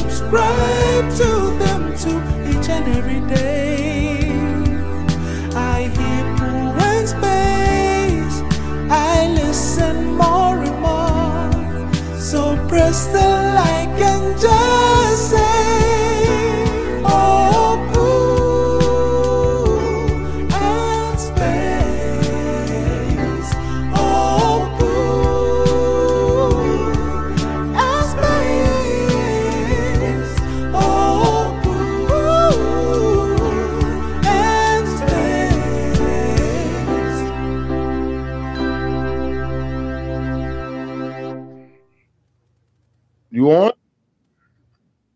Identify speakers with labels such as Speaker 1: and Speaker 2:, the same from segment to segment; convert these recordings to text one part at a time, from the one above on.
Speaker 1: subscribe to them too each and every day. I hear Pooh and Space, I listen more and more. So press the like and just say, Oh, Pooh and Space. Oh, Pooh as space. Oh, Pooh and space.
Speaker 2: You on?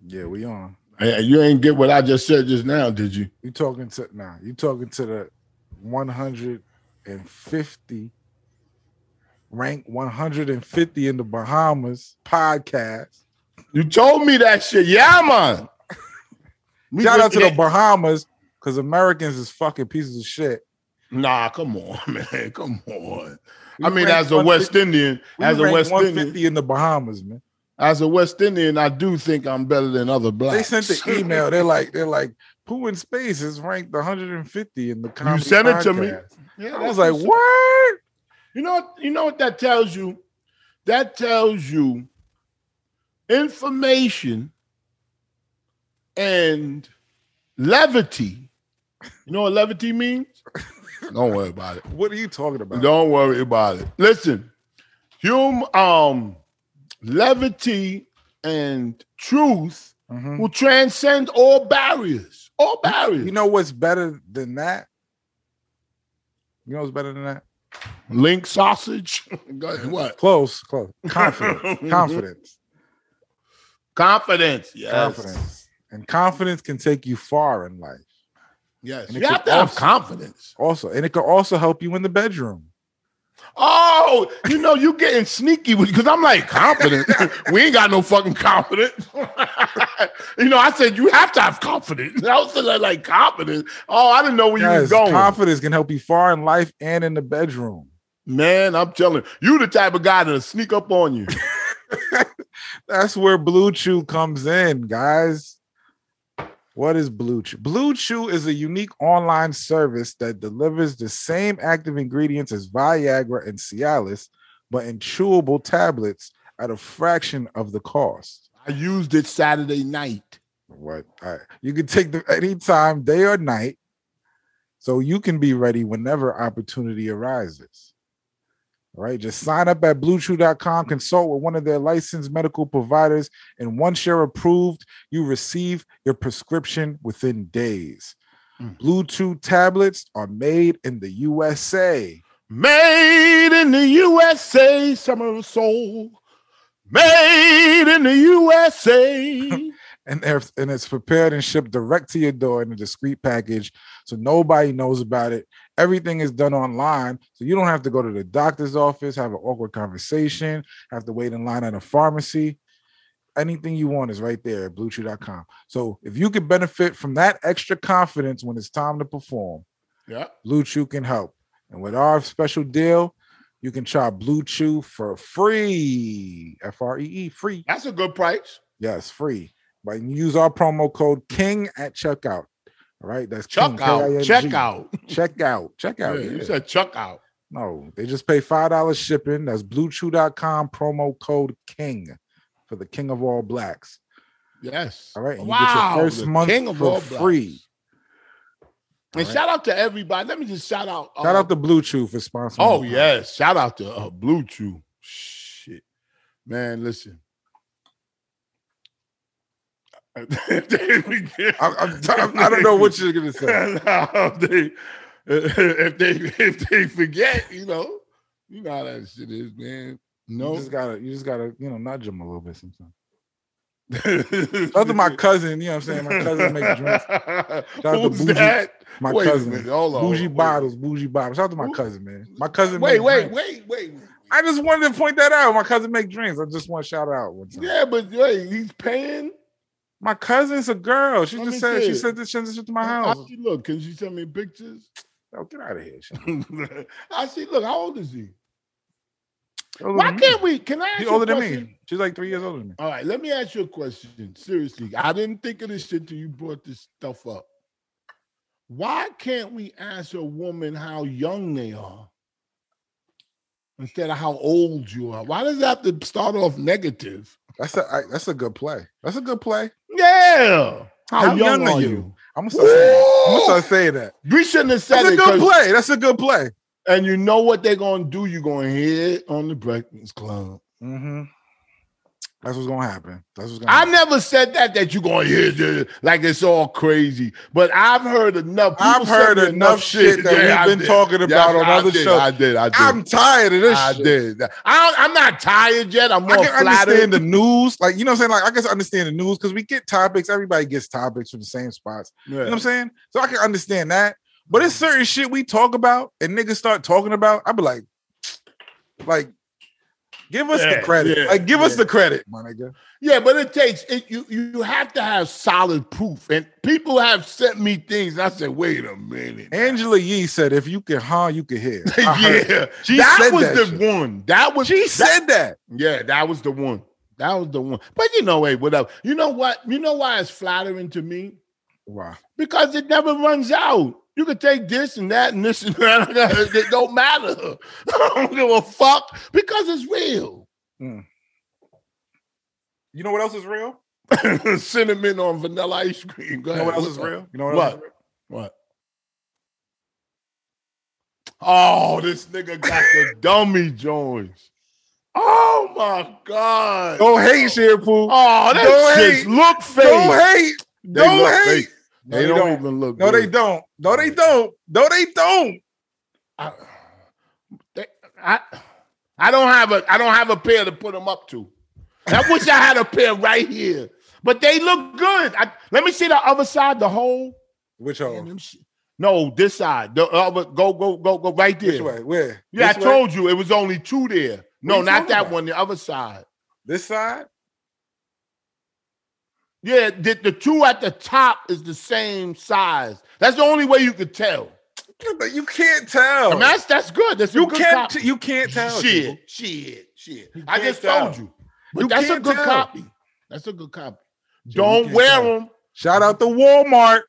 Speaker 3: Yeah, we on.
Speaker 2: Hey, you ain't get what I just said just now, did you?
Speaker 3: You talking to now? you talking to the 150 rank 150 in the Bahamas podcast.
Speaker 2: You told me that shit. Yeah, man. We
Speaker 3: Shout out to
Speaker 2: went-
Speaker 3: the Bahamas because Americans is fucking pieces of shit.
Speaker 2: Nah, come on, man. Come on.
Speaker 3: We
Speaker 2: I mean,
Speaker 3: ranked
Speaker 2: as a
Speaker 3: 150
Speaker 2: West Indian,
Speaker 3: we
Speaker 2: as a
Speaker 3: ranked
Speaker 2: West Indian,
Speaker 3: 150 in the Bahamas, man.
Speaker 2: as a West Indian, I do think I'm better than other
Speaker 3: They
Speaker 2: blacks.
Speaker 3: sent the email. They're like, they're like, Pooh in Space is ranked 150 in the comedy
Speaker 2: sent it to me.
Speaker 3: podcast."
Speaker 2: Yeah,
Speaker 3: I was
Speaker 2: that's what's
Speaker 3: like,
Speaker 2: up.
Speaker 3: what?
Speaker 2: You know, what- you know what that tells you? That tells you information and levity. You know what levity means? Don't worry about it.
Speaker 3: What are you talking about?
Speaker 2: Don't worry about it. Listen, hum, um, levity and truth
Speaker 3: Mhm.
Speaker 2: will transcend all barriers. All barriers.
Speaker 3: You know what's better than that? You know what's better than that?
Speaker 2: link sausage. Go ahead, what?
Speaker 3: Close, close. Confidence. confidence.
Speaker 2: Confidence. Yes.
Speaker 3: Confidence. And confidence can take you far in life.
Speaker 2: Yes.
Speaker 3: And it
Speaker 2: you have
Speaker 3: could
Speaker 2: to have
Speaker 3: also-
Speaker 2: confidence.
Speaker 3: Also, and it can also help you in the bedroom.
Speaker 2: Oh, you know, you getting sneaky with because I'm like confident. we ain't got no fucking confidence. you know, I said you have to have confidence. I was like, like confidence. Oh, I didn't know where you
Speaker 3: Yes,
Speaker 2: was going.
Speaker 3: confidence can help you far in life and in the bedroom.
Speaker 2: Man, I'm telling you, you the type of guy that'll sneak up on you.
Speaker 3: That's where Blue Chew comes in, guys. What is Blue Chew? Blue Chew is a unique online service that delivers the same active ingredients as Viagra and Cialis, but in chewable tablets at a fraction of the cost.
Speaker 2: I used it Saturday night.
Speaker 3: What? All right. You can take them anytime, day or night. So you can be ready whenever opportunity arises. All right. Just sign up at bluechew.com, consult with one of their licensed medical providers, and once you're approved, you receive your prescription within days.
Speaker 2: Mm.
Speaker 3: Blue Chew tablets are made in the USA.
Speaker 2: Made in the USA, summer of soul. Made in the USA.
Speaker 3: and they're- and it's prepared and shipped direct to your door in a discreet package, so nobody knows about it. Everything is done online, so you don't have to go to the doctor's office, have an awkward conversation, have to wait in line at a pharmacy. Anything you want is right there at bluechew.com. So if you could benefit from that extra confidence when it's time to perform,
Speaker 2: yeah.
Speaker 3: Blue Chew can help. And with our special deal, you can try Blue Chew for free. F R E E free.
Speaker 2: That's a good price.
Speaker 3: Yes, free. But you can use our promo code King at checkout. All right, that's King,
Speaker 2: Chuck out.
Speaker 3: K-I-N-G.
Speaker 2: Check out.
Speaker 3: Checkout.
Speaker 2: Yeah,
Speaker 3: Checkout.
Speaker 2: you
Speaker 3: yeah.
Speaker 2: said chuck out.
Speaker 3: no, they just pay five dollars shipping. That's BlueChew.com promo code King for the King of All Blacks.
Speaker 2: Yes.
Speaker 3: All right, and you get your
Speaker 2: wow.
Speaker 3: first
Speaker 2: the
Speaker 3: month
Speaker 2: king of
Speaker 3: for
Speaker 2: all blacks.
Speaker 3: free.
Speaker 2: And
Speaker 3: All right.
Speaker 2: shout out to everybody. Let me just shout out.
Speaker 3: Shout
Speaker 2: uh,
Speaker 3: out to Blue Chew for sponsoring.
Speaker 2: Oh
Speaker 3: the podcast.
Speaker 2: yes, shout out to uh, Blue Chew. Shit, man, listen. I,
Speaker 3: I, I'm t- I don't know what you're gonna say.
Speaker 2: if, they, if they if they forget, you know, you know how that shit is, man.
Speaker 3: You
Speaker 2: No,
Speaker 3: just gotta, you just gotta, you know, nudge them a little bit sometimes. Other than my cousin, you know what I'm saying? My cousin makes drinks. out to
Speaker 2: Who's
Speaker 3: Bougie-
Speaker 2: that?
Speaker 3: My
Speaker 2: Wait a minute,
Speaker 3: cousin,
Speaker 2: hold on,
Speaker 3: bougie
Speaker 2: wait.
Speaker 3: bottles, bougie bottles. Shout out to my
Speaker 2: Who-
Speaker 3: cousin, man. My cousin.
Speaker 2: Wait,
Speaker 3: makes
Speaker 2: wait,
Speaker 3: drinks.
Speaker 2: wait, wait, wait.
Speaker 3: I just wanted to point that out. My cousin make drinks. I just want to shout her out one time.
Speaker 2: Yeah, but wait, he's paying.
Speaker 3: My cousin's a girl. She
Speaker 2: Let
Speaker 3: just
Speaker 2: me
Speaker 3: said she
Speaker 2: see. Oh,
Speaker 3: sent this shit to my
Speaker 2: How
Speaker 3: house.
Speaker 2: she look? Can you send me pictures?
Speaker 3: Oh, get out of here. She-
Speaker 2: I see. Look, how old is he?
Speaker 3: Older
Speaker 2: Why
Speaker 3: than me.
Speaker 2: can't we? Can I? Ask
Speaker 3: She
Speaker 2: you a
Speaker 3: older than
Speaker 2: question?
Speaker 3: me. She's like three years older than me.
Speaker 2: All right, let me ask you a question. Seriously, I didn't think of this shit till you brought this stuff up. Why can't we ask a woman how young they are instead of how old you are? Why does that have to start off negative?
Speaker 3: That's a I, that's a good play. That's a good play.
Speaker 2: Yeah. How,
Speaker 3: How
Speaker 2: young,
Speaker 3: young are
Speaker 2: are you?
Speaker 3: you? I'm gonna start saying that.
Speaker 2: Ooh.
Speaker 3: I'm gonna start saying that.
Speaker 2: We shouldn't have said
Speaker 3: That's a
Speaker 2: it. 'cause-
Speaker 3: good play. That's a good play.
Speaker 2: And you know what they're gonna do? You're gonna hear it on the Breakfast Club.
Speaker 3: Mm-hmm. That's what's gonna happen. That's what's gonna.
Speaker 2: I
Speaker 3: happen.
Speaker 2: never said that that you're gonna hear it like it's all crazy. But I've heard enough. people
Speaker 3: I've
Speaker 2: send
Speaker 3: heard
Speaker 2: me
Speaker 3: enough shit that
Speaker 2: I
Speaker 3: we've been
Speaker 2: did.
Speaker 3: talking about on
Speaker 2: I
Speaker 3: other
Speaker 2: did,
Speaker 3: shows.
Speaker 2: I did. I did.
Speaker 3: I'm tired of this.
Speaker 2: I
Speaker 3: shit.
Speaker 2: did. I don't, I'm not tired yet. I'm
Speaker 3: I
Speaker 2: more
Speaker 3: can understand
Speaker 2: flattered.
Speaker 3: the news, like you know, what I'm saying, like I guess I understand the news because we get topics. Everybody gets topics from the same spots.
Speaker 2: Yeah.
Speaker 3: You know what I'm saying? So I can understand that. But it's certain shit we talk about and niggas start talking about. I'd be like, like, give us
Speaker 2: Yeah,
Speaker 3: the credit.
Speaker 2: yeah,
Speaker 3: like, give us
Speaker 2: yeah.
Speaker 3: the credit, my nigga.
Speaker 2: Yeah, but it takes it. You you have to have solid proof, and people have sent me things. And I said, wait a minute,
Speaker 3: Angela Yee said, if you can harm, you can hear. I heard.
Speaker 2: yeah,
Speaker 3: She
Speaker 2: that
Speaker 3: said
Speaker 2: was
Speaker 3: that
Speaker 2: the
Speaker 3: shit.
Speaker 2: one. That was
Speaker 3: She
Speaker 2: that-
Speaker 3: said that.
Speaker 2: Yeah, that was the one. That was the one. But you know, hey, whatever. You know what? You know why it's flattering to me?
Speaker 3: Wow.
Speaker 2: Because it never runs out. You can take this and that and this and that. it don't matter. I don't give a fuck because it's real.
Speaker 3: You know what else is real?
Speaker 2: Cinnamon on vanilla ice cream. Go
Speaker 3: You know what
Speaker 2: ahead.
Speaker 3: else is
Speaker 2: What's up?
Speaker 3: real? You know what, else
Speaker 2: What?
Speaker 3: is real?
Speaker 2: What? Oh, this nigga got the dummy joints. Oh my god.
Speaker 3: Don't hate shit, fool.
Speaker 2: Oh, that
Speaker 3: Don't
Speaker 2: shit
Speaker 3: hate.
Speaker 2: look fake.
Speaker 3: Don't hate.
Speaker 2: They
Speaker 3: Don't
Speaker 2: look
Speaker 3: hate.
Speaker 2: fake.
Speaker 3: No,
Speaker 2: they
Speaker 3: they
Speaker 2: don't,
Speaker 3: don't.
Speaker 2: even look.
Speaker 3: No, they
Speaker 2: good.
Speaker 3: don't. No, they don't. No, they don't.
Speaker 2: I, they, I, I don't have a, I don't have a pair to put them up to. I wish I had a pair right here, but they look good. I, let me see the other side, the hole.
Speaker 3: Which
Speaker 2: Man, them shi- no, this side. The other, go, go, go, go, right there.
Speaker 3: Which way? Where?
Speaker 2: Yeah,
Speaker 3: this
Speaker 2: I
Speaker 3: way?
Speaker 2: told you it was only two there.
Speaker 3: are
Speaker 2: No,
Speaker 3: you
Speaker 2: not
Speaker 3: talking
Speaker 2: that
Speaker 3: about?
Speaker 2: one. The other side.
Speaker 3: This side?
Speaker 2: Yeah, the, the two at the top is the same size. That's the only way you could tell.
Speaker 3: But you can't tell.
Speaker 2: I mean, that's that's good. That's a
Speaker 3: Oh. you
Speaker 2: good
Speaker 3: can't.
Speaker 2: copy.
Speaker 3: You can't tell. people.
Speaker 2: Shit, shit, shit.
Speaker 3: You
Speaker 2: I
Speaker 3: can't
Speaker 2: just
Speaker 3: tell.
Speaker 2: told you. But
Speaker 3: You
Speaker 2: that's a
Speaker 3: can't
Speaker 2: good
Speaker 3: tell.
Speaker 2: copy. That's a good copy.
Speaker 3: you
Speaker 2: Don't
Speaker 3: can't
Speaker 2: wear
Speaker 3: tell.
Speaker 2: them.
Speaker 3: Shout out to Walmart.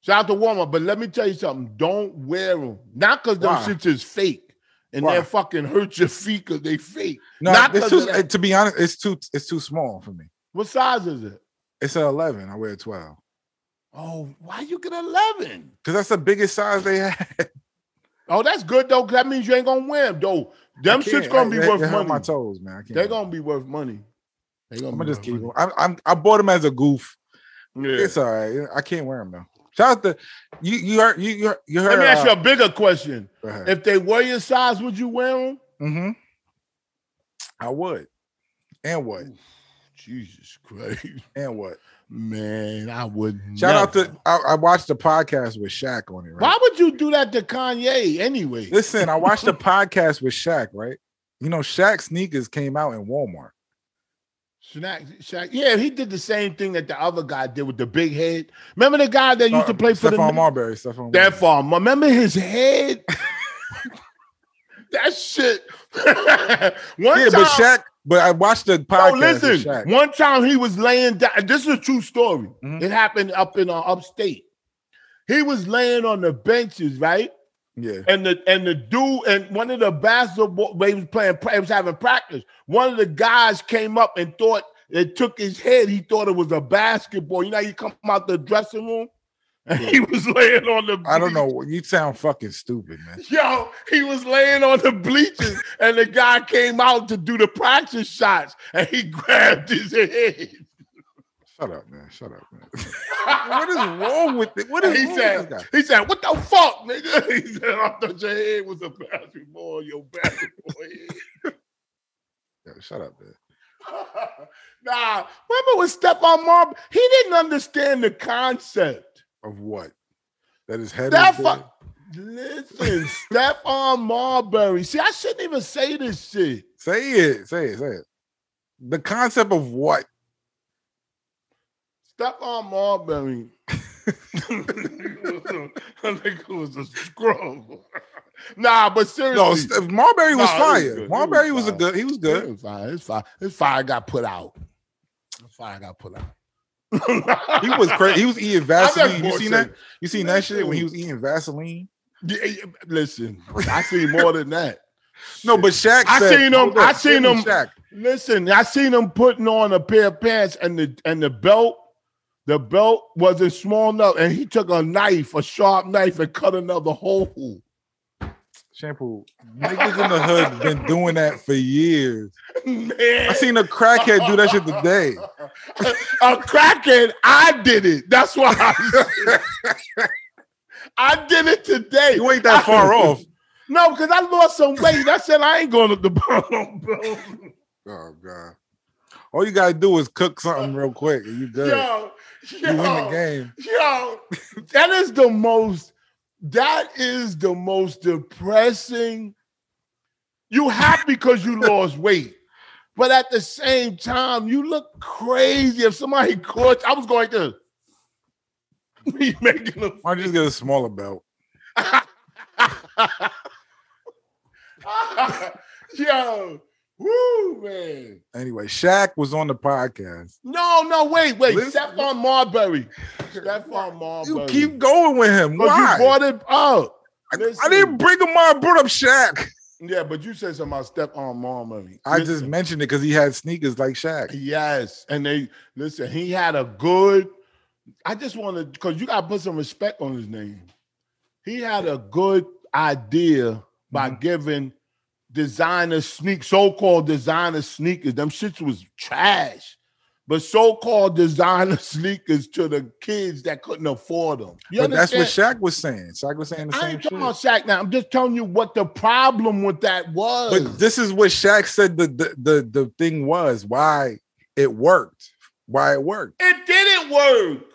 Speaker 2: Shout out to Walmart. But let me tell you something. Don't wear them. Not because them
Speaker 3: Why?
Speaker 2: shits is fake and
Speaker 3: Why?
Speaker 2: they'll fucking hurt your feet because they fake.
Speaker 3: No,
Speaker 2: Not
Speaker 3: it's
Speaker 2: 'cause
Speaker 3: too,
Speaker 2: of that.
Speaker 3: to be honest, it's too. It's too small for me.
Speaker 2: What size is it?
Speaker 3: It's an eleven. I wear a twelve
Speaker 2: Oh, why you get 11?
Speaker 3: because that's the biggest size they had.
Speaker 2: Oh, that's good though, because that means you ain't gonna wear them though. Them
Speaker 3: I
Speaker 2: shit's
Speaker 3: can't.
Speaker 2: gonna
Speaker 3: I-
Speaker 2: be
Speaker 3: they- they
Speaker 2: worth
Speaker 3: hurt My
Speaker 2: money.
Speaker 3: toes, man. I can't.
Speaker 2: They're gonna be worth money. They gonna
Speaker 3: I'm
Speaker 2: be
Speaker 3: gonna just
Speaker 2: worth
Speaker 3: keep them.
Speaker 2: money.
Speaker 3: I'm, I'm. I bought them as a goof.
Speaker 2: Yeah.
Speaker 3: It's all right. I can't wear them though. Shout out to you. You heard. You you heard. You heard
Speaker 2: Let me ask you
Speaker 3: uh,
Speaker 2: a bigger question.
Speaker 3: go ahead.
Speaker 2: If they were your size, would you wear them?
Speaker 3: Mm-hmm. I would. And what?
Speaker 2: Jesus Christ,
Speaker 3: And what?
Speaker 2: man! I would
Speaker 3: Shout
Speaker 2: never.
Speaker 3: out to I, I watched the podcast with Shaq on it, right?
Speaker 2: Why would you do that to Kanye anyway?
Speaker 3: Listen, I watched the podcast with Shaq, right? You know, Shaq sneakers came out in Walmart.
Speaker 2: Shaq, Shaq, yeah, he did the same thing that the other guy did with the big head. Remember the guy that used to play for
Speaker 3: Uh, Stephon
Speaker 2: the
Speaker 3: Marbury. Stephon
Speaker 2: that
Speaker 3: Marbury.
Speaker 2: far. Remember his head? that shit. One
Speaker 3: Yeah,
Speaker 2: time,
Speaker 3: but Shaq, but I watched the podcast
Speaker 2: Yo,
Speaker 3: with
Speaker 2: listen.
Speaker 3: Shaq.
Speaker 2: One time he was laying down. This is a true story.
Speaker 3: Mhm.
Speaker 2: It happened up in uh, upstate. He was laying on the benches, right?
Speaker 3: Yeah.
Speaker 2: And the and the dude and one of the basketball they was playing pra- was having practice. One of the guys came up and thought it took his head. He thought it was a basketball. You know, how you come out the dressing room, and he was laying on the.
Speaker 3: I don't know. You sound fucking stupid, man.
Speaker 2: Yo, he was laying on the bleachers, and the guy came out to do the practice shots, and he grabbed his head.
Speaker 3: Shut up, man. Shut up, man. what is wrong with it? What
Speaker 2: And
Speaker 3: is
Speaker 2: he
Speaker 3: wrong with
Speaker 2: said,
Speaker 3: this guy?
Speaker 2: he said, what the fuck, nigga? He said, I thought your head was a basketball, your basketball head.
Speaker 3: Yo, shut up, man.
Speaker 2: nah, remember when Stephon Marbury, he didn't understand the concept.
Speaker 3: Of what? That is head. is big?
Speaker 2: Stephon, listen, Stephon Marbury. See, I shouldn't even say this shit.
Speaker 3: Say it. Say it. Say it. The concept of what?
Speaker 2: Stephon Marbury. I think it was a scrub. Nah, but seriously.
Speaker 3: No, St- Marbury was
Speaker 2: Nah, it was
Speaker 3: fire.
Speaker 2: good. It was
Speaker 3: Marbury was, a
Speaker 2: fire.
Speaker 3: good. He was
Speaker 2: good.
Speaker 3: good.
Speaker 2: It's fine. It's fine. It's fine. got put out. It's fine. got put out.
Speaker 3: He was crazy. He was eating
Speaker 2: I'm not
Speaker 3: Vaseline. You seen that?
Speaker 2: bullshitting.
Speaker 3: You seen that shit when he was eating Vaseline?
Speaker 2: Yeah, yeah, listen, I seen more than that.
Speaker 3: No, but Shaq.
Speaker 2: I
Speaker 3: said-
Speaker 2: seen him-
Speaker 3: Hold up,
Speaker 2: I seen
Speaker 3: give me
Speaker 2: him-
Speaker 3: Shaq.
Speaker 2: Listen, I seen him putting on a pair of pants and the and the belt. The belt wasn't small enough, and he took a knife, a sharp knife, and cut another hole.
Speaker 3: Shampoo. Niggas in the hood been doing that for years.
Speaker 2: Man,
Speaker 3: I seen a crackhead do that shit today.
Speaker 2: a crackhead. I did it. That's why I, I did it today.
Speaker 3: You ain't that far off.
Speaker 2: No, because I lost some weight. I said I ain't going to the bottom, bro.
Speaker 3: Oh god. All you gotta do is cook something real quick and you good.
Speaker 2: Yo, yo,
Speaker 3: You win the game.
Speaker 2: yo, that is the most. That is the most depressing. You happy because you lost weight, but at the same time, you look crazy. If somebody caught, I was going to be making a
Speaker 3: Why don't you just get a smaller belt?
Speaker 2: Yo, woo, man.
Speaker 3: Anyway, Shaq was on the podcast.
Speaker 2: No, no, wait, wait.
Speaker 3: Listen-
Speaker 2: Stephon Marbury. Stephon
Speaker 3: You
Speaker 2: Marbury.
Speaker 3: keep going with him.
Speaker 2: But
Speaker 3: Why?
Speaker 2: Oh, you brought it up.
Speaker 3: I, I
Speaker 2: listen.
Speaker 3: didn't bring him on. I brought up Shaq.
Speaker 2: Yeah, but you said something about Stephon Marbury.
Speaker 3: I just
Speaker 2: Listen,
Speaker 3: mentioned it because he had sneakers like Shaq.
Speaker 2: yes, and they listen. He had a good. I just wanted because you got to put some respect on his name. He had a good idea by
Speaker 3: Mm-hmm.
Speaker 2: giving designer sneak, so-called designer sneakers. Them shits was trash. But so-called designer sneakers to the kids that couldn't afford them. You
Speaker 3: But that's what
Speaker 2: understand?
Speaker 3: Shaq was saying. Shaq was saying the
Speaker 2: I
Speaker 3: same
Speaker 2: ain't talking
Speaker 3: shit.
Speaker 2: about Shaq now. I'm just telling you what the problem with that was.
Speaker 3: But this is what Shaq said the, the the the thing was why it worked. Why it worked.
Speaker 2: it didn't work.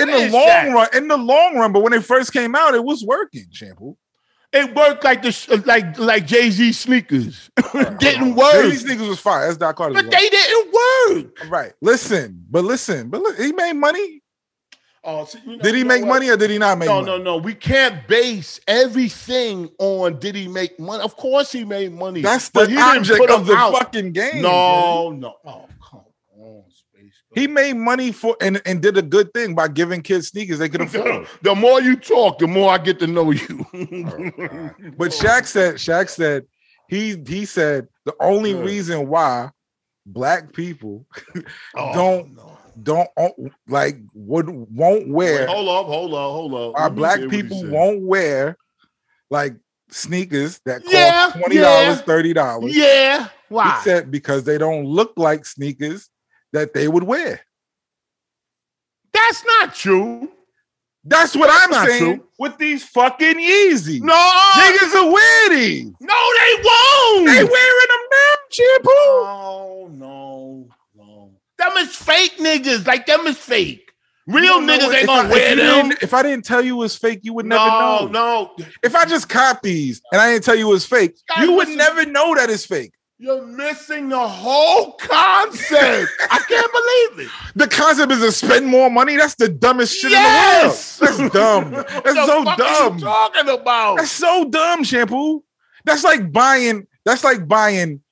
Speaker 3: In
Speaker 2: What
Speaker 3: the
Speaker 2: is
Speaker 3: long
Speaker 2: Shaq?
Speaker 3: run, in the long run, but when it first came out, it was working, shampoo.
Speaker 2: It worked like the sh- like like Jay Z sneakers. didn't work,
Speaker 3: These niggas was fire. That's Doc Carter's
Speaker 2: but
Speaker 3: work.
Speaker 2: they didn't work.
Speaker 3: Right. Listen, but listen, but look, he made money.
Speaker 2: Oh, see, you know-
Speaker 3: Did he
Speaker 2: you know
Speaker 3: make
Speaker 2: what?
Speaker 3: money or did he not make
Speaker 2: No,
Speaker 3: money?
Speaker 2: no, no. We can't base everything on did he make money. Of course, he made money.
Speaker 3: That's the
Speaker 2: but he didn't
Speaker 3: object
Speaker 2: put
Speaker 3: of
Speaker 2: them
Speaker 3: the
Speaker 2: out.
Speaker 3: fucking game. dude.
Speaker 2: No, no. Oh, come on, space.
Speaker 3: He made money for and, and did a good thing by giving kids sneakers they could afford.
Speaker 2: the more you talk, the more I get to know you. Oh,
Speaker 3: But Shaq said, Shaq said, he he said the only
Speaker 2: Good.
Speaker 3: reason why black people
Speaker 2: Oh,
Speaker 3: don't-
Speaker 2: no.
Speaker 3: don't own- like would
Speaker 2: Wait,
Speaker 3: won't wear
Speaker 2: hold up, hold up, hold up.
Speaker 3: our
Speaker 2: Let me
Speaker 3: black
Speaker 2: hear what he
Speaker 3: people
Speaker 2: said.
Speaker 3: won't wear like sneakers that cost
Speaker 2: Yeah,
Speaker 3: twenty dollars,
Speaker 2: yeah.
Speaker 3: thirty dollars.
Speaker 2: Yeah.
Speaker 3: He
Speaker 2: Why?
Speaker 3: said because they don't look like sneakers that they would wear.
Speaker 2: That's not true.
Speaker 3: That's what I'm
Speaker 2: not
Speaker 3: saying
Speaker 2: true.
Speaker 3: with these fucking Yeezys.
Speaker 2: No,
Speaker 3: Niggas are wearing.
Speaker 2: no, they won't.
Speaker 3: They wearing them now, shampoo.
Speaker 2: No, no, no. Them is fake niggas. Like them is fake. Real
Speaker 3: You know
Speaker 2: niggas
Speaker 3: what?
Speaker 2: ain't
Speaker 3: If
Speaker 2: gonna
Speaker 3: I- if
Speaker 2: wear
Speaker 3: you
Speaker 2: them.
Speaker 3: didn't- If I didn't tell you it was fake, you would never
Speaker 2: no,
Speaker 3: know.
Speaker 2: no.
Speaker 3: If I just cop these and I didn't tell you it was fake,
Speaker 2: Guys,
Speaker 3: you would
Speaker 2: listen.
Speaker 3: never know that it's fake.
Speaker 2: You're missing the whole concept. I can't believe it.
Speaker 3: The concept is to spend more money. That's the dumbest shit
Speaker 2: Yes!
Speaker 3: in the world. That's dumb.
Speaker 2: What
Speaker 3: That's
Speaker 2: the
Speaker 3: so
Speaker 2: fuck Are
Speaker 3: dumb.
Speaker 2: you talking about?
Speaker 3: That's so dumb, shampoo. That's like buying. That's like buying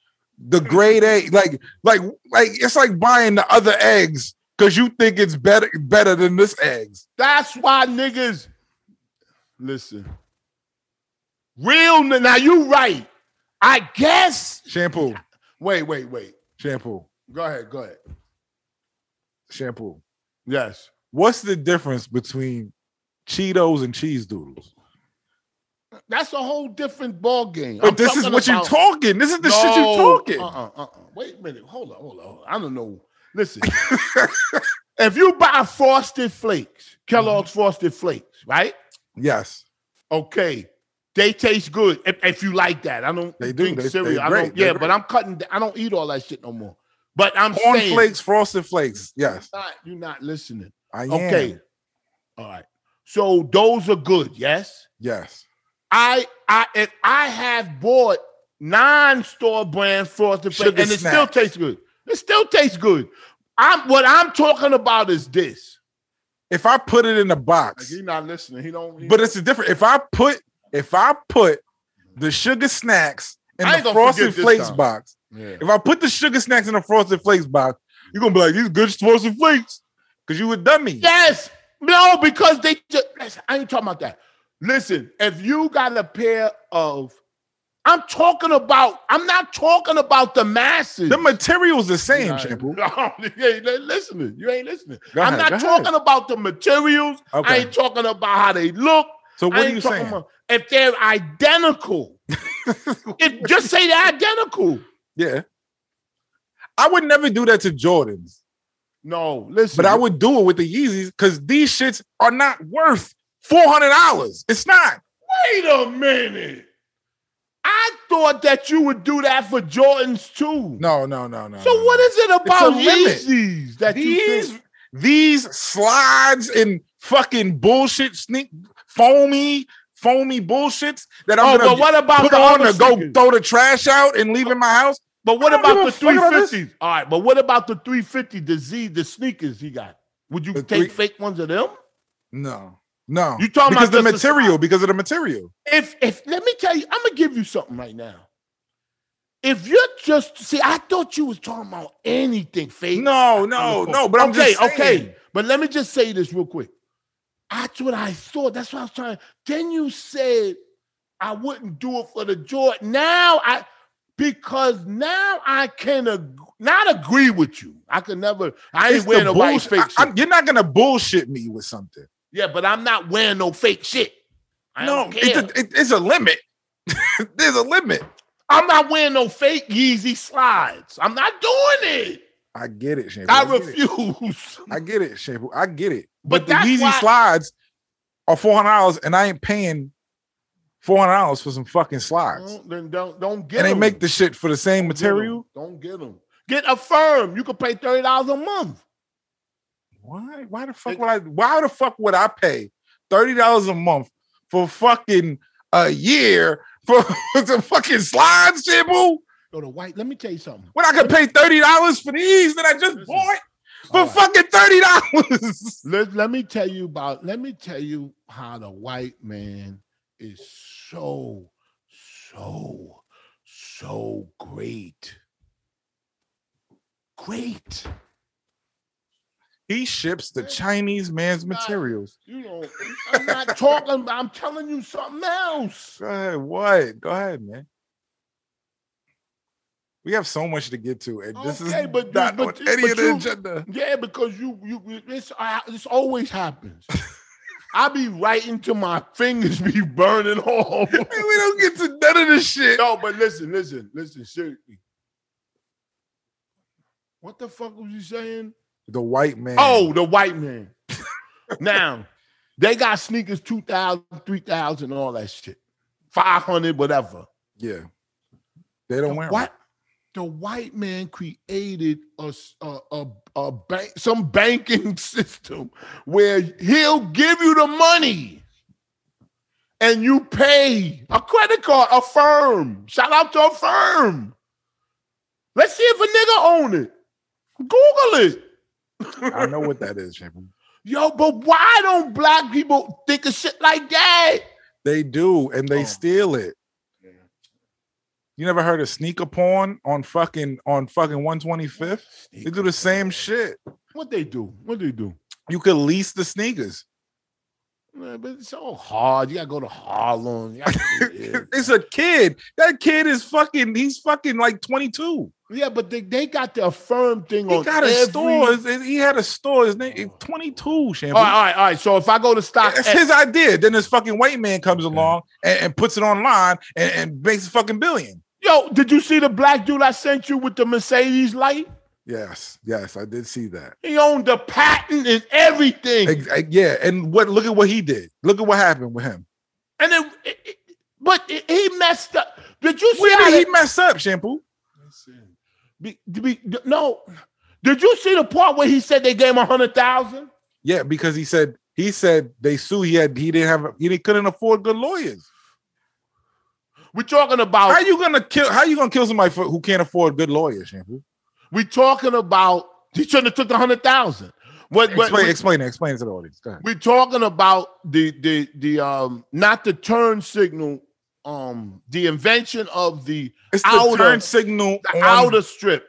Speaker 3: the grade A. Like, like, like. It's like buying the other eggs because you think it's better, better than this eggs.
Speaker 2: That's why niggas listen. Real ni- now you right. I guess.
Speaker 3: Shampoo,
Speaker 2: Wait, wait, wait.
Speaker 3: shampoo,
Speaker 2: Go ahead, go ahead.
Speaker 3: shampoo.
Speaker 2: Yes.
Speaker 3: What's the difference between Cheetos and cheese doodles?
Speaker 2: That's a whole different ball game.
Speaker 3: But this is what you're talking. This is the shit you're talking.
Speaker 2: Uh-uh, uh-uh. Wait a minute. Hold on, hold on. hold on. I don't know. Listen. if you buy Frosted Flakes, Kellogg's
Speaker 3: Mm-hmm.
Speaker 2: Frosted Flakes, right?
Speaker 3: Yes,
Speaker 2: Okay. They taste good if, if you like that. I don't
Speaker 3: They do.
Speaker 2: think
Speaker 3: They- they
Speaker 2: cereal. I
Speaker 3: great.
Speaker 2: don't,
Speaker 3: They're
Speaker 2: yeah,
Speaker 3: great.
Speaker 2: but I'm cutting. I don't eat all that shit no more. But I'm
Speaker 3: corn
Speaker 2: saying,
Speaker 3: flakes, frosted flakes. Yes,
Speaker 2: Not, you're not listening.
Speaker 3: I am.
Speaker 2: Okay. All right. So those are good. Yes.
Speaker 3: Yes.
Speaker 2: I I if I have bought non-store brand frosted flakes
Speaker 3: Sugar
Speaker 2: and it still
Speaker 3: Smacks.
Speaker 2: tastes good. It still tastes good. I'm what I'm talking about is this.
Speaker 3: If I put it in a box,
Speaker 2: Like, he not listening. He don't. he-
Speaker 3: but it's a different. If I put, If I put the sugar snacks in
Speaker 2: I
Speaker 3: the
Speaker 2: ain't gonna forget
Speaker 3: frosted
Speaker 2: this
Speaker 3: flakes
Speaker 2: time.
Speaker 3: box,
Speaker 2: Yeah.
Speaker 3: if I put the sugar snacks in the frosted flakes box, you're gonna be like, these good frosted flakes. Cause you a dummy.
Speaker 2: Yes. No, because they just listen, I ain't talking about that. Listen, if you got a pair of I'm talking about, I'm not talking about the masses.
Speaker 3: The material's the same,
Speaker 2: Nah,
Speaker 3: Chample.
Speaker 2: you ain't listening. You ain't listening.
Speaker 3: Go
Speaker 2: I'm
Speaker 3: ahead,
Speaker 2: not
Speaker 3: go ahead.
Speaker 2: talking about the materials. I
Speaker 3: Okay.
Speaker 2: ain't talking about how they look.
Speaker 3: So
Speaker 2: I
Speaker 3: what are
Speaker 2: ain't
Speaker 3: you
Speaker 2: talking
Speaker 3: saying?
Speaker 2: About if they're identical. If- just say they're identical.
Speaker 3: Yeah. I would never do that to Jordans,
Speaker 2: No, listen.
Speaker 3: but I would do it with the Yeezys because these shits are not worth $400. It's not.
Speaker 2: wait a minute. I thought that you would do that for Jordans too.
Speaker 3: No, no, no, no.
Speaker 2: So
Speaker 3: no,
Speaker 2: what
Speaker 3: no.
Speaker 2: is it about
Speaker 3: limit.
Speaker 2: Yeezys that you
Speaker 3: these
Speaker 2: think?
Speaker 3: these slides and fucking bullshit sneak foamy foamy bullshits that I'm
Speaker 2: Oh,
Speaker 3: gonna
Speaker 2: but what about
Speaker 3: put
Speaker 2: the
Speaker 3: on
Speaker 2: other
Speaker 3: to go
Speaker 2: sneakers?
Speaker 3: throw the trash out and leave in my house?
Speaker 2: But what
Speaker 3: I don't
Speaker 2: about the
Speaker 3: give a fuck about this.
Speaker 2: 350s? All right, but what about the 350 the Z, the sneakers he got? Would you
Speaker 3: The
Speaker 2: take
Speaker 3: three-
Speaker 2: fake ones of them?
Speaker 3: No, no.
Speaker 2: You talking
Speaker 3: because
Speaker 2: about
Speaker 3: the
Speaker 2: just the
Speaker 3: material? Because of the material.
Speaker 2: If if let me tell you, I'm gonna give you something right now. If you're just see, I thought you was talking about anything fake.
Speaker 3: No, no, no. But I'm
Speaker 2: okay,
Speaker 3: just saying.
Speaker 2: okay. But let me just say this real quick. That's what I thought. That's what I was trying. Then you said I wouldn't do it for the Jordan. Now I because now I can ag- not agree with you. I could never. I
Speaker 3: It's
Speaker 2: ain't wearing
Speaker 3: the
Speaker 2: nobody's
Speaker 3: bullshit-
Speaker 2: fake
Speaker 3: I-
Speaker 2: shit.
Speaker 3: I'm- you're not gonna bullshit me with something.
Speaker 2: yeah, but I'm not wearing no fake shit. I
Speaker 3: no,
Speaker 2: don't care.
Speaker 3: it's a, it- it's a limit. There's a limit.
Speaker 2: I'm not wearing no fake Yeezy slides. I'm not doing it.
Speaker 3: I get it, Shampoo.
Speaker 2: I
Speaker 3: get it.
Speaker 2: refuse.
Speaker 3: I get it, Shampoo. I get it.
Speaker 2: But
Speaker 3: But, the
Speaker 2: that's
Speaker 3: Yeezy
Speaker 2: why-
Speaker 3: slides are four hundred dollars, and I ain't paying four hundred dollars for some fucking slides.
Speaker 2: Don't- Mm, Then don't don't get
Speaker 3: and they
Speaker 2: them.
Speaker 3: make the shit for the same
Speaker 2: Don't get 'em.
Speaker 3: material.
Speaker 2: Don't get them. Get a firm. You could pay thirty dollars a month.
Speaker 3: Why? Why the fuck
Speaker 2: It-
Speaker 3: would I? Why the fuck would I pay thirty dollars a month for fucking a year for the fucking slides, Shampoo?
Speaker 2: Go to white. Let me tell you something.
Speaker 3: When I could pay thirty dollars for these that I just
Speaker 2: Listen.
Speaker 3: bought for
Speaker 2: All right.
Speaker 3: fucking thirty dollars.
Speaker 2: Let, let me tell you about. Let me tell you how the white man is so so so great. Great.
Speaker 3: He ships the Chinese man's materials.
Speaker 2: You know, I'm not talking. about- I'm telling you something else.
Speaker 3: Go ahead. What? Go ahead, man. We have so much to get to, and this
Speaker 2: Okay,
Speaker 3: is
Speaker 2: but you-
Speaker 3: not
Speaker 2: but
Speaker 3: on
Speaker 2: you-
Speaker 3: any
Speaker 2: but
Speaker 3: of the
Speaker 2: you-
Speaker 3: agenda.
Speaker 2: Yeah, because you you you- this I, this always happens. I be writing till my fingers be burning off.
Speaker 3: we don't get to none of this shit.
Speaker 2: no, but listen, listen, listen, seriously. What the fuck was you saying?
Speaker 3: The white man.
Speaker 2: Oh, the white man. now, they got sneakers 2,000, 3,000, all that shit. 500, whatever.
Speaker 3: yeah. They don't
Speaker 2: The
Speaker 3: wear 'em.
Speaker 2: white- The white man created a, s- a, a, a bank, some banking system where he'll give you the money and you pay a credit card, a firm. Shout out to a firm. Let's see if a nigga own it. Google it.
Speaker 3: I know what that is, Champion.
Speaker 2: Yo, but why don't black people think of shit like that?
Speaker 3: They do, and they
Speaker 2: Oh.
Speaker 3: steal it. You never heard of sneaker porn on fucking on fucking 125th? They do the same shit.
Speaker 2: What they do? What they do?
Speaker 3: You could lease the sneakers.
Speaker 2: Man, but it's so hard. You gotta go to Harlem. You gotta do this.
Speaker 3: it's a kid. That kid is fucking, he's fucking like 22.
Speaker 2: Yeah, but they, they got the firm thing
Speaker 3: He
Speaker 2: on
Speaker 3: got a
Speaker 2: every...
Speaker 3: store. His- his- He had a store. His name is 22,
Speaker 2: All
Speaker 3: Shampoo.
Speaker 2: right, all right, all right. So if I go to stock,
Speaker 3: That's his idea. Then this fucking white man comes along and, and puts it online and, and makes a fucking billion.
Speaker 2: yo, did you see the black dude I sent you with the Mercedes light?
Speaker 3: Yes, yes, I did see that.
Speaker 2: He owned the patent and everything,
Speaker 3: Ex- ex- Yeah, and what? Look at what he did. Look at what happened with him.
Speaker 2: and it, it- it- but it- he messed up. Did you see
Speaker 3: Where
Speaker 2: how
Speaker 3: did
Speaker 2: that-
Speaker 3: he mess up, Shampoo?
Speaker 2: Listen, be, be, no? Did you see the part where he said they gave him a hundred thousand?
Speaker 3: Yeah, because he said he said they sue. He had he didn't have he didn't, couldn't afford good lawyers.
Speaker 2: We're talking about
Speaker 3: How you gonna kill? How you gonna kill somebody for, who can't afford good lawyers, Shampoo?
Speaker 2: We talking about he shouldn't have took the hundred thousand. What, what,
Speaker 3: Explain,
Speaker 2: what-
Speaker 3: explain it. Explain it to the audience. Go ahead.
Speaker 2: we're talking about the the the um not the turn signal, um the invention of the,
Speaker 3: It's the
Speaker 2: outer-
Speaker 3: turn signal.
Speaker 2: the
Speaker 3: on,
Speaker 2: outer strip,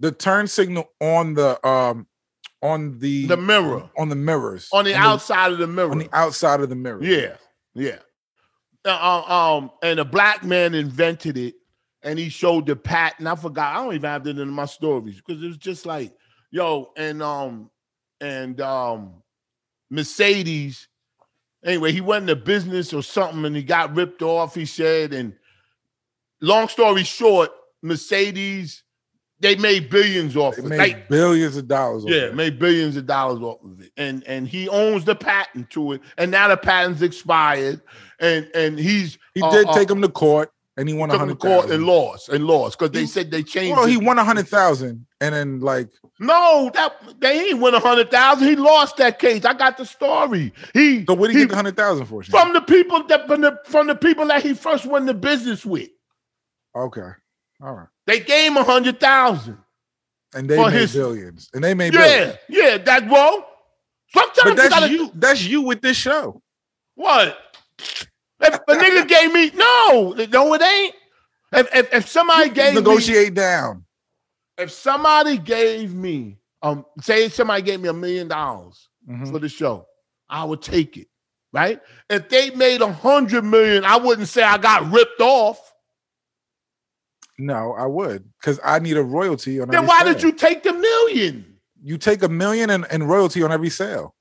Speaker 3: the turn signal on the um on the,
Speaker 2: the mirror,
Speaker 3: on the mirrors
Speaker 2: on the outside of the mirror.
Speaker 3: on the outside of the mirror.
Speaker 2: Yeah, yeah. Uh, uh, um, and a black man invented it, and he showed the patent. I forgot. I don't even have it in my stories because it was just like, yo, and um, and um, Mercedes. Anyway, he went into business or something, and he got ripped off. He said, and long story short, Mercedes, they made billions off
Speaker 3: They
Speaker 2: it.
Speaker 3: made
Speaker 2: Like,
Speaker 3: billions of dollars. off
Speaker 2: yeah,
Speaker 3: that.
Speaker 2: made billions of dollars off of it, and and he owns the patent to it, and now the patent's expired, and and he's
Speaker 3: he
Speaker 2: uh,
Speaker 3: did
Speaker 2: uh,
Speaker 3: take him to court, and he won a
Speaker 2: took him to
Speaker 3: hundred
Speaker 2: court and
Speaker 3: thousand.
Speaker 2: lost and lost because they
Speaker 3: He-
Speaker 2: said they changed.
Speaker 3: Well, he
Speaker 2: it.
Speaker 3: won a hundred thousand, and then like
Speaker 2: no, that they ain't win a hundred thousand. He lost that case. I got the story. He
Speaker 3: so what did he,
Speaker 2: He-
Speaker 3: get the hundred thousand for? Shane?
Speaker 2: from the people that from the, from the people that he first won the business with.
Speaker 3: okay, all right,
Speaker 2: They gave him a hundred thousand.
Speaker 3: and they
Speaker 2: For
Speaker 3: made
Speaker 2: his-
Speaker 3: billions, and they made billions.
Speaker 2: Yeah, yeah, that well.
Speaker 3: But
Speaker 2: Sometimes you
Speaker 3: that's
Speaker 2: gotta
Speaker 3: you. That's you with this show.
Speaker 2: What? If a nigga gave me no, no, it ain't. If if, if somebody gave me,
Speaker 3: Negotiate down.
Speaker 2: if somebody gave me, um, say somebody gave me a million dollars
Speaker 3: Mhm.
Speaker 2: for the show, I would take it, right? If they made a hundred million, I wouldn't say I got ripped off.
Speaker 3: No, I would because I need a royalty on.
Speaker 2: Then
Speaker 3: every
Speaker 2: why
Speaker 3: sale.
Speaker 2: did you take the million?
Speaker 3: You take a million and, and royalty on every sale.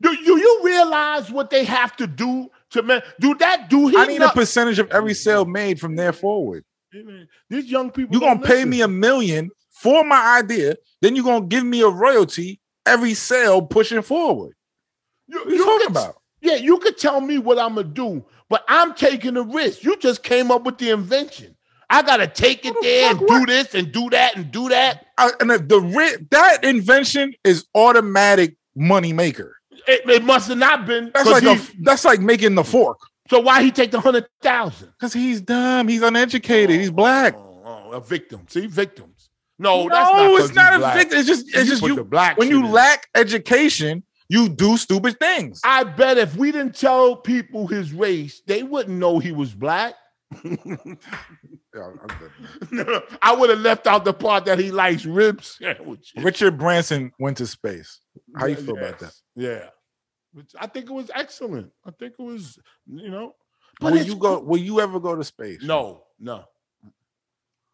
Speaker 2: Do you you realize what they have to do to man? Do that? Do he?
Speaker 3: I need a
Speaker 2: not-
Speaker 3: percentage of every sale made from there forward.
Speaker 2: Hey, man, These young people.
Speaker 3: You're gonna
Speaker 2: don't
Speaker 3: pay
Speaker 2: listen.
Speaker 3: me a million for my idea, then you're gonna give me a royalty every sale pushing forward.
Speaker 2: You,
Speaker 3: What are you talking
Speaker 2: could-
Speaker 3: about?
Speaker 2: Yeah, you could tell me what I'm gonna do, but I'm taking a risk. You just came up with the invention. I gotta take it
Speaker 3: Who the
Speaker 2: there and
Speaker 3: fuck
Speaker 2: do this and do that and do that.
Speaker 3: I- and the, the ri- that invention is automatic money maker.
Speaker 2: It, it must have not been.
Speaker 3: That's
Speaker 2: 'cause
Speaker 3: like a
Speaker 2: he-
Speaker 3: f- that's like making the fork
Speaker 2: so why he take the hundred thousand?
Speaker 3: because he's dumb, he's uneducated, he's black.
Speaker 2: Oh, oh, a victim. See victims. No,
Speaker 3: no,
Speaker 2: that's not. 'cause
Speaker 3: it's not
Speaker 2: you
Speaker 3: a
Speaker 2: black.
Speaker 3: victim. It's just it's just
Speaker 2: put
Speaker 3: you.
Speaker 2: the black
Speaker 3: when
Speaker 2: shit
Speaker 3: you
Speaker 2: in.
Speaker 3: lack education, you do stupid things.
Speaker 2: I bet if we didn't tell people his race, they wouldn't know he was black.
Speaker 3: Yeah, I'm good.
Speaker 2: I would have left out the part that he likes rib sandwiches.
Speaker 3: Richard Branson went to space. How you
Speaker 2: Yeah,
Speaker 3: feel about that?
Speaker 2: yes, Yeah. Which I think it was excellent. I think it was, you know.
Speaker 3: will
Speaker 2: it's-
Speaker 3: you go? Will you ever go to space?
Speaker 2: No, no.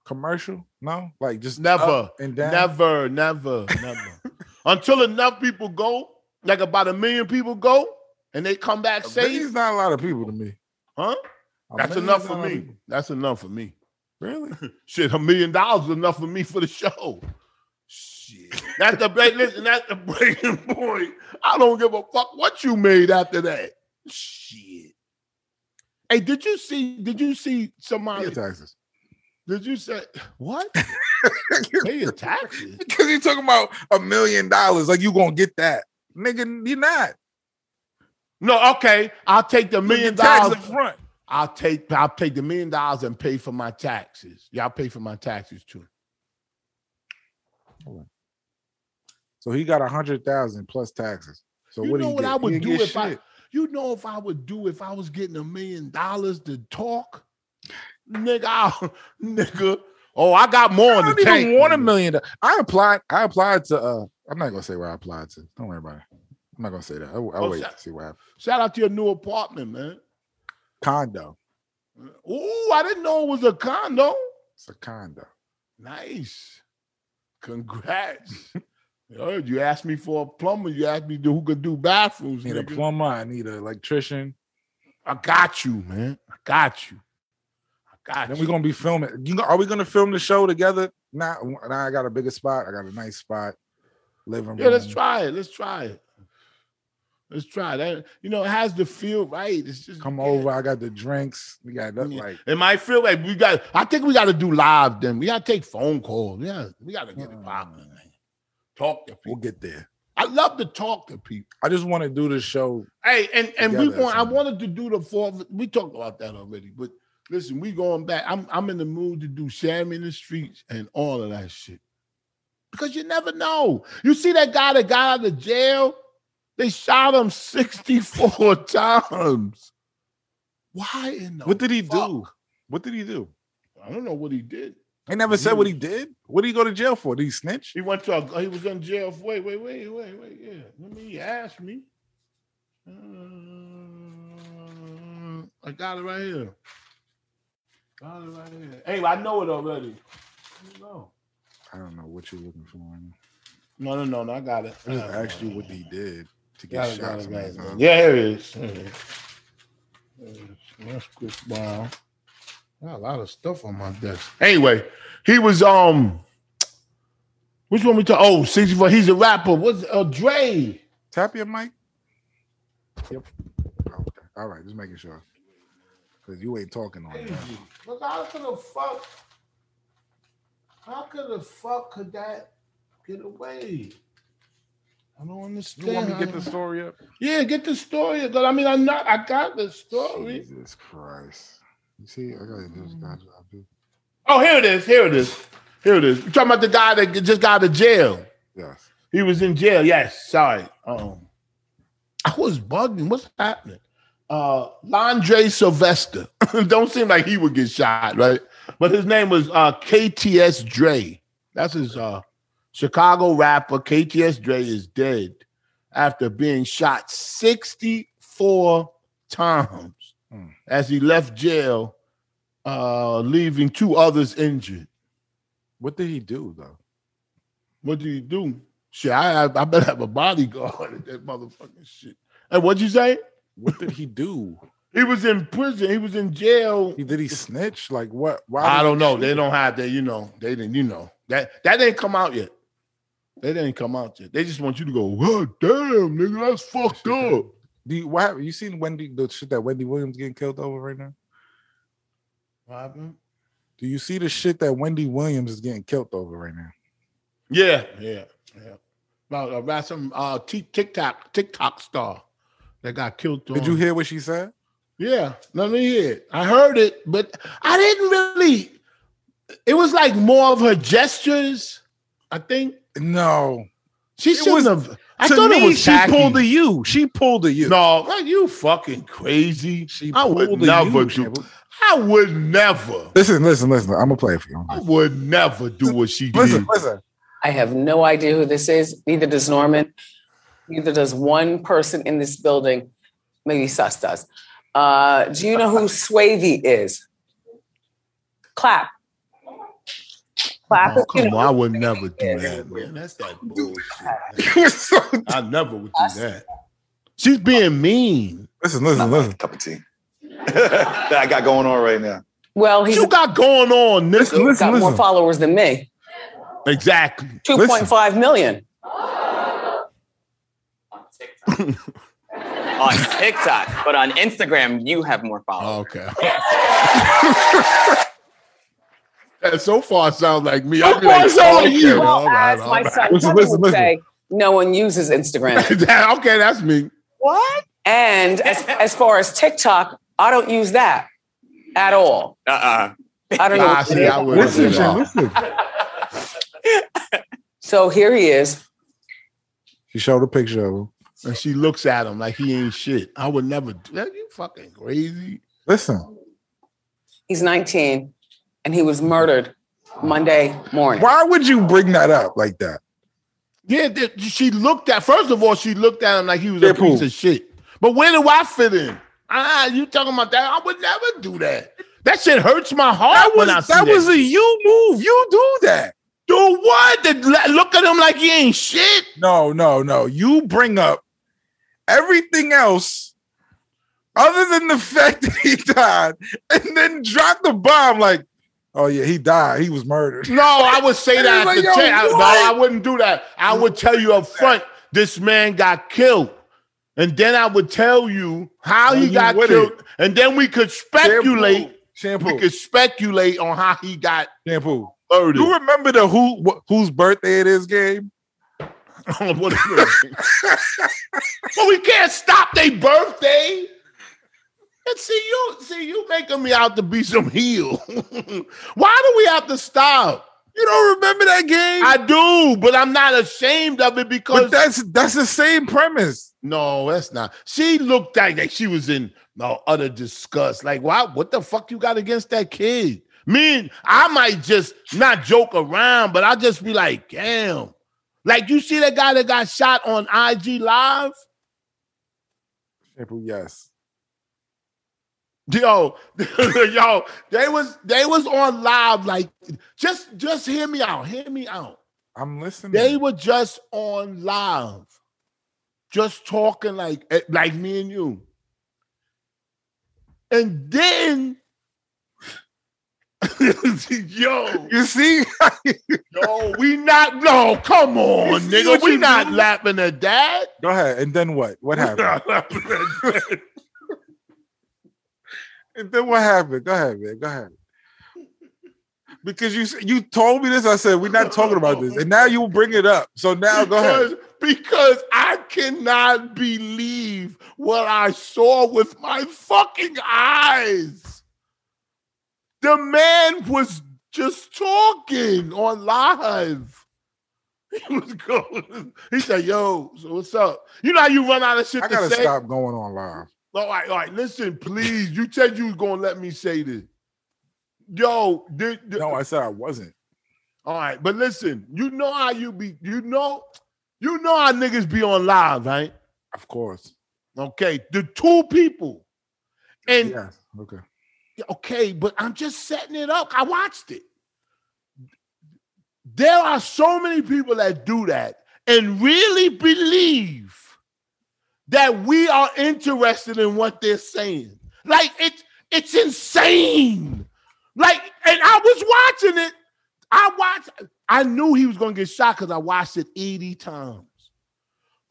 Speaker 3: Commercial? No. Like just
Speaker 2: Never.
Speaker 3: up and down.
Speaker 2: Oh, Never, never, never. Until enough people go, like about a million people go, and they come back
Speaker 3: Safe.
Speaker 2: safe,
Speaker 3: not a lot of people to me.
Speaker 2: huh?
Speaker 3: A
Speaker 2: That's
Speaker 3: million's
Speaker 2: enough
Speaker 3: not
Speaker 2: for
Speaker 3: a lot of
Speaker 2: me.
Speaker 3: people.
Speaker 2: That's enough for me.
Speaker 3: Really?
Speaker 2: Shit, a million dollars is enough for me for the show. Shit. That's the break. Listen, that's the breaking point. I don't give a fuck what you made after that. Shit. Hey, did you see? Did you see
Speaker 3: Pay your
Speaker 2: somebody?
Speaker 3: taxes.
Speaker 2: Did you say what? Pay your taxes.
Speaker 3: Because you're talking about a million dollars, like you gonna get that, nigga. You're not.
Speaker 2: No, okay. I'll take the
Speaker 3: You
Speaker 2: million
Speaker 3: get taxes
Speaker 2: dollars.
Speaker 3: in front.
Speaker 2: I'll take I'll take the million dollars and pay for my taxes. Y'all pay for my taxes too.
Speaker 3: So he got a hundred thousand plus taxes. So
Speaker 2: You
Speaker 3: what do
Speaker 2: know
Speaker 3: you
Speaker 2: what
Speaker 3: get?
Speaker 2: I would
Speaker 3: He didn't
Speaker 2: do
Speaker 3: get
Speaker 2: if I-
Speaker 3: shit.
Speaker 2: You know, if I would do if I was getting a million dollars to talk, nigga, I, nigga. Oh, I got more
Speaker 3: I
Speaker 2: in
Speaker 3: don't
Speaker 2: the
Speaker 3: even
Speaker 2: tank.
Speaker 3: want a
Speaker 2: nigga.
Speaker 3: million. do- I applied. I applied to. uh I'm not gonna say where I applied to. Don't worry about it. I'm not gonna say that. I'll, I'll
Speaker 2: Oh,
Speaker 3: wait
Speaker 2: shut-
Speaker 3: to see what happens.
Speaker 2: Shout out to your new apartment, man.
Speaker 3: Condo.
Speaker 2: Ooh, I didn't know it was a condo.
Speaker 3: It's a condo.
Speaker 2: Nice. Congrats. You heard, you asked me for a plumber. You asked me who could do bathrooms.
Speaker 3: need a
Speaker 2: nigga.
Speaker 3: plumber. I need an electrician.
Speaker 2: I got you, man. I got you. I got
Speaker 3: Then
Speaker 2: you.
Speaker 3: we're gonna be filming. You know, are we gonna film the show together? Nah, nah, I got a bigger spot. I got a nice spot. Living
Speaker 2: Yeah, let's
Speaker 3: room.
Speaker 2: try it. Let's try it. Let's try that. You know, it has to feel right. It's just
Speaker 3: Come
Speaker 2: yeah.
Speaker 3: over. I got the drinks. We got that,
Speaker 2: Yeah.
Speaker 3: like
Speaker 2: It might feel like we got. I think we got to do live. Then we got to take phone calls. Yeah, we got to get it popping. man. Talk to
Speaker 3: Mm. we'll
Speaker 2: people.
Speaker 3: get there.
Speaker 2: I love to talk to people.
Speaker 3: I just want to do the show.
Speaker 2: Hey, and and we
Speaker 3: Together,
Speaker 2: want. I
Speaker 3: something.
Speaker 2: wanted to do the four. We talked about that already. But listen, we going back. I'm I'm in the mood to do Shamming the Streets and all of that shit. because you never know. You see that guy that got out of jail? They shot him 64 times. Why in the
Speaker 4: What did he
Speaker 2: fuck?
Speaker 4: do? What did he do?
Speaker 2: I don't know what he did.
Speaker 3: They never said what he did. What did he go to jail for? Did he snitch?
Speaker 2: He went to a, he was in jail for wait, wait, wait, wait, wait, yeah. Let me ask me. Uh, I got it right here. Got it right here. Anyway, I know it already. No.
Speaker 3: I don't know what you're looking for. man.
Speaker 2: No, no, no, no, I got it.
Speaker 3: I just asked you what he did to
Speaker 2: Got
Speaker 3: get
Speaker 2: it, got
Speaker 3: shot.
Speaker 2: it,
Speaker 3: so
Speaker 2: got
Speaker 3: many
Speaker 2: it.
Speaker 3: times.
Speaker 2: Yeah, here it is. Here it is. Here it is. That's Chris Brown. Got a lot of stuff on my desk. Anyway, he was um which one we talk? Oh, 64. He's a rapper. What's uh Dre?
Speaker 3: Tap your mic. Yep. Okay. All right, just making sure. Cause you ain't talking
Speaker 4: Oh,
Speaker 3: on
Speaker 2: Crazy.
Speaker 3: that.
Speaker 2: Look, how could the fuck? How could the fuck could that get away? I don't understand.
Speaker 4: You want me to get
Speaker 2: how-
Speaker 4: the story up?
Speaker 2: Yeah, get the story. But I mean, I'm not. I got the story.
Speaker 3: Jesus Christ. You see, I gotta do this guy.
Speaker 2: Oh, here it is. Here it is. Here it is. You talking about the guy that just got out of jail?
Speaker 3: Yes.
Speaker 2: He was in jail. Yes. Sorry. Um, I was bugging. What's happening? Uh, Landre Sylvester. Don't seem like he would get shot, right? But his name was uh, KTS Dre. That's his uh, Chicago rapper. KTS Dre is dead after being shot 64 times
Speaker 3: Hmm.
Speaker 2: as he left jail, uh, leaving two others injured.
Speaker 3: What did he do though?
Speaker 2: What do you do? Shit, I have, I better have a bodyguard at that motherfucking shit. And what'd you say?
Speaker 3: What did he do?
Speaker 2: He was in prison. He was in jail.
Speaker 3: He did he snitch? Like what? Why?
Speaker 2: I
Speaker 3: did-
Speaker 2: don't know. They don't have that. You know, they didn't. You know that that didn't come out yet. They didn't come out yet. They just want you to go. Oh, damn, nigga, that's fucked up.
Speaker 3: Do you, why? You seen Wendy the shit that Wendy Williams getting killed over right now? Do you see the shit that Wendy Williams is getting killed over right now?
Speaker 2: Yeah, yeah, yeah. About uh, about some uh, T- TikTok TikTok star that got killed.
Speaker 3: Did
Speaker 2: on-
Speaker 3: you hear what she said?
Speaker 2: Yeah, let me hear it. I heard it, but I didn't really. It was like more of her gestures. I think
Speaker 3: No.
Speaker 2: she shouldn't
Speaker 4: was-
Speaker 2: have. I
Speaker 4: to
Speaker 2: thought
Speaker 4: me,
Speaker 2: it was
Speaker 4: she
Speaker 2: tacky.
Speaker 4: pulled a you. She pulled a you.
Speaker 2: No, like you fucking crazy.
Speaker 3: She
Speaker 2: I would
Speaker 3: pulled a
Speaker 2: never
Speaker 3: you,
Speaker 2: do.
Speaker 3: Shabba.
Speaker 2: I would never.
Speaker 3: Listen, listen, listen. I'm gonna play it for you.
Speaker 2: I would never do what she
Speaker 3: Listen,
Speaker 2: did.
Speaker 3: listen.
Speaker 5: I have no idea who this is. Neither does Norman. Neither does one person in this building. Maybe Sus does. Uh, do you know who Swavey is? Clap. Clap.
Speaker 2: Oh,
Speaker 5: You
Speaker 2: come
Speaker 5: know
Speaker 2: on, I
Speaker 5: who
Speaker 2: would
Speaker 5: Swayze
Speaker 2: never do
Speaker 5: is.
Speaker 2: that, man. That's that bullshit.
Speaker 3: listen,
Speaker 2: I never would do that. She's being mean.
Speaker 3: listen, listen.
Speaker 6: cup of tea that I got going on right now.
Speaker 5: Well,
Speaker 2: What
Speaker 5: he's
Speaker 2: you got going on, nigga?
Speaker 3: listen,
Speaker 5: got more
Speaker 3: listen.
Speaker 5: followers than me.
Speaker 2: Exactly.
Speaker 5: 2.5 million.
Speaker 7: on TikTok, but on Instagram, you have more followers.
Speaker 2: Oh, Okay. that so far sounds like me. I'd be like, okay, all
Speaker 5: Well,
Speaker 2: right,
Speaker 5: as
Speaker 2: all
Speaker 5: my
Speaker 2: right.
Speaker 5: son
Speaker 3: Listen,
Speaker 5: Kevin
Speaker 3: listen,
Speaker 5: would
Speaker 3: listen.
Speaker 5: say, no one uses Instagram.
Speaker 2: That- okay, that's me.
Speaker 5: What? And as, as far as TikTok, I don't use that at all.
Speaker 7: Uh-uh.
Speaker 5: I don't know.
Speaker 2: Nah,
Speaker 5: what
Speaker 2: see,
Speaker 5: it
Speaker 2: I
Speaker 5: is.
Speaker 2: wouldn't do
Speaker 3: Listen,
Speaker 2: that.
Speaker 3: listen.
Speaker 5: So here he is.
Speaker 3: She showed a picture of him.
Speaker 2: And she looks at him like he ain't shit. I would never do that. You fucking crazy.
Speaker 3: Listen,
Speaker 5: He's 19 and he was murdered Monday morning.
Speaker 3: why would you bring that up like that?
Speaker 2: Yeah, th- she looked at. First of all, she looked at him like he was a
Speaker 3: Yeah,
Speaker 2: piece
Speaker 3: poo.
Speaker 2: of shit. But where do I fit in? Ah, you talking about that? I would never do that. That shit hurts my heart
Speaker 4: That was
Speaker 2: when I see
Speaker 4: that was a you move. You do that.
Speaker 2: do what? To le- Look at him like he ain't shit.
Speaker 3: No, no, no. You bring up everything else other than the fact that he died and then drop the bomb like, oh yeah, he died. He was murdered.
Speaker 2: No, I would say
Speaker 3: And
Speaker 2: that
Speaker 3: he's
Speaker 2: at the
Speaker 3: like, "Yo,
Speaker 2: cha- I-
Speaker 3: what?"
Speaker 2: No, I wouldn't do that. I would tell you up front, this man got killed. And then I would tell you how
Speaker 3: No,
Speaker 2: he
Speaker 3: you
Speaker 2: got
Speaker 3: wouldn't.
Speaker 2: killed. And then we could speculate.
Speaker 3: Shampoo.
Speaker 2: We could speculate on how he got
Speaker 3: shampoo.
Speaker 2: murdered.
Speaker 3: You remember the who wh- whose birthday it is game?
Speaker 2: What is it? but we can't stop their birthday. And see you, see you making me out to be some heel. Why do we have to stop?
Speaker 4: You don't remember that game?
Speaker 2: I do, but I'm not ashamed of it because
Speaker 4: but that's that's the same premise.
Speaker 2: no, that's not. She looked like, like she was in no utter disgust. Like, why? What the fuck you got against that kid? Me, I might just not joke around, but I just be like, damn. Like you see that guy that got shot on IG Live?
Speaker 3: Shampoo, yes.
Speaker 2: Yo, yo, they was they was on live like just just hear me out, hear me out.
Speaker 3: I'm listening.
Speaker 2: They
Speaker 4: Mm.
Speaker 2: were just on live, just talking like eh, like me and you. And then, yo,
Speaker 4: You see?
Speaker 2: yo, we not no. Come on,
Speaker 4: see
Speaker 2: nigga,
Speaker 4: what
Speaker 2: we
Speaker 4: you
Speaker 2: not
Speaker 4: do?
Speaker 2: laughing at that.
Speaker 3: Go ahead. And then what? What
Speaker 2: We
Speaker 3: happened?
Speaker 2: not laughing at that.
Speaker 3: and then what happened? Go ahead, man. Go ahead.
Speaker 4: because you s- you told me this. I said we're not talking about this, and now you bring it up. So now go ahead.
Speaker 2: Because, because I cannot believe what I saw with my fucking eyes. The man was just talking on live. He was going. He said, "Yo, so what's up? You know how you run out of shit
Speaker 3: I
Speaker 2: to
Speaker 3: gotta
Speaker 2: say."
Speaker 3: stop going on live.
Speaker 2: All right, all right. Listen, please. You said you was gonna let me say this. Yo, did, did-
Speaker 3: No, I said I wasn't.
Speaker 2: all right, but listen. You know how you be. You know, you know how niggas be on live, right?
Speaker 3: Of course.
Speaker 2: Okay, the two people. And
Speaker 3: Yes. Okay.
Speaker 2: okay, but I'm just setting it up. I watched it. There are so many people that do that and really believe that we are interested in what they're saying. Like it's it's insane. Like, and I was watching it. I watched, I knew he was gonna get shot because I watched it 80 times.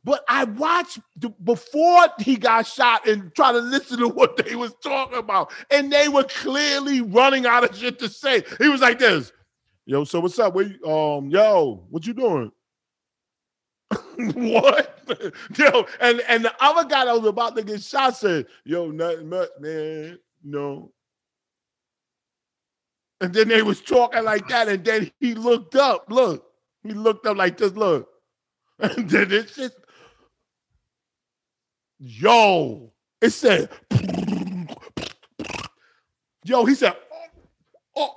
Speaker 2: But I watched the, before he got shot and try to listen to what they was talking about. And they were clearly running out of shit to say. He was like this. Yo, so what's up? Where you, um, yo, what you doing? what? yo, and, and the other guy that was about to get shot said, yo, nothing much, man. No. And then they was talking like that, and then he looked up. Look, he looked up like this. Look, and then it's just, yo, it said, yo, he said, oh,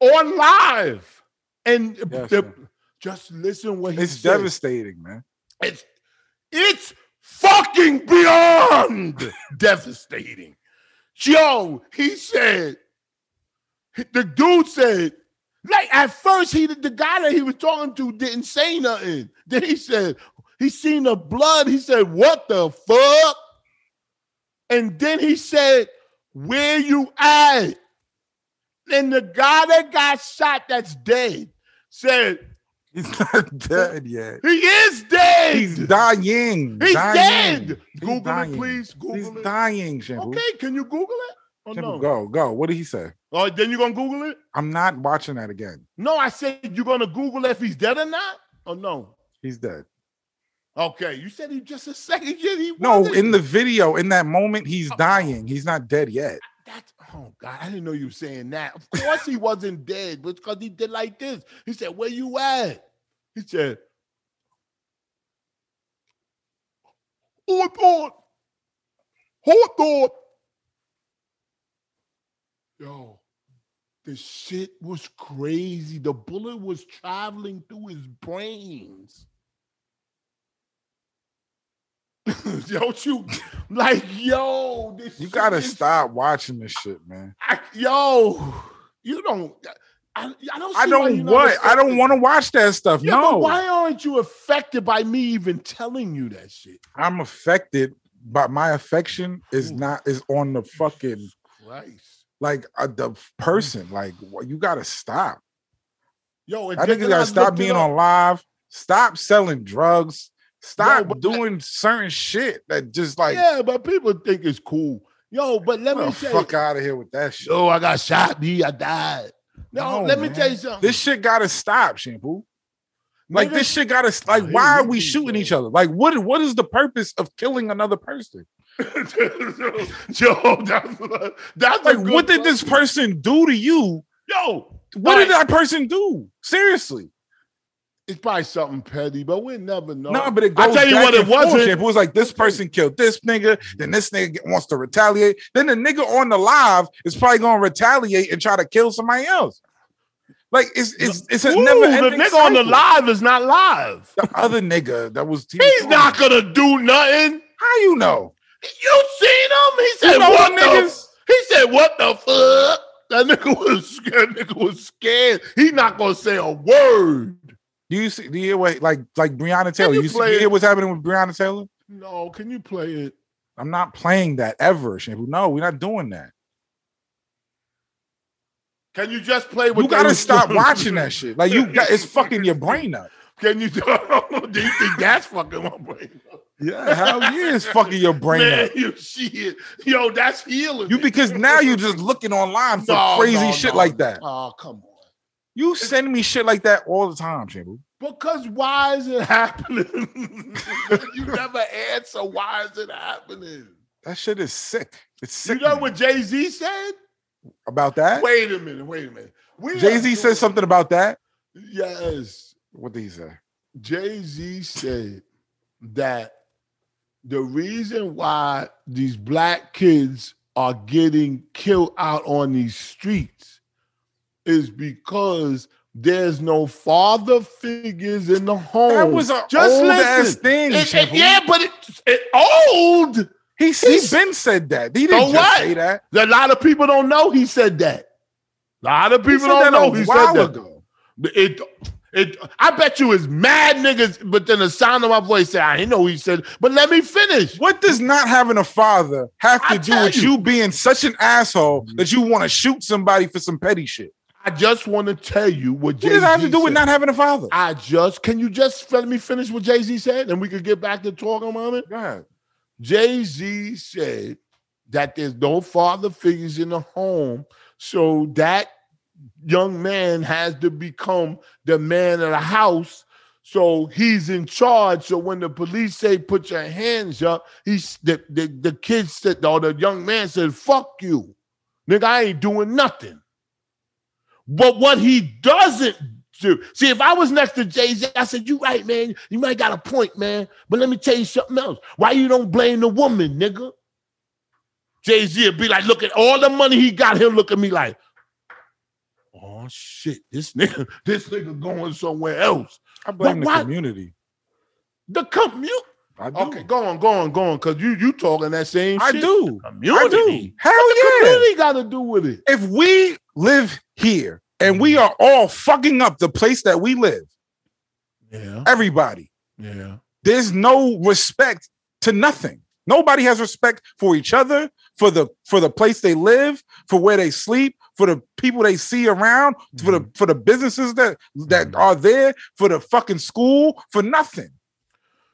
Speaker 2: oh, on live, and
Speaker 3: Yes,
Speaker 2: the-
Speaker 3: sir.
Speaker 2: just listen what he
Speaker 3: It's
Speaker 2: said.
Speaker 3: devastating, man.
Speaker 2: It's it's fucking beyond devastating. Yo, he said, the dude said, like at first he the guy that he was talking to didn't say nothing. Then he said, he seen the blood. He said, what the fuck? And then he said, where you at? And the guy that got shot that's dead said,
Speaker 3: He's not dead yet.
Speaker 2: he is dead.
Speaker 3: He's dying.
Speaker 2: He's
Speaker 3: dying.
Speaker 2: dead.
Speaker 3: He's
Speaker 2: Google
Speaker 3: dying.
Speaker 2: it, please. Google
Speaker 3: He's
Speaker 2: it.
Speaker 3: dying, Shampoo.
Speaker 2: Okay, can you Google it? Or
Speaker 3: Shampoo,
Speaker 2: no?
Speaker 3: Go, go. What did he say?
Speaker 2: Oh, then you're gonna Google it?
Speaker 3: I'm not watching that again.
Speaker 2: No, I said you're gonna Google if he's dead or not. Or no?
Speaker 3: He's dead.
Speaker 2: Okay, you said he just a second. Yeah, he
Speaker 3: No,
Speaker 2: wasn't.
Speaker 3: in the video, in that moment, he's
Speaker 2: Uh,
Speaker 3: dying. He's not dead yet.
Speaker 2: That's oh god, I didn't know you were saying that. Of course he wasn't dead, but because he did like this. He said, Where you at? He said, Hold on. Hold on. Yo, the shit was crazy. The bullet was traveling through his brains. Don't you like yo? This
Speaker 3: You
Speaker 2: shit
Speaker 3: gotta
Speaker 2: is
Speaker 3: stop watching this shit, man.
Speaker 2: I, yo, you don't. I, I don't. See why
Speaker 3: I
Speaker 2: you're
Speaker 3: don't
Speaker 2: not
Speaker 3: want. I don't
Speaker 2: affected.
Speaker 3: want to watch that stuff.
Speaker 2: Yeah, but
Speaker 3: no,
Speaker 2: why aren't you affected by me even telling you that shit?
Speaker 3: I'm affected, but my affection is not is on the fucking
Speaker 2: Christ,
Speaker 3: like uh, the f-
Speaker 2: Mm-hmm.
Speaker 3: person. Like wh- you gotta stop.
Speaker 2: yo, and
Speaker 3: I
Speaker 2: then
Speaker 3: think you
Speaker 2: when
Speaker 3: gotta stop
Speaker 2: looked it
Speaker 3: being
Speaker 2: up-
Speaker 3: on live. Stop selling drugs. Stop
Speaker 2: but that-
Speaker 3: doing certain shit that just like
Speaker 2: yeah, but people think it's cool. Yo, but let
Speaker 3: get
Speaker 2: me
Speaker 3: the
Speaker 2: tell
Speaker 3: fuck
Speaker 2: you.
Speaker 3: out of here with that shit.
Speaker 2: Yo, I got shot. Me, I died. No,
Speaker 3: No,
Speaker 2: let
Speaker 3: man.
Speaker 2: me tell you something.
Speaker 3: This shit gotta stop, shampoo. Like
Speaker 2: Niggas-
Speaker 3: this shit gotta like
Speaker 2: Oh, here
Speaker 3: why are
Speaker 2: we
Speaker 3: we
Speaker 2: go,
Speaker 3: shooting
Speaker 2: yo.
Speaker 3: each other? Like what what is the purpose of killing another person?
Speaker 2: yo, that's, that's a
Speaker 3: Like
Speaker 2: good
Speaker 3: what did this
Speaker 2: question.
Speaker 3: person do to you
Speaker 2: Yo,
Speaker 3: What did that person do? Seriously.
Speaker 2: It's probably something petty, but we never know.
Speaker 3: No, but it
Speaker 2: I
Speaker 3: goes
Speaker 2: tell you
Speaker 3: back
Speaker 2: what, it
Speaker 3: and forth,
Speaker 2: wasn't.
Speaker 3: Chip. It was like this person killed this nigga, then this nigga get- wants to retaliate. Then the nigga on the live is probably gonna retaliate and try to kill somebody else. Like it's it's it's a
Speaker 2: Ooh,
Speaker 3: never
Speaker 2: the nigga on the live is not live.
Speaker 3: The other nigga that was he was
Speaker 2: He's
Speaker 3: on.
Speaker 2: not gonna do nothing.
Speaker 3: How you know?
Speaker 2: You seen him? He said,
Speaker 3: You know
Speaker 2: "What
Speaker 3: what
Speaker 2: the
Speaker 3: niggas?
Speaker 2: He said, "What the fuck?" That nigga was scared. Nigga was scared. He not gonna say a word.
Speaker 3: Do you see? Do you hear what like like Breonna Taylor?
Speaker 2: you
Speaker 3: You, see,
Speaker 2: play
Speaker 3: you
Speaker 2: it?
Speaker 3: hear what's happening with Breonna Taylor?
Speaker 2: No, can you play it?
Speaker 3: I'm not playing that ever, Shampoo. No, we're not doing that.
Speaker 2: Can you just play? What
Speaker 3: You
Speaker 2: they
Speaker 3: gotta
Speaker 2: was
Speaker 3: stop
Speaker 2: doing?
Speaker 3: watching that shit. Like you, got, it's fucking your brain up.
Speaker 2: Can you? do you think that's fucking my brain?
Speaker 3: Yeah, hell yeah, it's fucking your brain
Speaker 2: Man,
Speaker 3: up.
Speaker 2: you shit. Yo, that's healing.
Speaker 3: You
Speaker 2: me.
Speaker 3: because now you're just looking online for
Speaker 2: No,
Speaker 3: crazy
Speaker 2: no,
Speaker 3: shit
Speaker 2: no.
Speaker 3: like that.
Speaker 2: Oh, come on.
Speaker 3: You send me shit like that all the time, Shampoo.
Speaker 2: Because why is it happening? you never answer why is it happening.
Speaker 3: That shit is sick. It's
Speaker 2: You
Speaker 3: sick
Speaker 2: know what Jay Z said?
Speaker 3: about that.
Speaker 2: Wait a minute. Wait a minute. We are
Speaker 3: Jay Z
Speaker 2: doing-
Speaker 3: said something about that.
Speaker 2: Yes,
Speaker 3: What did he say?
Speaker 2: Jay Z said that the reason why these black kids are getting killed out on these streets is because there's no father figures in the home.
Speaker 3: That was a
Speaker 2: Oh, Just
Speaker 3: old ass
Speaker 2: listen.
Speaker 3: thing.
Speaker 2: It- it-
Speaker 3: Shampoo.
Speaker 2: yeah, but it, it old.
Speaker 3: He, he
Speaker 2: He's-
Speaker 3: been said that. He didn't
Speaker 2: So
Speaker 3: just
Speaker 2: what?
Speaker 3: say that.
Speaker 2: A lot of people don't know he said that. A lot of people
Speaker 3: said
Speaker 2: don't
Speaker 3: that
Speaker 2: know
Speaker 3: a
Speaker 2: he said
Speaker 3: while
Speaker 2: that.
Speaker 3: ago.
Speaker 2: It, it. I bet you it's mad niggas, but then the sound of my voice said, "I didn't know he said." But let me finish.
Speaker 3: What does not having a father have to
Speaker 2: I
Speaker 3: do
Speaker 2: tell
Speaker 3: with
Speaker 2: you. Mm-hmm.
Speaker 3: you. being such an asshole that you want to shoot somebody for some petty shit?
Speaker 2: I just want to tell you what
Speaker 3: What
Speaker 2: Jay
Speaker 3: does
Speaker 2: Z
Speaker 3: that have to do with
Speaker 2: said.
Speaker 3: not having a father?
Speaker 2: I just can you just let me finish what Jay Z said, and we could get back to talking about it.
Speaker 3: Go ahead.
Speaker 2: Jay Z said that there's no father figures in the home, so that young man has to become the man of the house. So he's in charge. So when the police say put your hands up, he's the the, the kid said or the young man said, fuck you. Nigga, I ain't doing nothing. But what he doesn't do, see, if I was next to Jay Z, I said, You right, man. You might got a point, man. But let me tell you something else. Why you don't blame the woman, nigga? Jay Z would be like, Look at all the money he got. He'll look at me like, Oh shit, this nigga, this nigga going somewhere else.
Speaker 3: I blame the
Speaker 2: why-
Speaker 3: community.
Speaker 2: The commute.
Speaker 3: I do.
Speaker 2: Okay, go on, go on, go on, cause you you talking that same.
Speaker 3: I
Speaker 2: shit.
Speaker 3: do.
Speaker 2: Community.
Speaker 3: I do.
Speaker 2: What the
Speaker 3: Hell yeah.
Speaker 2: community got to do with it?
Speaker 3: If we live here and we
Speaker 2: Mm-hmm.
Speaker 3: are all fucking up the place that we live,
Speaker 2: Yeah,
Speaker 3: everybody,
Speaker 2: yeah.
Speaker 3: there's no respect to nothing. Nobody has respect for each other, for the for the place they live, for where they sleep, for the people they see around, for
Speaker 2: Mm-hmm.
Speaker 3: the for the businesses that that are there, for the fucking school, for nothing.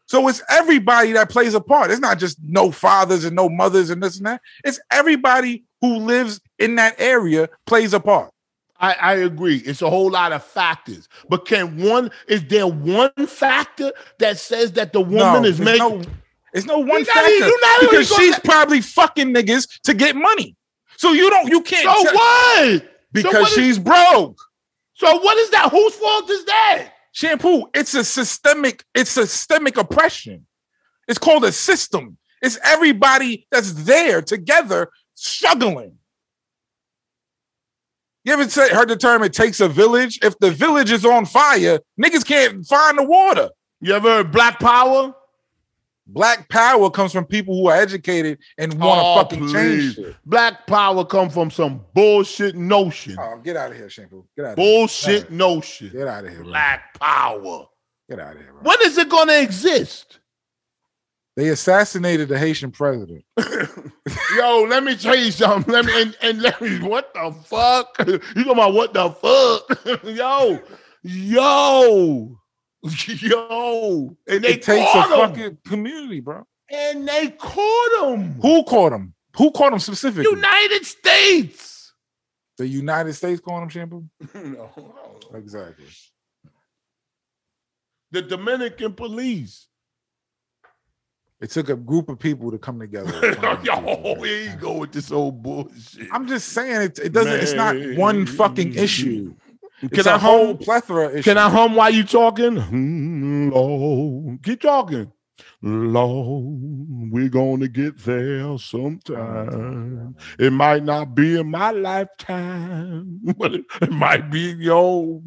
Speaker 3: So it's everybody that plays a part. It's not just no fathers and no mothers and this and that. It's everybody who lives in that area plays a part.
Speaker 2: I, I agree. It's a whole lot of factors. But can one is there one factor that says that the woman
Speaker 3: No,
Speaker 2: is
Speaker 3: there's
Speaker 2: making
Speaker 3: no- it's no one
Speaker 2: You not even-
Speaker 3: factor
Speaker 2: you not even
Speaker 3: because
Speaker 2: gonna-
Speaker 3: she's probably fucking niggas to get money. So you don't you can't
Speaker 2: So
Speaker 3: tell-
Speaker 2: what?
Speaker 3: because
Speaker 2: so what is-
Speaker 3: she's broke.
Speaker 2: so what is that? Whose fault is that?
Speaker 3: Shampoo, it's a systemic, it's systemic oppression. It's called a system. It's everybody that's there together struggling. You ever say, heard the term it takes a village? If the village is on fire, niggas can't find the water.
Speaker 2: You ever heard black power?
Speaker 3: Black power comes from people who are educated and want to
Speaker 2: Oh,
Speaker 3: fucking
Speaker 2: please.
Speaker 3: change shit.
Speaker 2: Black power come from some bullshit notion.
Speaker 3: Oh, get out of here, Shampoo. Get out of here.
Speaker 2: bullshit
Speaker 3: Alright.
Speaker 2: notion.
Speaker 3: Get out of here. Bro.
Speaker 2: Black power.
Speaker 3: Get out of here. Bro.
Speaker 2: When is it gonna exist?
Speaker 3: They assassinated the Haitian president.
Speaker 2: Yo, let me tell you something. Let me and, and let me what the fuck? You talking about what the fuck? yo, yo, yo, and they
Speaker 3: it takes a
Speaker 2: caught him.
Speaker 3: fucking community, bro.
Speaker 2: and they caught him.
Speaker 3: Who caught him? Who caught him specifically?
Speaker 2: United States.
Speaker 3: the United States caught him shampoo?
Speaker 2: no,
Speaker 3: Exactly.
Speaker 2: the Dominican police.
Speaker 3: It took a group of people to come together. to find these
Speaker 2: yo,
Speaker 3: people,
Speaker 2: here you
Speaker 3: man.
Speaker 2: go with this old bullshit.
Speaker 3: I'm just saying it, it doesn't, it's not one
Speaker 2: Man.
Speaker 3: fucking issue. It's
Speaker 2: Can I
Speaker 3: a whole
Speaker 2: hum?
Speaker 3: plethora issue.
Speaker 2: Can I hum while you talking? Mm, Lord, keep talking. Lord, we're gonna get there sometime. It might not be in my lifetime, but it, it might be in yours.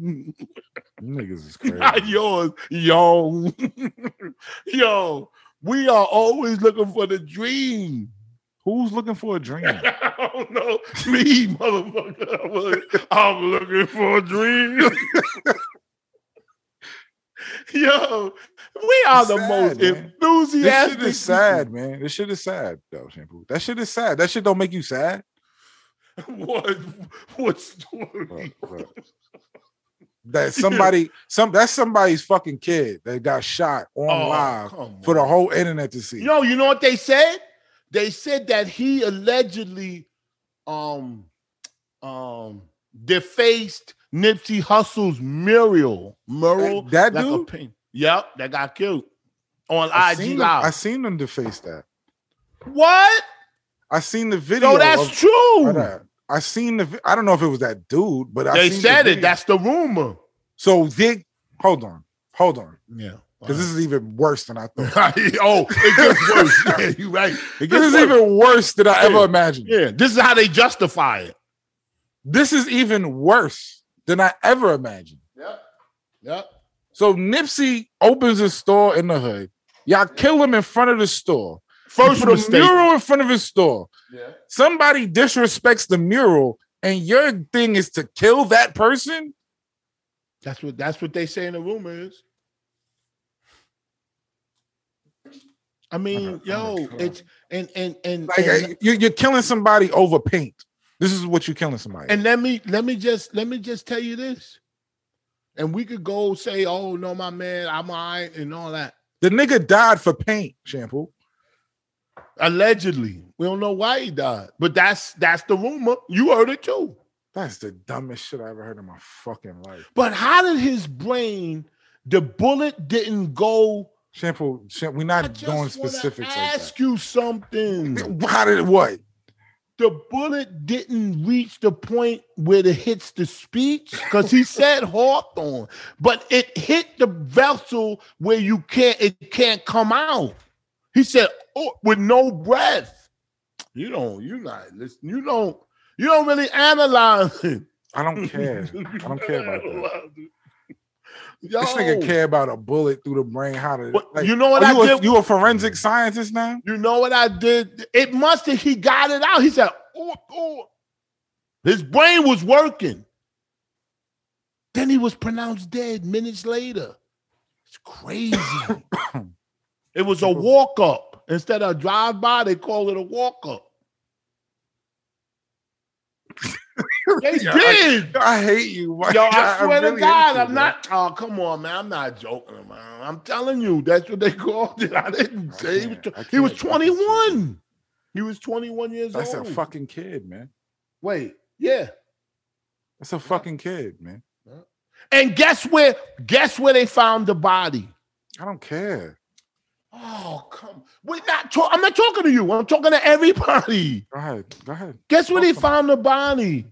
Speaker 3: Niggas is crazy.
Speaker 2: Not yours, yo, yo. We are always looking for the dream.
Speaker 3: Who's looking for a dream?
Speaker 2: I don't know. Me, motherfucker. I was- I'm looking for a dream. Yo, we are
Speaker 3: It's
Speaker 2: the
Speaker 3: sad,
Speaker 2: most
Speaker 3: man. This
Speaker 2: enthusiastic.
Speaker 3: shit is sad, man. This shit is sad, though, Shampoo. That shit is sad. That shit don't make you sad.
Speaker 2: people. What, what story?
Speaker 3: Look, look. That somebody, some that's somebody's fucking kid that got shot on
Speaker 2: Oh,
Speaker 3: live
Speaker 2: come
Speaker 3: for the
Speaker 2: on.
Speaker 3: whole internet to see.
Speaker 2: Yo, you know what they said? They said that he allegedly um um defaced Nipsey Hussle's mural. Mural
Speaker 3: Like, that
Speaker 2: like a
Speaker 3: dude?
Speaker 2: paint- Yep, that got killed on
Speaker 3: I
Speaker 2: IG
Speaker 3: seen, them,
Speaker 2: Live.
Speaker 3: I seen them deface that.
Speaker 2: What?
Speaker 3: I seen the video.
Speaker 2: No, that's
Speaker 3: of-
Speaker 2: true.
Speaker 3: of that. I seen the. vi- I don't know if it was that dude, but I
Speaker 2: they
Speaker 3: seen the
Speaker 2: said it.
Speaker 3: video.
Speaker 2: That's the rumor.
Speaker 3: so. They hold on, hold on,
Speaker 2: Yeah.
Speaker 3: because this is even worse than I thought.
Speaker 2: oh, it gets worse. yeah, you right. It
Speaker 3: This
Speaker 2: gets
Speaker 3: is
Speaker 2: worse.
Speaker 3: even worse than I ever
Speaker 2: Yeah.
Speaker 3: imagined.
Speaker 2: yeah. This is how they justify it.
Speaker 3: This is even worse than I ever imagined.
Speaker 2: Yep. Yep.
Speaker 3: So Nipsey opens his store in the hood. Y'all kill him in front of the store.
Speaker 2: First
Speaker 3: Put a
Speaker 2: mistake.
Speaker 3: mural in front of his store.
Speaker 2: Yeah.
Speaker 3: Somebody disrespects the mural, and your thing is to kill that person.
Speaker 2: That's what that's what they say in the rumor is. I mean, yo, it's and and and
Speaker 3: Like
Speaker 2: and,
Speaker 3: uh, you- you're killing somebody over paint. This is what you're killing somebody.
Speaker 2: and let me let me just let me just tell you this. And we could go say, oh no, my man, I'm all right and all that.
Speaker 3: the nigga died for paint shampoo.
Speaker 2: Allegedly. We don't know why he died, but that's that's the rumor. You heard it too.
Speaker 3: That's the dumbest shit I ever heard in my fucking life.
Speaker 2: But how did his brain the bullet didn't go?
Speaker 3: Shampoo, shampoo we're
Speaker 2: I
Speaker 3: not
Speaker 2: just
Speaker 3: going
Speaker 2: wanna
Speaker 3: specifics like
Speaker 2: ask you something.
Speaker 3: that. How did what?
Speaker 2: the bullet didn't reach the point where it hits the speech because he said Hawthorne, but it hit the vessel where you can't it can't come out. He said, "Oh, with no breath." You don't. You not listen. You don't. You don't really analyze it.
Speaker 3: I don't care. I don't care about that.
Speaker 2: Yo,
Speaker 3: This nigga care about a bullet through the brain. How to
Speaker 2: But
Speaker 3: like,
Speaker 2: you know what
Speaker 3: oh,
Speaker 2: I
Speaker 3: you a-
Speaker 2: did?
Speaker 3: you a forensic scientist now?
Speaker 2: You know what I did? It must have he got it out. He said, oh, oh. His brain was working. Then he was pronounced dead minutes later. It's crazy. it was a walk up. Instead of drive by, they call it a walk up. They
Speaker 3: Yeah,
Speaker 2: did.
Speaker 3: I hate you.
Speaker 2: Yo, I
Speaker 3: I'm
Speaker 2: swear to
Speaker 3: really
Speaker 2: God,
Speaker 3: hate you,
Speaker 2: I'm
Speaker 3: bro.
Speaker 2: not. Oh, come on, man. I'm not joking, man. I'm telling you, that's what they called it. I didn't
Speaker 3: I
Speaker 2: say he was,
Speaker 3: can't- I
Speaker 2: he was
Speaker 3: can't fucking see
Speaker 2: 21. He was 21 years
Speaker 3: That's a
Speaker 2: old.
Speaker 3: fucking kid, man.
Speaker 2: Wait, yeah.
Speaker 3: That's a fucking kid, man.
Speaker 2: And guess where? Guess where they found the body?
Speaker 3: I don't care.
Speaker 2: Oh, come. We're not. talk- I'm not talking to you. I'm talking to everybody.
Speaker 3: Go ahead. Go ahead.
Speaker 2: Guess where they
Speaker 3: Awesome.
Speaker 2: found the body?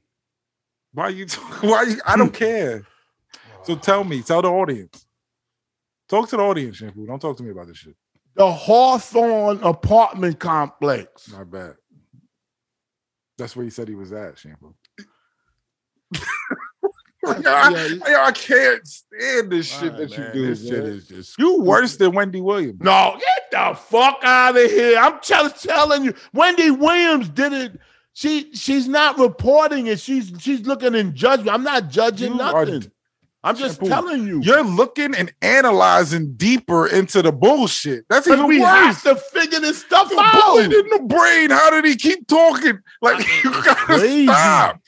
Speaker 3: Why you? Why you? I don't care. So tell me. Tell the audience. Talk to the audience, shampoo. Don't talk to me about this shit.
Speaker 2: The Hawthorne apartment complex.
Speaker 3: Not bad. That's where he said he was at, shampoo. Yo, I,
Speaker 2: Yeah,
Speaker 3: yo, I can't stand this shit
Speaker 2: All right,
Speaker 3: that
Speaker 2: man,
Speaker 3: you do.
Speaker 2: This shit
Speaker 3: man.
Speaker 2: is just
Speaker 3: You worse than Wendy Williams.
Speaker 2: No, get the fuck out of here. I'm just telling you, Wendy Williams did it. She she's not reporting it. She's she's looking in judgment. I'm not judging
Speaker 3: You are
Speaker 2: nothing. I'm just
Speaker 3: shampoo.
Speaker 2: telling you.
Speaker 3: You're looking and analyzing deeper into the bullshit. That's
Speaker 2: But
Speaker 3: even
Speaker 2: we
Speaker 3: worse.
Speaker 2: have to figure this stuff
Speaker 3: The
Speaker 2: out.
Speaker 3: bullet in the brain. How did he keep talking? Like you gotta
Speaker 2: crazy.
Speaker 3: stop.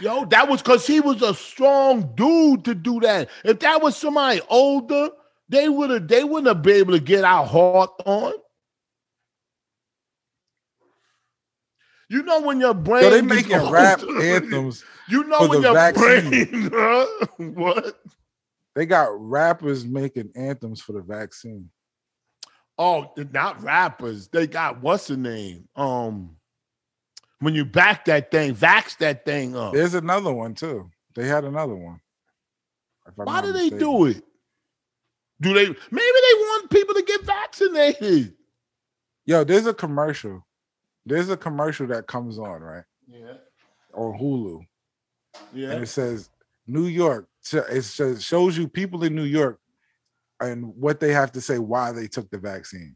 Speaker 2: Yo, that was because he was a strong dude to do that. If that was somebody older, they would have they wouldn't have been able to get our heart on. You know when your brain
Speaker 3: Yo, they
Speaker 2: gets
Speaker 3: making
Speaker 2: old-
Speaker 3: rap anthems.
Speaker 2: You know
Speaker 3: for
Speaker 2: when
Speaker 3: the
Speaker 2: your
Speaker 3: vaccine.
Speaker 2: brain huh? what?
Speaker 3: They got rappers making anthems for the vaccine.
Speaker 2: Oh, not rappers. They got what's the name? Um, when you back that thing, vax that thing up.
Speaker 3: There's another one too. They had another one. if I'm
Speaker 2: Why
Speaker 3: not
Speaker 2: do they
Speaker 3: mistaken.
Speaker 2: do it? Do they maybe they want people to get vaccinated?
Speaker 3: Yo, there's a commercial. There's a commercial that comes on, right?
Speaker 2: Yeah.
Speaker 3: On Hulu. and
Speaker 2: Yeah.
Speaker 3: it says New York. So It says, shows you people in New York and what they have to say why they took the vaccine.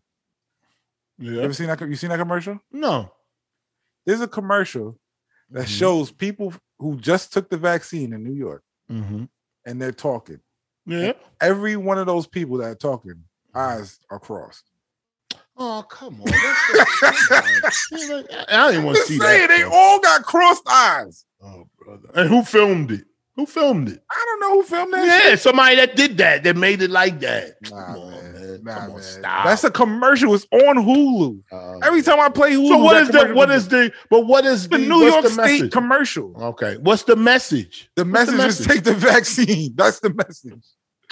Speaker 3: You
Speaker 2: Yeah.
Speaker 3: ever seen that? co- You seen that commercial?
Speaker 2: No.
Speaker 3: There's a commercial that
Speaker 2: Mhm.
Speaker 3: shows people who just took the vaccine in New York
Speaker 2: Mm-hmm.
Speaker 3: and they're talking.
Speaker 2: Yeah.
Speaker 3: Every one of those people that are talking, eyes are crossed.
Speaker 2: Oh come on! That's just- come on. I didn't want to
Speaker 3: Just
Speaker 2: see
Speaker 3: saying,
Speaker 2: that.
Speaker 3: they
Speaker 2: bro.
Speaker 3: all got crossed eyes.
Speaker 2: Oh, brother. And who filmed it? Who filmed it?
Speaker 3: I don't know who filmed that. shit.
Speaker 2: Yeah, somebody that did that, that made it like that.
Speaker 3: Nah,
Speaker 2: Come on,
Speaker 3: man.
Speaker 2: man.
Speaker 3: Nah,
Speaker 2: Come on,
Speaker 3: man.
Speaker 2: stop.
Speaker 3: That's a commercial. It's on Hulu.
Speaker 2: Oh,
Speaker 3: Every time I play Hulu,
Speaker 2: so what
Speaker 3: that
Speaker 2: is the
Speaker 3: commercial
Speaker 2: what
Speaker 3: comes
Speaker 2: is the but what is
Speaker 3: on.
Speaker 2: the,
Speaker 3: the New
Speaker 2: what's
Speaker 3: York
Speaker 2: the
Speaker 3: State
Speaker 2: message?
Speaker 3: commercial?
Speaker 2: okay, what's the message?
Speaker 3: The
Speaker 2: What's
Speaker 3: message,
Speaker 2: the
Speaker 3: is take the vaccine. That's the message.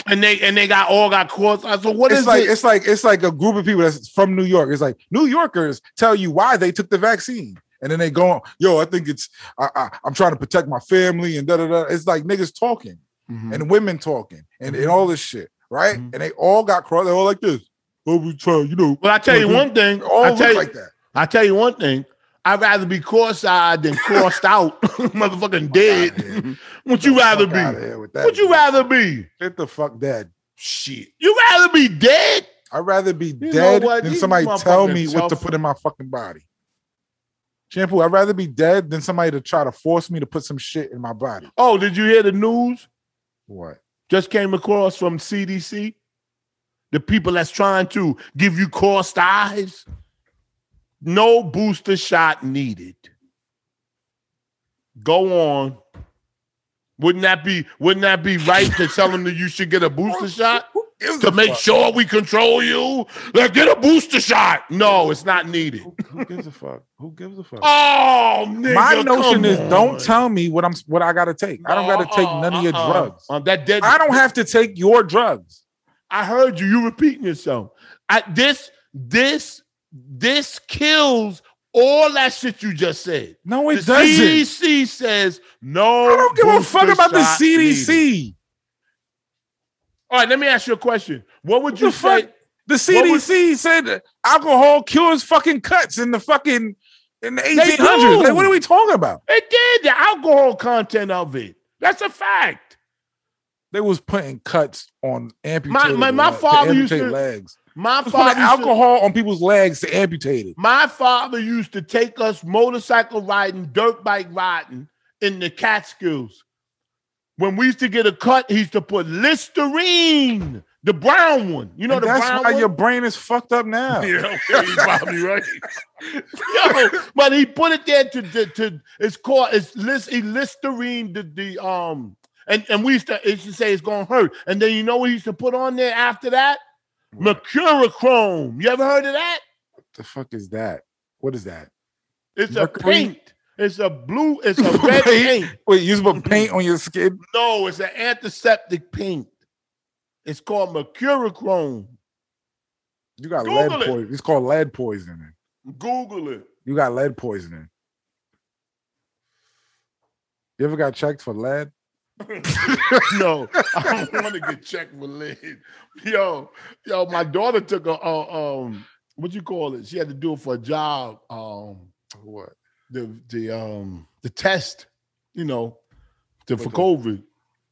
Speaker 2: And they and they got all got caught. So what is
Speaker 3: it's like
Speaker 2: it?
Speaker 3: it's like it's like a group of people that's from New York. It's like New Yorkers tell you why they took the vaccine, and then they go, on, "Yo, I think it's I, I, I'm trying to protect my family," and da da da. It's like niggas talking
Speaker 2: Mhm.
Speaker 3: and women talking and, and all this shit, right?
Speaker 2: Mhm.
Speaker 3: And they all got crossed. They all like this. What we try, you know?
Speaker 2: well, I tell you
Speaker 3: Mhm.
Speaker 2: one thing.
Speaker 3: All
Speaker 2: I
Speaker 3: look
Speaker 2: tell you,
Speaker 3: like that.
Speaker 2: I tell you one thing. I'd rather be cross-eyed than crossed out, motherfucking
Speaker 3: Fuck outta
Speaker 2: dead. Would you rather
Speaker 3: Fuck outta
Speaker 2: be?
Speaker 3: here with that.
Speaker 2: Would you rather be?
Speaker 3: get the fuck dead?
Speaker 2: Shit, you rather be dead?
Speaker 3: I'd rather be
Speaker 2: know
Speaker 3: dead
Speaker 2: what?
Speaker 3: than
Speaker 2: These
Speaker 3: somebody tell
Speaker 2: motherfuckers
Speaker 3: me what to
Speaker 2: selfish.
Speaker 3: put in my fucking body. Shampoo, I'd rather be dead than somebody to try to force me to put some shit in my body.
Speaker 2: Oh, did you hear the news?
Speaker 3: What?
Speaker 2: Just came across from CDC. The people that's trying to give you crossed eyes. No booster shot needed. Go on. Wouldn't that be wouldn't that be right to tell them that you should get a booster shot? to make sure we control you. Like, get a booster shot. No, it's not needed.
Speaker 3: Who gives a fuck? Who gives a fuck?
Speaker 2: Oh, nigga,
Speaker 3: my notion
Speaker 2: come
Speaker 3: is
Speaker 2: on.
Speaker 3: don't tell me what I'm what I gotta take. I don't gotta take none of your
Speaker 2: Uh-uh.
Speaker 3: drugs.
Speaker 2: Uh, that dead.
Speaker 3: I don't have to take your drugs.
Speaker 2: I heard you. You repeating yourself. I, this, this, this kills all that shit you just said.
Speaker 3: No, it
Speaker 2: the
Speaker 3: doesn't.
Speaker 2: CDC says no.
Speaker 3: I don't give a
Speaker 2: booster
Speaker 3: fuck about the
Speaker 2: shot
Speaker 3: CDC.
Speaker 2: needed. All right, let me ask you a question. What would
Speaker 3: What
Speaker 2: you
Speaker 3: the
Speaker 2: say?
Speaker 3: fuck? The CDC said alcohol cures fucking cuts in the fucking in the 1800s. Like, what are we talking about?
Speaker 2: It did the alcohol content of it. That's a fact.
Speaker 3: They was putting cuts on
Speaker 2: My-
Speaker 3: amputated
Speaker 2: my- my
Speaker 3: leg-
Speaker 2: father
Speaker 3: to
Speaker 2: used
Speaker 3: amputate
Speaker 2: to-
Speaker 3: legs.
Speaker 2: My
Speaker 3: They was putting
Speaker 2: father used to-
Speaker 3: alcohol on people's legs to amputate it.
Speaker 2: My father used to take us motorcycle riding, dirt bike riding in the Catskills. When we used to get a cut, he used to put Listerine, the brown one. You know
Speaker 3: And
Speaker 2: the
Speaker 3: that's
Speaker 2: brown
Speaker 3: why
Speaker 2: one.
Speaker 3: your brain is fucked up now.
Speaker 2: yeah, okay, you probably right. Yo, but he put it there to to, to it's called it's list he Listerine the the um and and we used to, used to say it's gonna hurt. And then you know what he used to put on there after that? Mercurochrome. You ever heard of that?
Speaker 3: the fuck is that? What is that?
Speaker 2: It's
Speaker 3: Mercury?
Speaker 2: a paint. It's a blue. It's a red
Speaker 3: Paint?
Speaker 2: paint.
Speaker 3: Wait, you just put paint on your skin?
Speaker 2: No, it's an antiseptic paint. It's called mercurochrome.
Speaker 3: You got
Speaker 2: Google
Speaker 3: lead
Speaker 2: it.
Speaker 3: poison. It's called lead poisoning.
Speaker 2: Google it.
Speaker 3: You got lead poisoning. You ever got checked for lead?
Speaker 2: No, I don't want to get checked for lead. Yo, yo, my daughter took a uh, um, what you call it? She had to do it for a job. Um,
Speaker 3: What?
Speaker 2: the the um the test, you know, to, for COVID.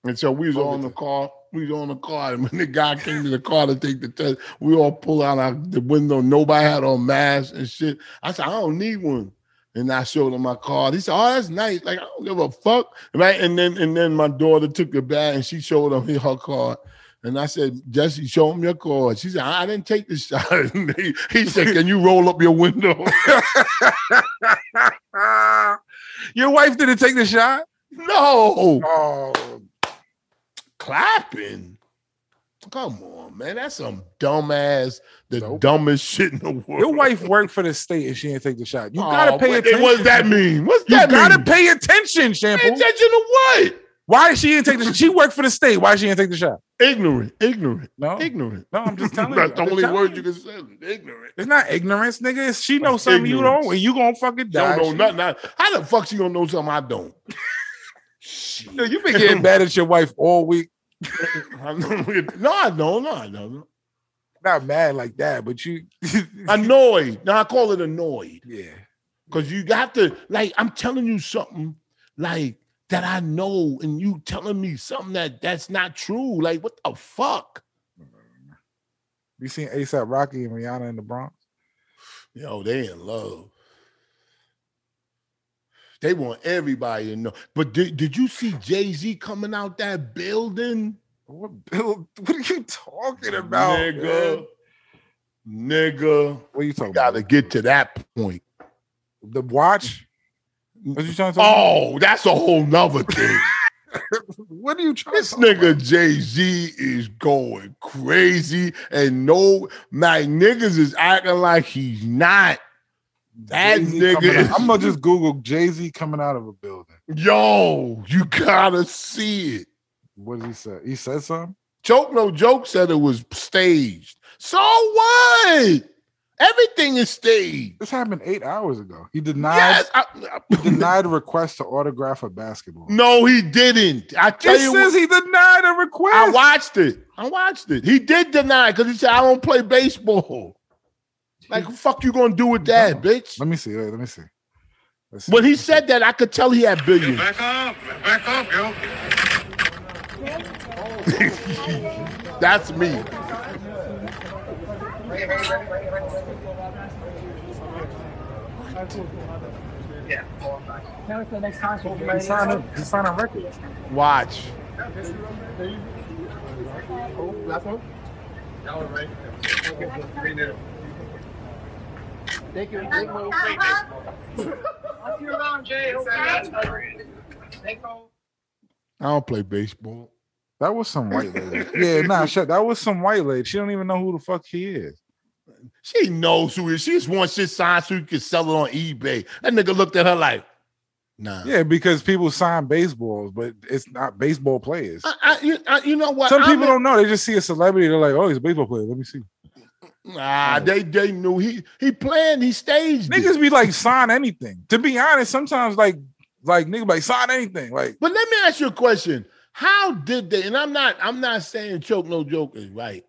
Speaker 2: And so we was all in the car. We was on the car, and when the guy came to the car to take the test, we all pulled out our, the window. Nobody had on masks and shit. I said, I don't need one. And I showed him my card. He said, Oh, that's nice. Like I don't give a fuck, right? And then and then my daughter took it back and she showed him her card. And I said, Jesse, show him your card. She said, I didn't take the shot. And he, he said, Can you roll up your window?
Speaker 3: Ah, your wife didn't take the shot?
Speaker 2: no.
Speaker 3: Oh,
Speaker 2: clapping. Come on, man. That's some dumbass, the
Speaker 3: Nope.
Speaker 2: dumbest shit in the world.
Speaker 3: Your wife worked for the state and she didn't take the shot. You
Speaker 2: Oh,
Speaker 3: gotta pay
Speaker 2: what-
Speaker 3: attention.
Speaker 2: What does that mean? What's
Speaker 3: you
Speaker 2: that
Speaker 3: gotta
Speaker 2: mean?
Speaker 3: pay attention, Shampoo.
Speaker 2: attention to what?
Speaker 3: Why she didn't take the shot? She worked for the state. Why she didn't take the shot?
Speaker 2: Ignorant, ignorant,
Speaker 3: No,
Speaker 2: ignorant.
Speaker 3: no, I'm just telling you.
Speaker 2: Oh. That's
Speaker 3: I'm
Speaker 2: the
Speaker 3: just
Speaker 2: only
Speaker 3: telling
Speaker 2: word you can say. Ignorant.
Speaker 3: It's not ignorance, nigga. It's she knows
Speaker 2: That's
Speaker 3: something you
Speaker 2: ignorance.
Speaker 3: don't, and you gonna fucking
Speaker 2: You
Speaker 3: die.
Speaker 2: don't know
Speaker 3: She-
Speaker 2: nothing. I- How the fuck she gonna know something I don't?
Speaker 3: Yo, You've been getting mad at your wife all week.
Speaker 2: no, I don't. No, I don't.
Speaker 3: Not mad like that, but you.
Speaker 2: Annoyed. Now I call it annoyed.
Speaker 3: yeah.
Speaker 2: Because you got to, like, I'm telling you something, like, that I know, and you telling me something that that's not true. Like, what the fuck?
Speaker 3: You seen ASAP Rocky and Rihanna in the Bronx?
Speaker 2: Yo, they in love. They want everybody to know. But did, did you see Jay Z coming out that building?
Speaker 3: What Bill? What are you talking about, man?
Speaker 2: nigga. Nigga.
Speaker 3: What are you talking about?
Speaker 2: Gotta get to that point.
Speaker 3: The watch? What you trying to talk
Speaker 2: Oh, that's a whole nother thing.
Speaker 3: about? What are you trying
Speaker 2: This
Speaker 3: to talk
Speaker 2: nigga Jay Z is going crazy, and no, my niggas is acting like he's not. That
Speaker 3: Jay-Z coming
Speaker 2: nigga
Speaker 3: out- I'm gonna just Google Jay Z coming out of a building.
Speaker 2: Yo, you gotta see it.
Speaker 3: What did he say? He said something.
Speaker 2: Joke No Joke said it was staged. So what? Everything is staged.
Speaker 3: This happened eight hours ago. He denied
Speaker 2: Yes. I- I-
Speaker 3: denied a request to autograph a basketball.
Speaker 2: no, he didn't. I tell
Speaker 3: This
Speaker 2: you,
Speaker 3: says
Speaker 2: what,
Speaker 3: he denied a request.
Speaker 2: I watched it. I watched it. He did deny because he said, "I don't play baseball." Like, fuck, you gonna do with that, bitch?
Speaker 3: let me see. Wait, let me see. Let's see.
Speaker 2: When he said that, I could tell he had billions.
Speaker 8: Back up, back up, yo.
Speaker 2: That's me.
Speaker 3: he signed a, he signed a record.
Speaker 2: Watch. I don't play baseball.
Speaker 3: That was some white lady. yeah, nah, shut. That was some white lady. She don't even know who the fuck he is.
Speaker 2: She knows who it is. She just wants shit signed so you can sell it on eBay. That nigga looked at her like, nah.
Speaker 3: Yeah, because people sign baseballs, but it's not baseball players.
Speaker 2: I, I, you, I, you know what?
Speaker 3: Some
Speaker 2: Uh, I'm
Speaker 3: people
Speaker 2: in-
Speaker 3: don't know. They just see a celebrity. They're like, oh, he's a baseball player. Let me see.
Speaker 2: Nah, they they knew he he planned. He staged. it.
Speaker 3: Niggas be like, sign anything. To be honest, sometimes like, like nigga, like sign anything. Like,
Speaker 2: But let me ask you a question. How did they? And I'm not I'm not saying choke no joke is right,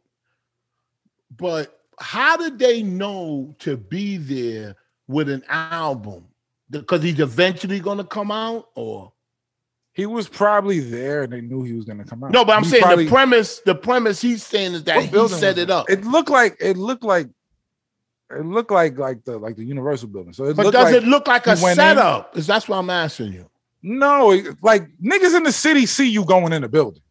Speaker 2: but how did they know to be there with an album? Because he's eventually gonna come out, or
Speaker 3: he was probably there, and they knew he was gonna come out.
Speaker 2: no? But I'm
Speaker 3: He
Speaker 2: saying
Speaker 3: probably-
Speaker 2: the premise. The premise he's saying is that
Speaker 3: What
Speaker 2: he
Speaker 3: building
Speaker 2: set
Speaker 3: was
Speaker 2: it up.
Speaker 3: it looked like it looked like it looked like like the like the Universal building. So it
Speaker 2: but
Speaker 3: looked
Speaker 2: does
Speaker 3: like,
Speaker 2: it look like
Speaker 3: he
Speaker 2: a
Speaker 3: went in.
Speaker 2: setup? Is that's what I'm asking you.
Speaker 3: No, it- like niggas in the city see you going in the building.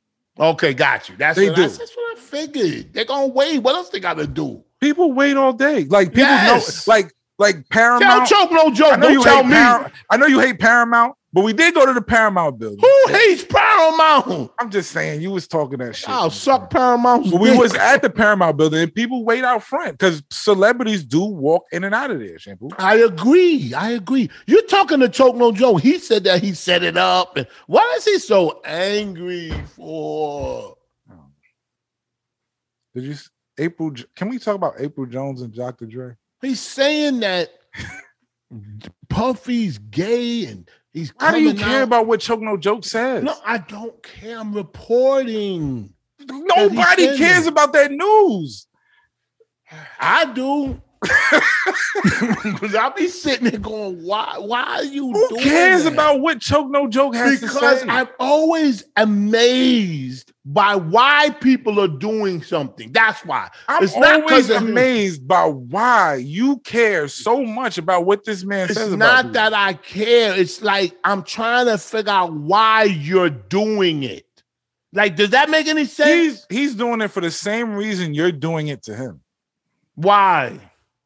Speaker 2: Okay, got you. That's
Speaker 3: They
Speaker 2: what I,
Speaker 3: do.
Speaker 2: that's what I figured. They're gonna wait. What else they gotta do?
Speaker 3: People wait all day. Like people
Speaker 2: Yes.
Speaker 3: know, like like
Speaker 2: Tell
Speaker 3: Paramount.
Speaker 2: choke no
Speaker 3: I
Speaker 2: joke.
Speaker 3: know you
Speaker 2: Don't tell
Speaker 3: hate
Speaker 2: me.
Speaker 3: Par- I know you hate Paramount, but we did go to the Paramount building.
Speaker 2: Who hates Paramount?
Speaker 3: I'm just saying, you was talking that shit.
Speaker 2: I'll suck Paramount.
Speaker 3: But we was at the Paramount building, and people wait out front because celebrities do walk in and out of there. Shampoo.
Speaker 2: I agree. I agree. You're talking to Choke No Joe. He said that he set it up. And why is he so angry for?
Speaker 3: Did you s- April? J- Can we talk about April Jones and Dr. Dre?
Speaker 2: He's saying that Puffy's gay and he's.
Speaker 3: How do you
Speaker 2: coming
Speaker 3: care
Speaker 2: out-
Speaker 3: about what Choke No Joke says?
Speaker 2: No, I don't care. I'm reporting.
Speaker 3: Nobody
Speaker 2: said
Speaker 3: cares
Speaker 2: it.
Speaker 3: about that news.
Speaker 2: I do. Because I'll be sitting there going, why? Why are you?
Speaker 3: Who
Speaker 2: doing
Speaker 3: cares
Speaker 2: that?
Speaker 3: about what Choke No Joke has to
Speaker 2: because
Speaker 3: say?
Speaker 2: I'm always amazed by why people are doing something. That's why.
Speaker 3: I'm
Speaker 2: It's not
Speaker 3: always
Speaker 2: 'cause of you.
Speaker 3: amazed by why you care so much about what this man
Speaker 2: It's
Speaker 3: says. about
Speaker 2: not
Speaker 3: you.
Speaker 2: that I care. It's like I'm trying to figure out why you're doing it. Like, does that make any sense?
Speaker 3: he's he's doing it for the same reason you're doing it to him.
Speaker 2: Why?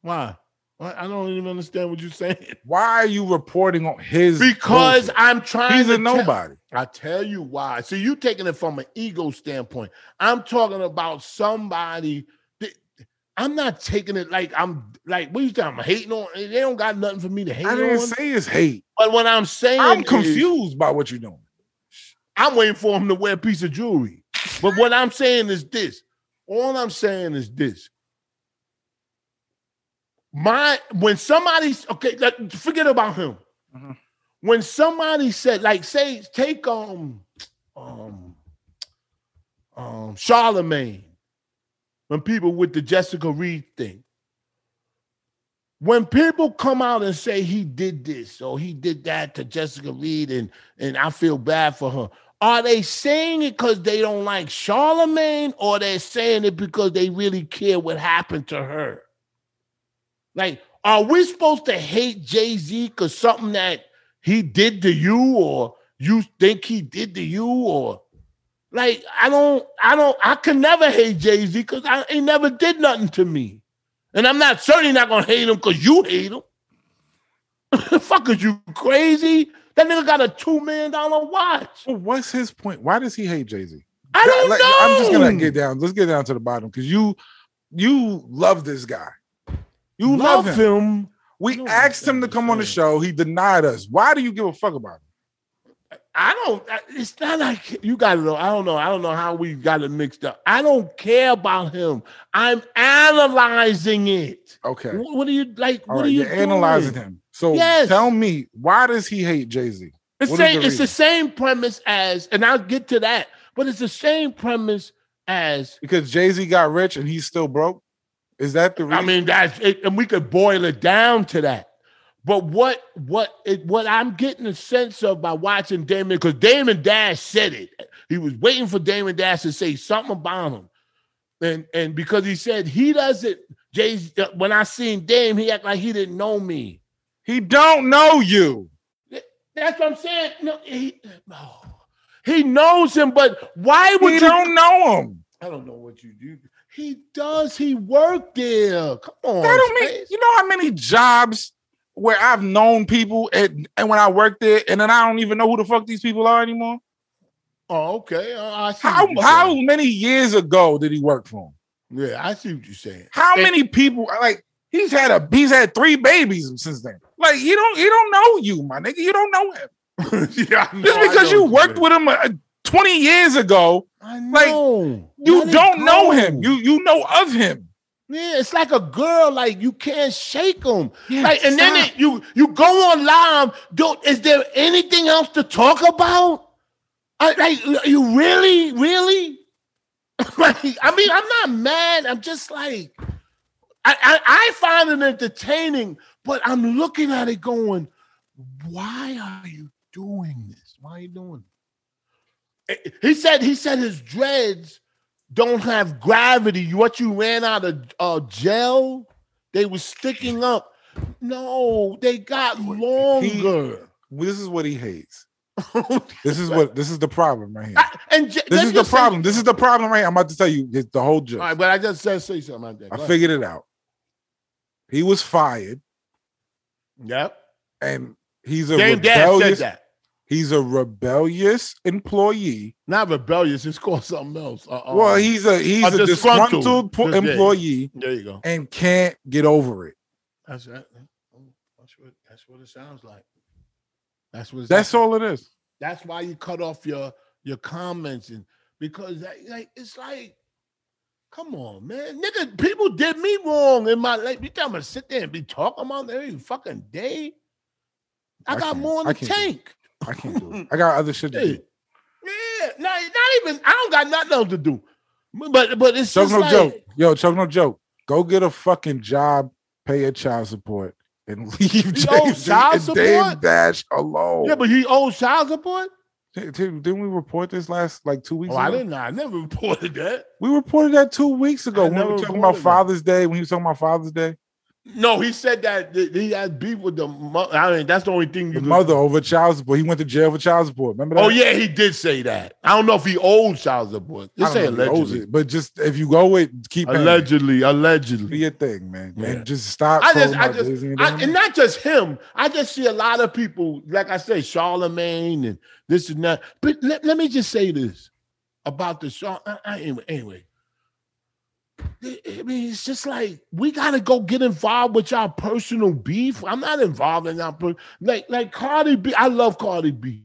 Speaker 2: Why? Why? I don't even understand what you're saying.
Speaker 3: Why are you reporting on his?
Speaker 2: Because
Speaker 3: bullshit?
Speaker 2: I'm trying
Speaker 3: he's
Speaker 2: to
Speaker 3: a
Speaker 2: tell-
Speaker 3: nobody.
Speaker 2: I tell you why. So you taking it from an ego standpoint. I'm talking about somebody. That, I'm not taking it like I'm like what you talking? I'm hating on. They don't got nothing for me to hate
Speaker 3: I didn't
Speaker 2: on.
Speaker 3: say it's hate.
Speaker 2: but what I'm saying,
Speaker 3: I'm
Speaker 2: is,
Speaker 3: confused by what you're doing.
Speaker 2: I'm waiting for him to wear a piece of jewelry. But what I'm saying is this. All I'm saying is this. My when somebody's okay, like, forget about him.
Speaker 3: Mhm.
Speaker 2: When somebody said, like, say, take um, um, um, Charlemagne, when people with the Jessica Reed thing. When people come out and say he did this or he did that to Jessica Reed and and I feel bad for her, are they saying it because they don't like Charlemagne or they're saying it because they really care what happened to her? Like, are we supposed to hate Jay Z because something that he did to you or you think he did to you or like I don't I don't I can never hate Jay Z because I he never did nothing to me, and I'm not certainly not gonna hate him because you hate him. Fuck, is you crazy? That nigga got a two million dollar watch.
Speaker 3: Well, what's his point? Why does he hate Jay Z?
Speaker 2: I don't know.
Speaker 3: I'm just gonna get down. Let's get down to the bottom because you you love this guy. You love, him.
Speaker 2: him.
Speaker 3: We
Speaker 2: No,
Speaker 3: asked him to
Speaker 2: I'm
Speaker 3: come on the
Speaker 2: saying.
Speaker 3: show. He denied us. Why do you give a fuck about him?
Speaker 2: I don't. I- It's not like you got to know. I don't know. I don't know how we got it mixed up. I don't care about him. I'm analyzing it.
Speaker 3: Okay.
Speaker 2: What, what are you like?
Speaker 3: All
Speaker 2: what
Speaker 3: right,
Speaker 2: are you
Speaker 3: you're analyzing
Speaker 2: doing?
Speaker 3: him. So
Speaker 2: Yes.
Speaker 3: tell me, why does he hate Jay Z?
Speaker 2: It's,
Speaker 3: What is
Speaker 2: same,
Speaker 3: the
Speaker 2: it's the
Speaker 3: reason?
Speaker 2: same premise as, and I'll get to that, but it's the same premise as.
Speaker 3: Because Jay Z got rich and he's still broke. Is that the reason?
Speaker 2: I mean, that's it, and we could boil it down to that. But what what it, what I'm getting a sense of by watching Damon because Damon Dash said it. He was waiting for Damon Dash to say something about him, and and because he said he doesn't. Jay, when I seen Dame, he act like he didn't know me.
Speaker 3: he don't know you.
Speaker 2: That's what I'm saying. No, he, no. he knows him, but why would
Speaker 3: We
Speaker 2: you?
Speaker 3: don't know him.
Speaker 2: I don't know what you do. He does. He worked there. Come on.
Speaker 3: That don't mean
Speaker 2: Spence.
Speaker 3: you know how many jobs where I've known people and, and when I worked there, and then I don't even know who the fuck these people are anymore.
Speaker 2: Oh, okay. Uh, I see
Speaker 3: How
Speaker 2: what you're
Speaker 3: how
Speaker 2: saying.
Speaker 3: many years ago did he work for him?
Speaker 2: Yeah, I see what you're saying.
Speaker 3: How
Speaker 2: And-
Speaker 3: many people like he's had a he's had three babies since then? Like you don't you don't know you, my nigga. You don't know him.
Speaker 2: yeah, I know,
Speaker 3: Just
Speaker 2: I
Speaker 3: because
Speaker 2: know
Speaker 3: you
Speaker 2: what
Speaker 3: worked
Speaker 2: mean.
Speaker 3: with him uh, 20 years ago,
Speaker 2: I
Speaker 3: like,
Speaker 2: know.
Speaker 3: you
Speaker 2: Let it
Speaker 3: don't know
Speaker 2: go.
Speaker 3: him. You you know of him.
Speaker 2: yeah, it's like a girl. Like you can't shake them.
Speaker 3: Yeah,
Speaker 2: like, and then
Speaker 3: stop.
Speaker 2: it, you you go on live. Don't. Is there anything else to talk about? I, like you really, really. like I mean, I'm not mad. I'm just like, I, I I find it entertaining, but I'm looking at it going, why are you doing this? Why are you doing? It? Eh, He said he said his dreads don't have gravity. What you ran out of uh, gel, they were sticking up. No, they got longer.
Speaker 3: This is what he hates. This is what this is the problem right here.
Speaker 2: I- and j-
Speaker 3: This
Speaker 2: let
Speaker 3: is
Speaker 2: me
Speaker 3: the
Speaker 2: just say-
Speaker 3: problem. This is the problem right here. I'm about to tell you it's the whole joke.
Speaker 2: All right, but I just said say something like that. Go
Speaker 3: I
Speaker 2: ahead.
Speaker 3: figured it out. He was fired
Speaker 2: Yep.
Speaker 3: and he's a
Speaker 2: Dame Dash said
Speaker 3: rebellious
Speaker 2: that.
Speaker 3: he's a rebellious employee.
Speaker 2: Not rebellious. It's called something else. Uh, uh,
Speaker 3: well, he's a he's
Speaker 2: a
Speaker 3: a,
Speaker 2: disgruntled-
Speaker 3: disgruntled po-
Speaker 2: Yeah.
Speaker 3: employee
Speaker 2: There you go.
Speaker 3: and can't get over it.
Speaker 2: That's that, that's what that's what it sounds like. That's what. it
Speaker 3: That's all it is.
Speaker 2: That's why you cut off your your comments and because that, like it's like, come on, man, nigga, people did me wrong in my life. You tell me to sit there and be talking about that every fucking day. I,
Speaker 3: I
Speaker 2: got
Speaker 3: can't.
Speaker 2: more in
Speaker 3: I
Speaker 2: the
Speaker 3: can't do
Speaker 2: tank.
Speaker 3: I can't do it. I got other shit to
Speaker 2: Yeah,
Speaker 3: do.
Speaker 2: yeah, not, not even. I don't got nothing else to do. But but it's
Speaker 3: Choke
Speaker 2: just
Speaker 3: no
Speaker 2: like,
Speaker 3: joke. Yo, choke no joke. Go get a fucking job, pay your child support, and leave
Speaker 2: owe
Speaker 3: Jay-Z
Speaker 2: child
Speaker 3: and Dame
Speaker 2: support?
Speaker 3: Dash alone.
Speaker 2: Yeah, but he owes child support.
Speaker 3: Did- did- didn't we report this last like two weeks
Speaker 2: Oh,
Speaker 3: ago?
Speaker 2: I didn't. know. I never reported that.
Speaker 3: We reported that two weeks ago
Speaker 2: I
Speaker 3: when we
Speaker 2: never
Speaker 3: were talking
Speaker 2: reported
Speaker 3: about
Speaker 2: that.
Speaker 3: Father's Day. When he was talking about Father's Day,
Speaker 2: No, he said that th- he had beef with the mother. I mean, that's the only thing you
Speaker 3: the
Speaker 2: could-
Speaker 3: mother over child support. He went to jail for child support. Remember that?
Speaker 2: Oh yeah, he did say that. I don't know if he owes child support.
Speaker 3: I
Speaker 2: Just say
Speaker 3: don't know if he owes
Speaker 2: allegedly.
Speaker 3: it, but just if you go with keep paying.
Speaker 2: Allegedly,
Speaker 3: do
Speaker 2: allegedly.
Speaker 3: your thing, man,
Speaker 2: Yeah.
Speaker 3: and just stop.
Speaker 2: I just,
Speaker 3: talking
Speaker 2: I
Speaker 3: about
Speaker 2: just,
Speaker 3: Jay-Z and
Speaker 2: I,
Speaker 3: Dame.
Speaker 2: and not just him. I just see a lot of people, like I say, Charlemagne and this and that. But let, let me just say this about the Shaw. I, I- anyway, anyway. I- I mean, it's just like we gotta go get involved with y'all personal beef. I'm not involved in that. Per- like, like Cardi B. I love Cardi B.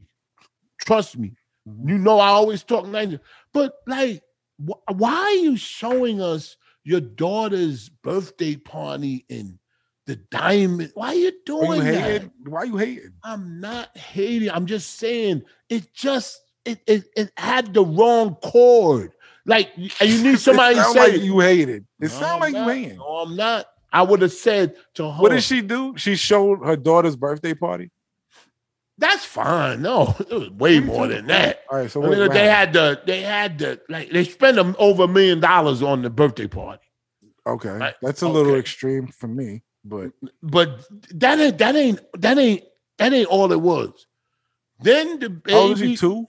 Speaker 2: Trust me.
Speaker 3: Mm-hmm.
Speaker 2: You know I always talk nice. But like, wh- why are you showing us your daughter's birthday party and the diamond? Why are you
Speaker 3: Why
Speaker 2: doing
Speaker 3: you
Speaker 2: that?
Speaker 3: hating? Why you hating?
Speaker 2: I'm not hating. I'm just saying it just it it, it had the wrong chord. Like, and you need somebody
Speaker 3: it
Speaker 2: to
Speaker 3: sound
Speaker 2: say,
Speaker 3: like you hated. It
Speaker 2: No,
Speaker 3: sound
Speaker 2: I'm
Speaker 3: like you
Speaker 2: not.
Speaker 3: hated.
Speaker 2: No, I'm not. I would have said to her,
Speaker 3: What did she do? She showed her daughter's birthday party.
Speaker 2: that's fine. No, it was way more than that.
Speaker 3: All right, so
Speaker 2: I
Speaker 3: what,
Speaker 2: mean,
Speaker 3: what
Speaker 2: they
Speaker 3: happened?
Speaker 2: had the, they had the, like, they spent um, over a million dollars on the birthday party.
Speaker 3: okay,
Speaker 2: Right,
Speaker 3: that's a little
Speaker 2: okay.
Speaker 3: extreme for me, but
Speaker 2: But that ain't, that ain't, that ain't, that ain't all it was. Then the baby,
Speaker 3: how old is she? oh, Two.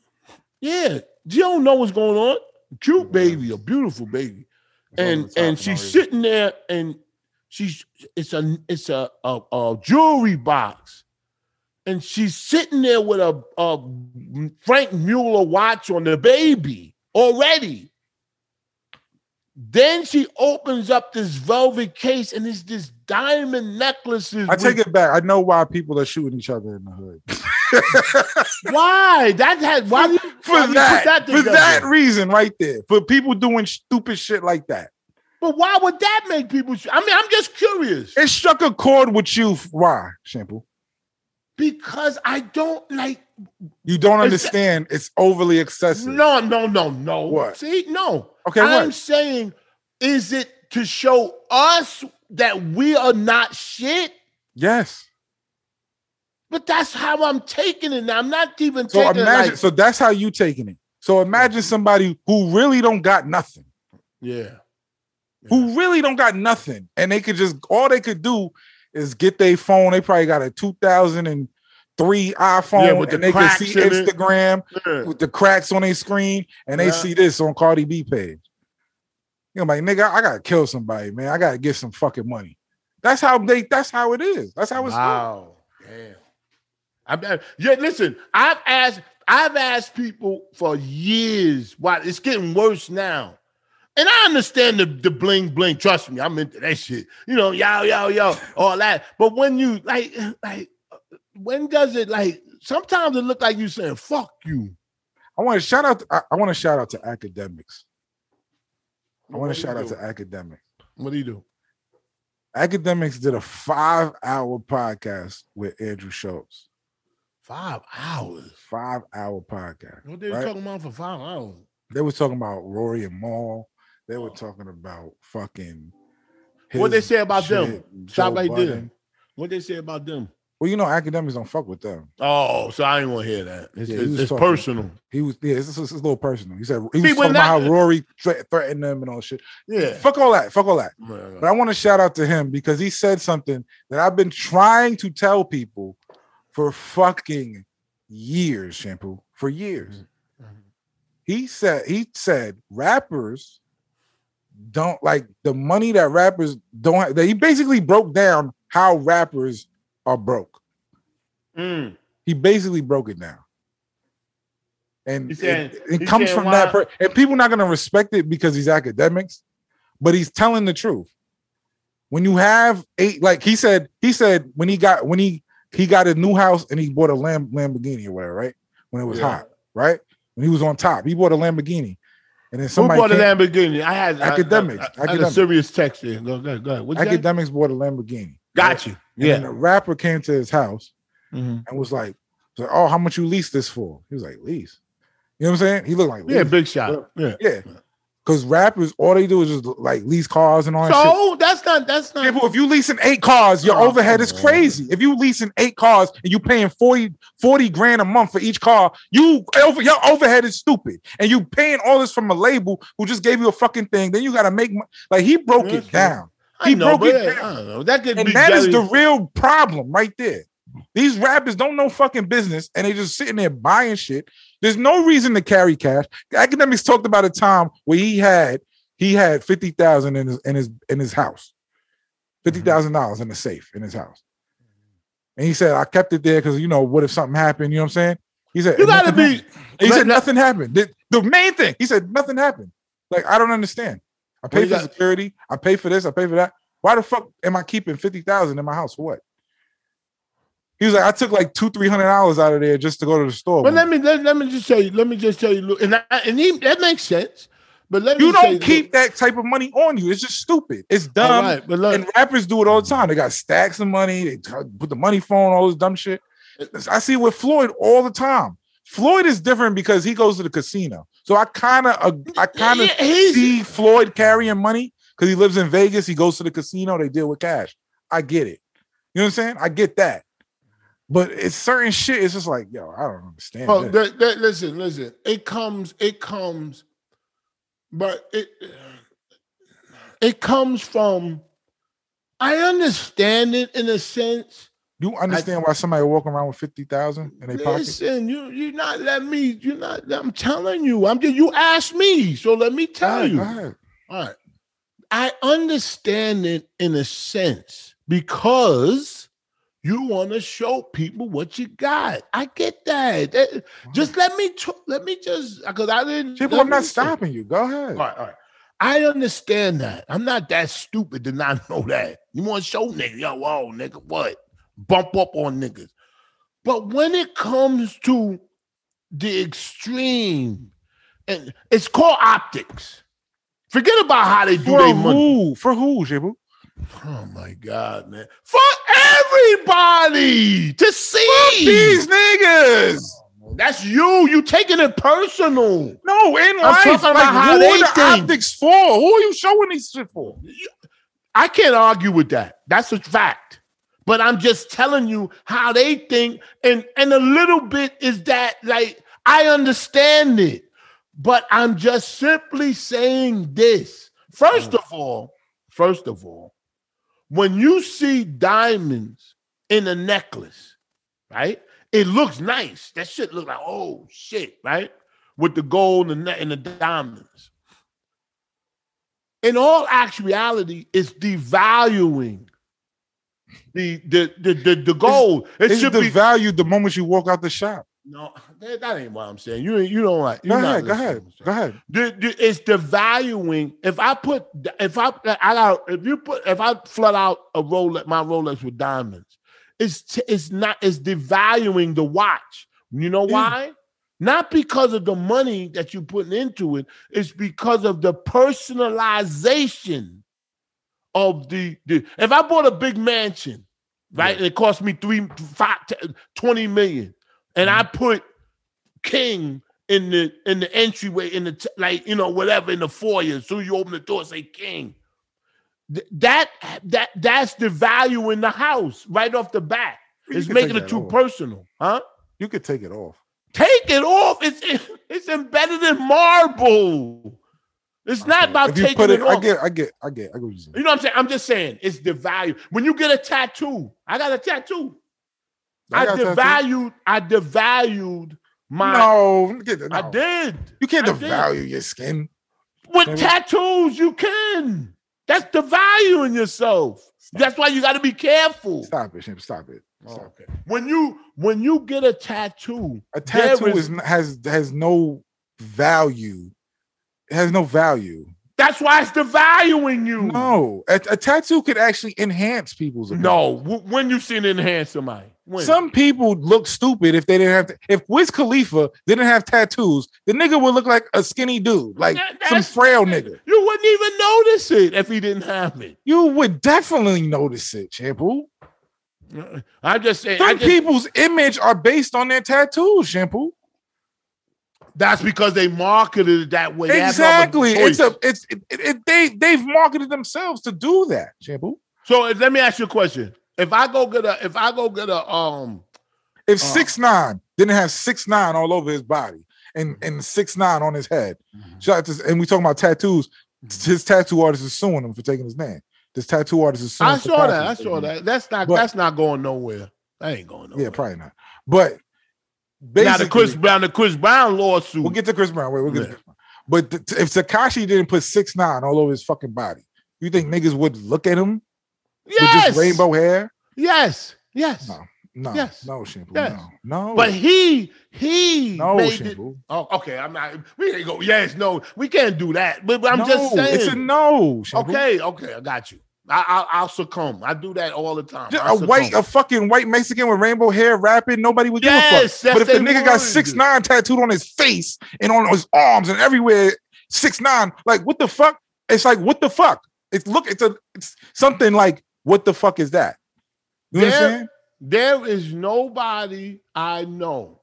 Speaker 2: yeah, you don't know what's going on. Cute baby, a beautiful baby. and and she's sitting there and she's it's a it's a, a a jewelry box and she's sitting there with a, a frank mueller watch on the baby already then she opens up this velvet case and it's this diamond necklaces
Speaker 3: I take
Speaker 2: with-
Speaker 3: it back. I know why people are shooting each other in the hood.
Speaker 2: why that had why do you,
Speaker 3: For
Speaker 2: why do you put
Speaker 3: that, for
Speaker 2: together?
Speaker 3: that reason, right there. For people doing stupid shit like that.
Speaker 2: but why would that make people sh- i mean i'm just curious
Speaker 3: It struck a chord with you. Why, Shampoo?
Speaker 2: because i don't like
Speaker 3: You don't
Speaker 2: It's-
Speaker 3: understand. It's overly excessive.
Speaker 2: No, no, no, no.
Speaker 3: What?
Speaker 2: See, no.
Speaker 3: Okay,
Speaker 2: I'm
Speaker 3: what?
Speaker 2: saying, is it to show us that we are not shit?
Speaker 3: Yes.
Speaker 2: But that's how I'm taking it. Now. I'm not even
Speaker 3: So
Speaker 2: taking
Speaker 3: imagine.
Speaker 2: it like,
Speaker 3: so that's how you taking it. So imagine somebody who really don't got nothing,
Speaker 2: yeah,
Speaker 3: who really don't got nothing, and they could just all they could do is get their phone. They probably got a 2003 iPhone,
Speaker 2: Yeah, with the
Speaker 3: and they can
Speaker 2: cracks
Speaker 3: see
Speaker 2: in it.
Speaker 3: Instagram with the cracks on their screen, and they
Speaker 2: Yeah.
Speaker 3: see this on Cardi B page. You're like, nigga, I gotta kill somebody, man. I gotta get some fucking money. That's how they. That's how it is. That's how it's. done.
Speaker 2: wow, damn. I'm, I- yeah, listen, I've asked, I've asked people for years. Why it's getting worse now. And I understand the, the bling bling. Trust me, I'm into that shit. You know, yo, yo, yo, all that. But when you like, like, when does it like? Sometimes it look like you saying "fuck you."
Speaker 3: I want to shout out. I, want to shout out to academics. I want
Speaker 2: What
Speaker 3: to
Speaker 2: do
Speaker 3: shout
Speaker 2: you
Speaker 3: out
Speaker 2: do?
Speaker 3: to academics.
Speaker 2: What do you do?
Speaker 3: Academics did a five-hour podcast with Andrew Schultz.
Speaker 2: Five hours.
Speaker 3: Five-hour podcast.
Speaker 2: What they were
Speaker 3: Right.
Speaker 2: talking about for five hours?
Speaker 3: They were talking about Rory and Maul. They were talking about fucking.
Speaker 2: What they
Speaker 3: his
Speaker 2: say about them?
Speaker 3: shit,
Speaker 2: Stop
Speaker 3: Joe
Speaker 2: right there.
Speaker 3: Budden.
Speaker 2: What they say about them?
Speaker 3: Well, you know, academics don't fuck with them.
Speaker 2: Oh, so I ain't gonna hear that. It's,
Speaker 3: Yeah, he
Speaker 2: it's,
Speaker 3: was
Speaker 2: it's
Speaker 3: talking.
Speaker 2: personal.
Speaker 3: He was yeah, this is, this is a little personal. He said he
Speaker 2: See, when
Speaker 3: was talking about
Speaker 2: that-
Speaker 3: how Rory thre- threatened them and all shit.
Speaker 2: Yeah.
Speaker 3: Fuck all that. Fuck all that. But
Speaker 2: But
Speaker 3: I want to shout out to him because he said something that I've been trying to tell people for fucking years, Shampoo, for years.
Speaker 2: Mm-hmm.
Speaker 3: He said he said rappers don't like the money that rappers don't have. That he basically broke down how rappers are broke.
Speaker 2: Mm.
Speaker 3: He basically broke it down. And
Speaker 2: He said-
Speaker 3: it, it
Speaker 2: he
Speaker 3: comes
Speaker 2: said
Speaker 3: from
Speaker 2: why-
Speaker 3: that per- and people not gonna respect it because he's academics, but he's telling the truth. When you have eight, like he said, he said when he got when he he got a new house and he bought a Lam- Lamborghini or whatever, right? When it was
Speaker 2: Yeah.
Speaker 3: hot, right? When he was on top, he bought a Lamborghini, and then
Speaker 2: Who
Speaker 3: somebody
Speaker 2: brought a
Speaker 3: came-
Speaker 2: Lamborghini? I had I- I-
Speaker 3: Academics,
Speaker 2: I, I, had a
Speaker 3: academics.
Speaker 2: serious text there. Go, go, go ahead. What's that?
Speaker 3: academics bought a Lamborghini.
Speaker 2: Got you.
Speaker 3: And then
Speaker 2: Yeah.
Speaker 3: the rapper came to his house
Speaker 2: Mhm.
Speaker 3: and was like, was like, "Oh, how much you lease this for?" He was like, "Lease." You know what I'm saying? He looked like
Speaker 2: Yeah.
Speaker 3: "Lease."
Speaker 2: Big shot. Yeah.
Speaker 3: Yeah. Because rappers, all they do is just like lease cars and all that shit.
Speaker 2: So that's not that's not.
Speaker 3: Yeah, but if you leasing eight cars, your
Speaker 2: Oh,
Speaker 3: overhead is
Speaker 2: come on.
Speaker 3: crazy. If you leasing eight cars and you paying 40, 40 grand a month for each car, you over your overhead is stupid. And you paying all this from a label who just gave you a fucking thing. Then you gotta make money. Like he broke
Speaker 2: That's
Speaker 3: it
Speaker 2: true.
Speaker 3: down.
Speaker 2: I
Speaker 3: he
Speaker 2: know,
Speaker 3: broke
Speaker 2: but
Speaker 3: it
Speaker 2: yeah,
Speaker 3: down.
Speaker 2: I don't know. That could
Speaker 3: And
Speaker 2: be
Speaker 3: that is
Speaker 2: very-
Speaker 3: the real problem right there. These rappers don't know fucking business and they just sitting there buying shit. There's no reason to carry cash. Academics talked about a time where he had he had fifty thousand in his in his in his house, fifty dollars
Speaker 2: Mm-hmm.
Speaker 3: in the safe in his house, and he said I kept it there because you know what if something happened? You know what I'm saying? He said
Speaker 2: You gotta be.
Speaker 3: He
Speaker 2: let-
Speaker 3: said nothing happened. The, the main thing he said nothing happened. Like I don't understand. I pay
Speaker 2: you
Speaker 3: for
Speaker 2: got-
Speaker 3: security. I pay for this. I pay for that. Why the fuck am I keeping fifty thousand in my house for what? He was like, I took like two, three hundred dollars out of there just to go to the store.
Speaker 2: But let me let, let me just tell you. Let me just tell you. look, And I, and he, that makes sense. But let me
Speaker 3: you
Speaker 2: say-
Speaker 3: don't keep that type of money on you. It's just stupid. It's
Speaker 2: All
Speaker 3: dumb.
Speaker 2: right, but look,
Speaker 3: And rappers do it all the time. They got stacks of money. They t- put the money phone, all this dumb shit. I see it with Floyd all the time. Floyd is different because he goes to the casino. So I kind of I kind of
Speaker 2: Yeah, he's-
Speaker 3: see Floyd carrying money because he lives in Vegas. He goes to the casino. They deal with cash. I get it. You know what I'm saying? I get that. But it's certain shit. It's just like, yo, I don't understand.
Speaker 2: Oh,
Speaker 3: this.
Speaker 2: that, that, listen, listen. It comes, it comes, but it it comes from. I understand it in a sense.
Speaker 3: you understand why somebody walking around with fifty thousand in their pocket?
Speaker 2: Listen, you you not let me. You not. I'm telling you. I'm just. You asked me, so let me
Speaker 3: All
Speaker 2: tell
Speaker 3: right,
Speaker 2: you.
Speaker 3: go ahead.
Speaker 2: All right. I understand it in a sense because you want to show people what you got. I get that. That- Just let me t- let me just because I didn't.
Speaker 3: People,
Speaker 2: let
Speaker 3: I'm
Speaker 2: me
Speaker 3: not
Speaker 2: see.
Speaker 3: stopping you. Go
Speaker 2: All
Speaker 3: ahead.
Speaker 2: right, all right. I understand that. I'm not that stupid to not know that. You want to show nigga, yo, whoa, nigga, what? Bump up on niggas. But when it comes to the extreme, and it's called optics. Forget about how they do
Speaker 3: For
Speaker 2: their money.
Speaker 3: who? For who, Jibu?
Speaker 2: Oh my God, man. For everybody to see.
Speaker 3: These niggas.
Speaker 2: That's you. You taking it personal.
Speaker 3: No, in life,
Speaker 2: talking about
Speaker 3: like,
Speaker 2: how
Speaker 3: who
Speaker 2: they
Speaker 3: are the
Speaker 2: think.
Speaker 3: optics for? Who are you showing these shit for?
Speaker 2: I can't argue with that. That's a fact. But I'm just telling you how they think, and and a little bit is that like I understand it, but I'm just simply saying this.
Speaker 3: Mm.
Speaker 2: First of all, first of all, when you see diamonds in a necklace, right? It looks nice. That shit look like oh shit, right? With the gold and the, ne- and the diamonds. In all actuality, it's devaluing the the the the, the gold. It
Speaker 3: It's
Speaker 2: should
Speaker 3: devalued
Speaker 2: be
Speaker 3: the moment you walk out the shop.
Speaker 2: no. That, that ain't what I'm saying. You you don't like.
Speaker 3: Go
Speaker 2: you're not
Speaker 3: ahead, go
Speaker 2: listening
Speaker 3: ahead,
Speaker 2: to what I'm
Speaker 3: go ahead.
Speaker 2: the, the, it's devaluing. If I put, if I, I got, if you put, if I flood out a Rolex, my Rolex with diamonds, it's t- it's not, it's devaluing the watch. You know
Speaker 3: Yeah.
Speaker 2: why? Not because of the money that you're putting into it. It's because of the personalization of the. the if I bought a big mansion, right, and it cost me three, five, t- 20 million, and I put King in the in the entryway in the t- like you know whatever in the foyer. So you open the door, say King. Th- that that that's the value in the house right off the bat.
Speaker 3: You
Speaker 2: It's
Speaker 3: can
Speaker 2: making
Speaker 3: take
Speaker 2: it
Speaker 3: that
Speaker 2: too
Speaker 3: off.
Speaker 2: personal, huh?
Speaker 3: You could take it off.
Speaker 2: Take it off. It's it's embedded in marble. It's not about
Speaker 3: if you
Speaker 2: taking
Speaker 3: put
Speaker 2: it,
Speaker 3: it,
Speaker 2: off.
Speaker 3: I get, I get, I get, I get. What you're saying.
Speaker 2: You know what I'm saying? I'm just saying it's the value. When you get a tattoo, I got a tattoo. I,
Speaker 3: got that, too.
Speaker 2: devalued. I devalued my.
Speaker 3: No, get that.
Speaker 2: I
Speaker 3: No.
Speaker 2: did
Speaker 3: You can't
Speaker 2: I did.
Speaker 3: devalue your skin.
Speaker 2: with
Speaker 3: Maybe-
Speaker 2: tattoos. You can. That's devaluing yourself. That's why you got to be careful.
Speaker 3: Stop it, Shimp, stop it. Stop it.
Speaker 2: When you when you get a tattoo,
Speaker 3: A
Speaker 2: there
Speaker 3: tattoo is, has has no value. It has no value.
Speaker 2: that's why it's devaluing you.
Speaker 3: No, a, a tattoo could actually enhance people's. opinion.
Speaker 2: Hmm. no. W- when you seen it enhance somebody, when?
Speaker 3: Some people look stupid if they didn't have. if Wiz Khalifa didn't have tattoos, the nigga would look like a skinny dude, like
Speaker 2: That-
Speaker 3: some
Speaker 2: that's-
Speaker 3: frail nigga.
Speaker 2: you wouldn't even notice it if he didn't have it.
Speaker 3: You would definitely notice it, Shampoo.
Speaker 2: I'm just saying. I
Speaker 3: Some
Speaker 2: just-
Speaker 3: people's image are based on their tattoos, Shampoo.
Speaker 2: that's because they marketed it that way. They have no other
Speaker 3: Exactly. It's
Speaker 2: choice.
Speaker 3: a. It's it, it, they they've marketed themselves to do that, Shampoo.
Speaker 2: so. Let me ask you a question. If I go get a, if I go get a, um,
Speaker 3: If six nine didn't have six nine all over his body and and six nine on his head, shout out to, and we talking about tattoos.
Speaker 2: Mm-hmm.
Speaker 3: His tattoo artist is suing him for taking his name. This tattoo artist is suing.
Speaker 2: I
Speaker 3: for
Speaker 2: saw that.
Speaker 3: copying
Speaker 2: I saw
Speaker 3: his name.
Speaker 2: that. That's not.
Speaker 3: But-
Speaker 2: that's not going nowhere. That ain't going nowhere.
Speaker 3: Yeah, probably not. But basically,
Speaker 2: now the Chris Brown, the Chris Brown lawsuit.
Speaker 3: we'll get to Chris Brown. Wait, we'll get
Speaker 2: Yeah.
Speaker 3: to Chris Brown. But th- if Takashi didn't put six nine all over his fucking body, you think niggas would look at him with
Speaker 2: Mm-hmm. yes,
Speaker 3: just rainbow hair?
Speaker 2: Yes, yes.
Speaker 3: No. No,
Speaker 2: Yes.
Speaker 3: no, shampoo,
Speaker 2: Yes.
Speaker 3: no, no,
Speaker 2: But he, he
Speaker 3: no,
Speaker 2: made it.
Speaker 3: shampoo.
Speaker 2: Oh, okay. I'm not. We ain't go. Yes, no. We can't do that. But, but I'm
Speaker 3: no,
Speaker 2: just saying.
Speaker 3: it's a no. Shampoo.
Speaker 2: okay, okay. I got you. I, I, I'll succumb. I do that all the time.
Speaker 3: Just
Speaker 2: I'll
Speaker 3: a white,
Speaker 2: succumb.
Speaker 3: a fucking white Mexican with rainbow hair rapping, nobody would give
Speaker 2: Yes,
Speaker 3: a
Speaker 2: yes,
Speaker 3: fuck. But if the
Speaker 2: they
Speaker 3: nigga got
Speaker 2: would.
Speaker 3: six nine tattooed on his face and on his arms and everywhere, six nine, like what the fuck? It's like what the fuck? It's look, it's a it's something like what the fuck is that? You know what
Speaker 2: Yeah.
Speaker 3: I'm saying?
Speaker 2: There is nobody I know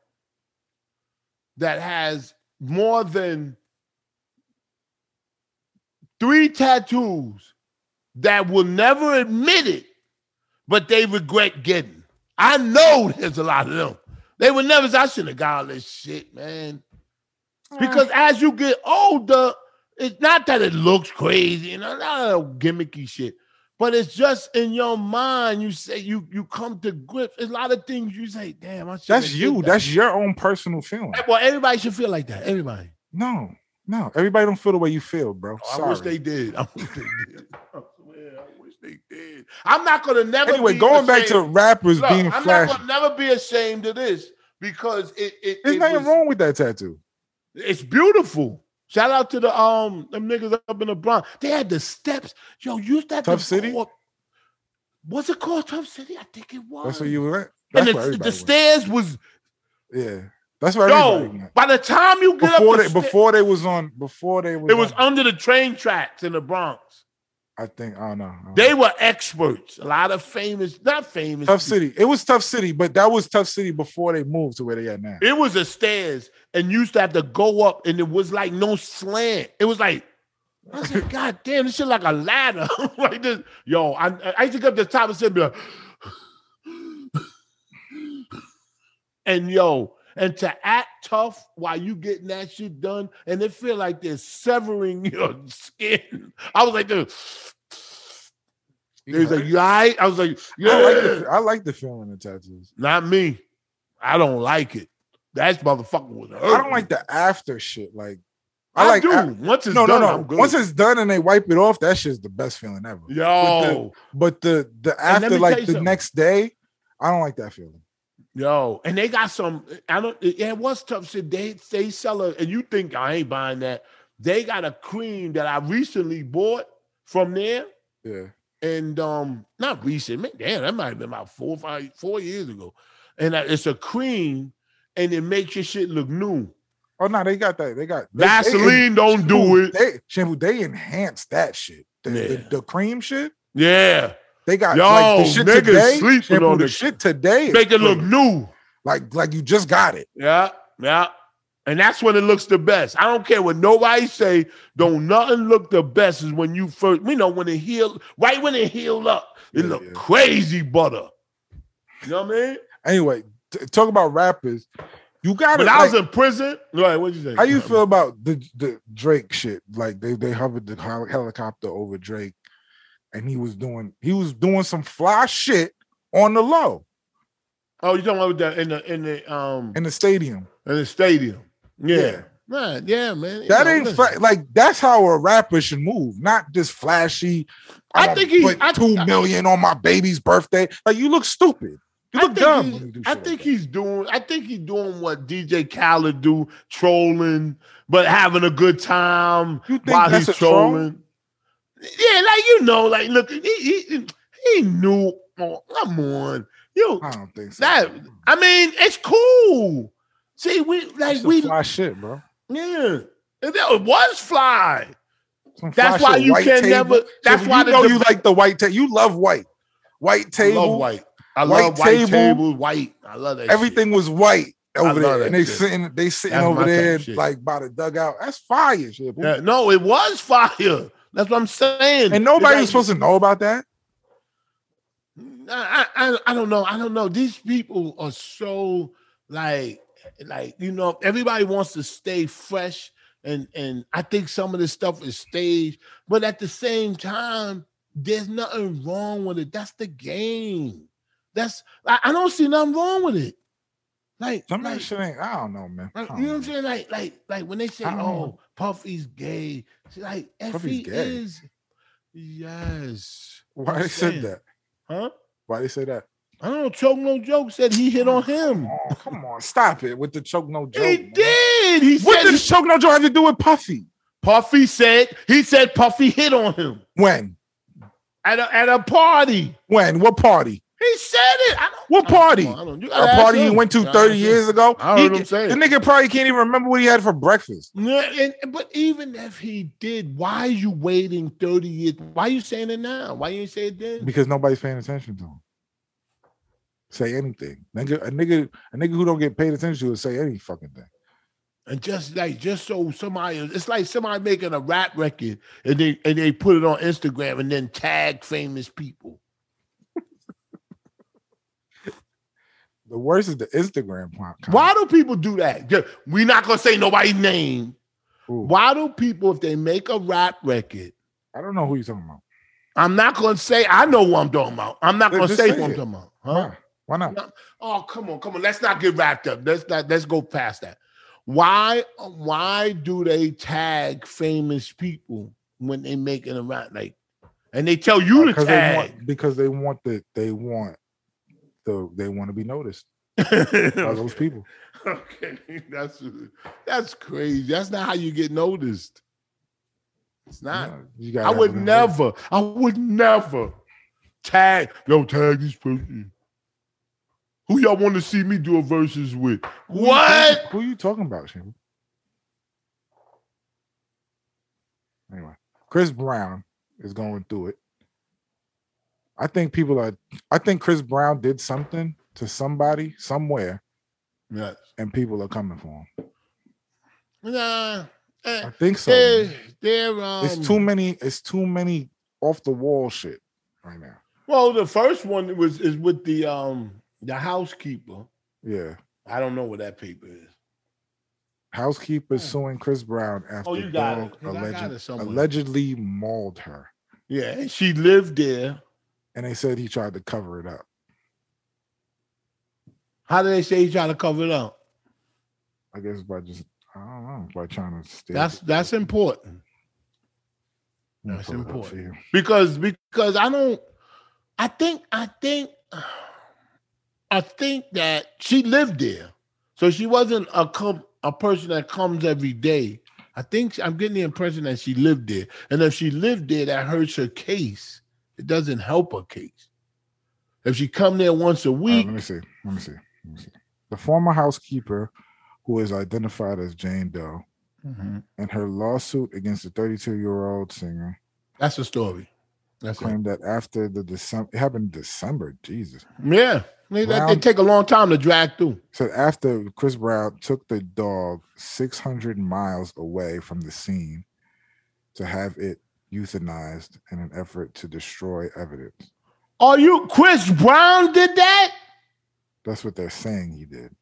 Speaker 2: that has more than three tattoos that will never admit it, but they regret getting. I know there's a lot of them. They would never say, I shouldn't have got all this shit, man. Because as you get older, it's not that it looks crazy and a lot of gimmicky shit, but it's just in your mind. You say you you come to grips. A lot of things you say, damn, I shouldn't
Speaker 3: That's
Speaker 2: have
Speaker 3: you.
Speaker 2: did that."
Speaker 3: That's your own personal feeling.
Speaker 2: Hey, Well, everybody should feel like that. Everybody.
Speaker 3: No, no. Everybody don't feel the way you feel, bro.
Speaker 2: Oh,
Speaker 3: Sorry.
Speaker 2: I wish they did. I wish they did. I swear, I wish they did. I'm not gonna never.
Speaker 3: anyway,
Speaker 2: be
Speaker 3: going back to
Speaker 2: ashamed-
Speaker 3: rappers
Speaker 2: Look,
Speaker 3: being
Speaker 2: I'm
Speaker 3: flashy.
Speaker 2: not gonna never be ashamed of this because it. it
Speaker 3: There's
Speaker 2: it
Speaker 3: nothing
Speaker 2: was-
Speaker 3: wrong with that tattoo.
Speaker 2: It's beautiful. Shout out to the um them niggas up in the Bronx. They had the steps. Yo, use that
Speaker 3: Tough City?
Speaker 2: What's it called? Tough City? I think it was.
Speaker 3: That's where you were at.
Speaker 2: and
Speaker 3: That's where
Speaker 2: the,
Speaker 3: everybody
Speaker 2: the
Speaker 3: went.
Speaker 2: stairs was
Speaker 3: Yeah, that's where everybody
Speaker 2: yo.
Speaker 3: went.
Speaker 2: By the time you get
Speaker 3: Before
Speaker 2: up,
Speaker 3: they,
Speaker 2: the sta-
Speaker 3: before they was on, before they was,
Speaker 2: it was
Speaker 3: on-
Speaker 2: under the train tracks in the Bronx.
Speaker 3: I think I don't know. I don't know.
Speaker 2: They were experts. A lot of famous, not famous.
Speaker 3: Tough City. It was Tough City, but that was Tough City before they moved to where they at now.
Speaker 2: It was a stairs, and you used to have to go up, and it was like no slant. It was like, I said, God damn, this shit like a ladder. like this. Yo, I, I used to go up to the top and said, be like, and yo, and to act tough while you getting that shit done, and it feel like they're severing your skin. I was like, dude. They was like, you all right? I was like,
Speaker 3: I, like
Speaker 2: yeah.
Speaker 3: the, I like the feeling of tattoos.
Speaker 2: Not me. I don't like it. That's motherfucker was hurt.
Speaker 3: I don't like the after shit. Like
Speaker 2: I,
Speaker 3: I like
Speaker 2: do.
Speaker 3: I-
Speaker 2: Once it's
Speaker 3: no,
Speaker 2: done,
Speaker 3: no,
Speaker 2: I'm
Speaker 3: no.
Speaker 2: good.
Speaker 3: Once it's done and they wipe it off, that shit's the best feeling ever.
Speaker 2: yo,
Speaker 3: But the the
Speaker 2: And let me
Speaker 3: after,
Speaker 2: tell you
Speaker 3: like the
Speaker 2: something.
Speaker 3: next day, I don't like that feeling.
Speaker 2: yo, and they got some. I don't. It, it was tough shit. They they sell it, and you think I ain't buying that. They got a cream that I recently bought from there,
Speaker 3: Yeah.
Speaker 2: and um, not recent. Man, damn, that might have been about four, five, four years ago. And I, it's a cream, and it makes your shit look new.
Speaker 3: Oh no, they got that. They got they- they-
Speaker 2: Vaseline don't do it.
Speaker 3: They, shampoo. They enhance that shit. The, the-
Speaker 2: Yeah.
Speaker 3: the cream shit.
Speaker 2: Yeah,
Speaker 3: They got
Speaker 2: Yo,
Speaker 3: like the shit
Speaker 2: niggas
Speaker 3: today.
Speaker 2: sleeping
Speaker 3: shampoo,
Speaker 2: on
Speaker 3: the
Speaker 2: this.
Speaker 3: shit today. is
Speaker 2: make it look
Speaker 3: clean.
Speaker 2: new.
Speaker 3: like like you just got it.
Speaker 2: Yeah, yeah. And that's when it looks the best. I don't care what nobody say. Don't nothing look the best is when you first, you know, when it heal, right when it heal up, it
Speaker 3: Yeah,
Speaker 2: look
Speaker 3: yeah.
Speaker 2: crazy butter. You know what I mean?
Speaker 3: Anyway, t- talk about rappers. You got
Speaker 2: When
Speaker 3: it.
Speaker 2: I was
Speaker 3: like,
Speaker 2: in prison, right? What you say?
Speaker 3: how you feel about the the Drake shit? Like they they hovered the hel- helicopter over Drake, and he was doing he was doing some fly shit on the low
Speaker 2: Oh, you talking about that in the in the um in,
Speaker 3: in the stadium.
Speaker 2: the stadium? Yeah,
Speaker 3: Yeah.
Speaker 2: man. Yeah, man. You
Speaker 3: That
Speaker 2: know,
Speaker 3: ain't
Speaker 2: listen.
Speaker 3: fla- like that's how a rapper should move, not just flashy.
Speaker 2: I
Speaker 3: gotta
Speaker 2: think he-
Speaker 3: put
Speaker 2: I-
Speaker 3: two
Speaker 2: I-
Speaker 3: million on my baby's birthday. Like you look stupid. You
Speaker 2: I
Speaker 3: look
Speaker 2: think,
Speaker 3: dumb.
Speaker 2: he's-
Speaker 3: when you do
Speaker 2: I
Speaker 3: shit like
Speaker 2: think
Speaker 3: that.
Speaker 2: he's doing. I think he's doing what DJ Khaled do, trolling, but having a good time
Speaker 3: You think
Speaker 2: while
Speaker 3: that's
Speaker 2: he's
Speaker 3: a troll?
Speaker 2: trolling. Yeah, like you know, like look, he he, he knew. Oh, come on, you.
Speaker 3: I don't think so.
Speaker 2: That I mean, it's cool. See, we like
Speaker 3: That's some
Speaker 2: we
Speaker 3: fly shit, bro.
Speaker 2: yeah. And that was fly.
Speaker 3: Some
Speaker 2: That's
Speaker 3: fly
Speaker 2: why
Speaker 3: shit,
Speaker 2: you
Speaker 3: white
Speaker 2: can
Speaker 3: table.
Speaker 2: never. That's
Speaker 3: If
Speaker 2: why
Speaker 3: you
Speaker 2: the
Speaker 3: know you
Speaker 2: debate-
Speaker 3: like the white table. You love white, white
Speaker 2: I
Speaker 3: table.
Speaker 2: love white. I
Speaker 3: white
Speaker 2: love white
Speaker 3: table.
Speaker 2: table. White. I love that. shit.
Speaker 3: Everything was white
Speaker 2: I
Speaker 3: over
Speaker 2: love
Speaker 3: there,
Speaker 2: that
Speaker 3: and they
Speaker 2: shit.
Speaker 3: sitting, they sitting
Speaker 2: That's my
Speaker 3: over
Speaker 2: type
Speaker 3: there
Speaker 2: shit.
Speaker 3: like by the dugout. That's fire shit. bro.
Speaker 2: Yeah, no, it was fire. That's what I'm saying.
Speaker 3: And nobody was
Speaker 2: It's like-
Speaker 3: supposed to know about that.
Speaker 2: I, I I don't know. I don't know. These people are so like like you know. Everybody wants to stay fresh, and and I think some of this stuff is staged, but at the same time, there's nothing wrong with it. That's the game. That's I, I don't see nothing wrong with it. Like,
Speaker 3: Some of
Speaker 2: like
Speaker 3: that shit ain't. I don't know, man. I
Speaker 2: like,
Speaker 3: don't
Speaker 2: you know what
Speaker 3: know.
Speaker 2: I'm saying? Like, like, like when they say,
Speaker 3: I don't
Speaker 2: "Oh,
Speaker 3: know.
Speaker 2: Puffy's gay," it's like if
Speaker 3: Puffy's
Speaker 2: he
Speaker 3: gay.
Speaker 2: is, yes.
Speaker 3: Why
Speaker 2: I'm
Speaker 3: they
Speaker 2: saying.
Speaker 3: said that?
Speaker 2: Huh?
Speaker 3: Why they say that?
Speaker 2: I don't choke no joke. Said he hit on him.
Speaker 3: Oh, come on, stop it with the choke no joke.
Speaker 2: he
Speaker 3: man.
Speaker 2: did. He
Speaker 3: What
Speaker 2: said
Speaker 3: does choke no joke have to do with Puffy?
Speaker 2: Puffy said he said Puffy hit on him
Speaker 3: When?
Speaker 2: at a, at a party.
Speaker 3: When? What party?
Speaker 2: He said it. I don't,
Speaker 3: What party?
Speaker 2: I don't, you
Speaker 3: A
Speaker 2: gotta ask
Speaker 3: party he
Speaker 2: him.
Speaker 3: went
Speaker 2: You
Speaker 3: to
Speaker 2: gotta
Speaker 3: 30
Speaker 2: ask him.
Speaker 3: years ago?
Speaker 2: I heard
Speaker 3: He-
Speaker 2: what I'm saying.
Speaker 3: The nigga probably can't even remember what he had for breakfast.
Speaker 2: Yeah, and, but even if he did, why are you waiting 30 years? Why you saying it now? Why you ain't say it then?
Speaker 3: Because nobody's paying attention to him. Say anything. Nigga, a nigga, a nigga who don't get paid attention to will say any fucking thing.
Speaker 2: and just like just so somebody it's like somebody making a rap record and they and they put it on Instagram and then tag famous people.
Speaker 3: The worst is the Instagram pop.
Speaker 2: Why do people do that? Ju- We're not gonna say nobody's name.
Speaker 3: Ooh.
Speaker 2: Why do people, if they make a rap record,
Speaker 3: I don't know who you're talking about.
Speaker 2: I'm not gonna say I know what I'm talking about. I'm not
Speaker 3: Then
Speaker 2: gonna
Speaker 3: just
Speaker 2: say
Speaker 3: say
Speaker 2: who I'm
Speaker 3: it.
Speaker 2: talking about. Huh?
Speaker 3: Why? Why not?
Speaker 2: Oh, come on, come on. Let's not get wrapped up. Let's not let's go past that. Why why do they tag famous people when they making a rap? Like and they tell you to
Speaker 3: because Oh, they
Speaker 2: tag.
Speaker 3: want because they want the they want the they want to be noticed by Oh, those people.
Speaker 2: okay, that's that's crazy. That's not how you get noticed. It's not.
Speaker 3: You gotta
Speaker 2: I
Speaker 3: have
Speaker 2: would
Speaker 3: them
Speaker 2: never, I would never tag, yo, tag this person. Who y'all want to see me do a versus with?
Speaker 3: noticed. Who you talking-
Speaker 2: What?
Speaker 3: Who you talking about, Shane? Anyway, Chris Brown is going through it. I think people are. I think Chris Brown did something to somebody somewhere,
Speaker 2: Yes.
Speaker 3: and people are coming for him.
Speaker 2: Nah. eh,
Speaker 3: I think so. man.
Speaker 2: they're, they're, um,
Speaker 3: it's too many. It's too many off the wall shit right now.
Speaker 2: Well, the first one was is with the um the housekeeper.
Speaker 3: Yeah,
Speaker 2: I don't know what that paper is.
Speaker 3: housekeeper suing Chris Brown
Speaker 2: Hmm.
Speaker 3: after
Speaker 2: Oh, you got
Speaker 3: dog
Speaker 2: it. 'cause I got
Speaker 3: alleged-
Speaker 2: it somewhere.
Speaker 3: allegedly mauled her,
Speaker 2: yeah, and she lived there.
Speaker 3: and they said he tried to cover it up.
Speaker 2: How did they say he tried to cover it up?
Speaker 3: I guess by just I don't know by trying to stay.
Speaker 2: That's that's important.
Speaker 3: Let me
Speaker 2: that's
Speaker 3: pull it up for
Speaker 2: important.
Speaker 3: you.
Speaker 2: because because I don't I think I think I think that she lived there. So she wasn't a com- a person that comes every day. I think I'm getting the impression that she lived there. And if she lived there that hurts her case. It doesn't help her case. If she come there once a
Speaker 3: All right,
Speaker 2: week,
Speaker 3: Uh, let me see. Let me see. Let me see. The former housekeeper, who is identified as Jane Doe, in her lawsuit against the 32-year-old singer,
Speaker 2: that's a story. That's it.
Speaker 3: claimed that after the December it happened in December. Jesus.
Speaker 2: Yeah. They, they- they
Speaker 3: Round-
Speaker 2: take a long time to drag through.
Speaker 3: So after Chris Brown took the dog 600 miles away from the scene to have it euthanized in an effort to destroy evidence.
Speaker 2: Are you Chris Brown did that?
Speaker 3: That's what they're saying he did.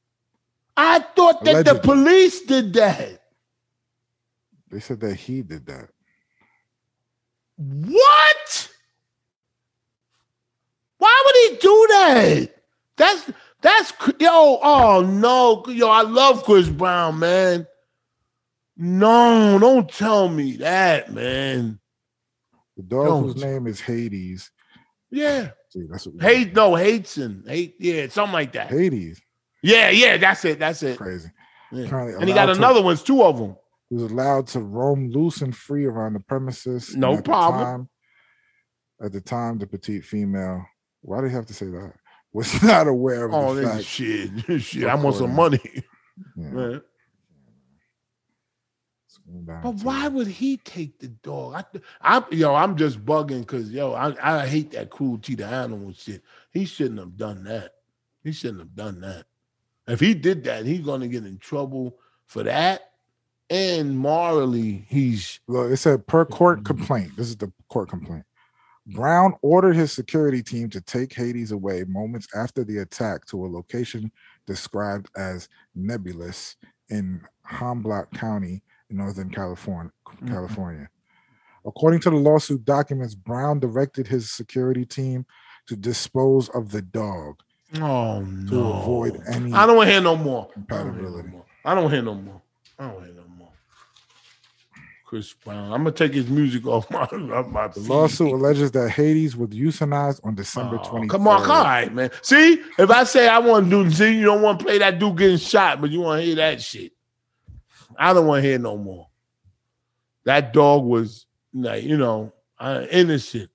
Speaker 2: I thought that the
Speaker 3: Allegedly.
Speaker 2: police did that.
Speaker 3: They said that he did that.
Speaker 2: What? Why would he do that? That's that's cr- yo. Oh no, yo. I love Chris Brown, man. No, don't tell me that, man.
Speaker 3: The dog whose
Speaker 2: Jones.
Speaker 3: name is Hades.
Speaker 2: Yeah,
Speaker 3: See, that's what
Speaker 2: hate no hateson, hate yeah, something like that.
Speaker 3: Hades.
Speaker 2: Yeah, yeah, that's it, that's it.
Speaker 3: Crazy.
Speaker 2: Yeah.
Speaker 3: Apparently
Speaker 2: And he got
Speaker 3: allowed to-
Speaker 2: another one's two of them.
Speaker 3: He was allowed to roam loose and free around the premises. and
Speaker 2: No
Speaker 3: at the
Speaker 2: problem.
Speaker 3: time- at the time, the petite female, why do you have to say that? Was not aware of
Speaker 2: Oh,
Speaker 3: the
Speaker 2: this
Speaker 3: fact.
Speaker 2: is shit, shit. I want some
Speaker 3: Recording.
Speaker 2: money.
Speaker 3: Yeah.
Speaker 2: man.
Speaker 3: Scream down
Speaker 2: But
Speaker 3: to
Speaker 2: why
Speaker 3: it.
Speaker 2: would he take the dog? I, th- I yo, I'm just bugging because yo, I, I hate that cruelty to animals shit. He shouldn't have done that. He shouldn't have done that. If he did that, he's gonna get in trouble for that. And morally, he's
Speaker 3: Look, it said per court complaint. This is the court complaint. Brown ordered his security team to take Hades away moments after the attack to a location described as nebulous in Hamblock County, in Northern California.
Speaker 2: Mm-hmm.
Speaker 3: California. According to the lawsuit documents, Brown directed his security team to dispose of the dog
Speaker 2: oh
Speaker 3: to
Speaker 2: no.
Speaker 3: avoid any.
Speaker 2: I don't want to hear no more. I don't hear no
Speaker 3: Compatibility.
Speaker 2: more. I don't hear no more. I don't hear no more. Chris Brown. I'm gonna take his music off my off my
Speaker 3: the
Speaker 2: feed.
Speaker 3: lawsuit alleges that Hades was euthanized on December
Speaker 2: Oh,
Speaker 3: 20th.
Speaker 2: Come on, all right, man. See, if I say I want to do, see, you don't want to play that dude getting shot, but you want to hear that shit. I don't want to hear no more. That dog was like, you know, uh, innocent.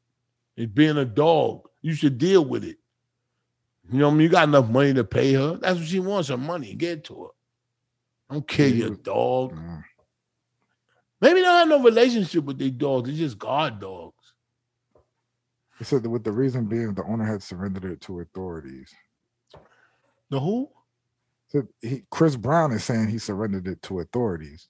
Speaker 2: It being a dog, you should deal with it. You know, what I mean, you got enough money to pay her. That's what she wants. Her money, get to her. Don't kill
Speaker 3: Yeah,
Speaker 2: your
Speaker 3: you-
Speaker 2: dog.
Speaker 3: Mm.
Speaker 2: Maybe they don't have no relationship with their dogs. They just guard dogs.
Speaker 3: It said that with the reason being the owner had surrendered it to authorities.
Speaker 2: The who?
Speaker 3: It He, Chris Brown is saying he surrendered it to authorities.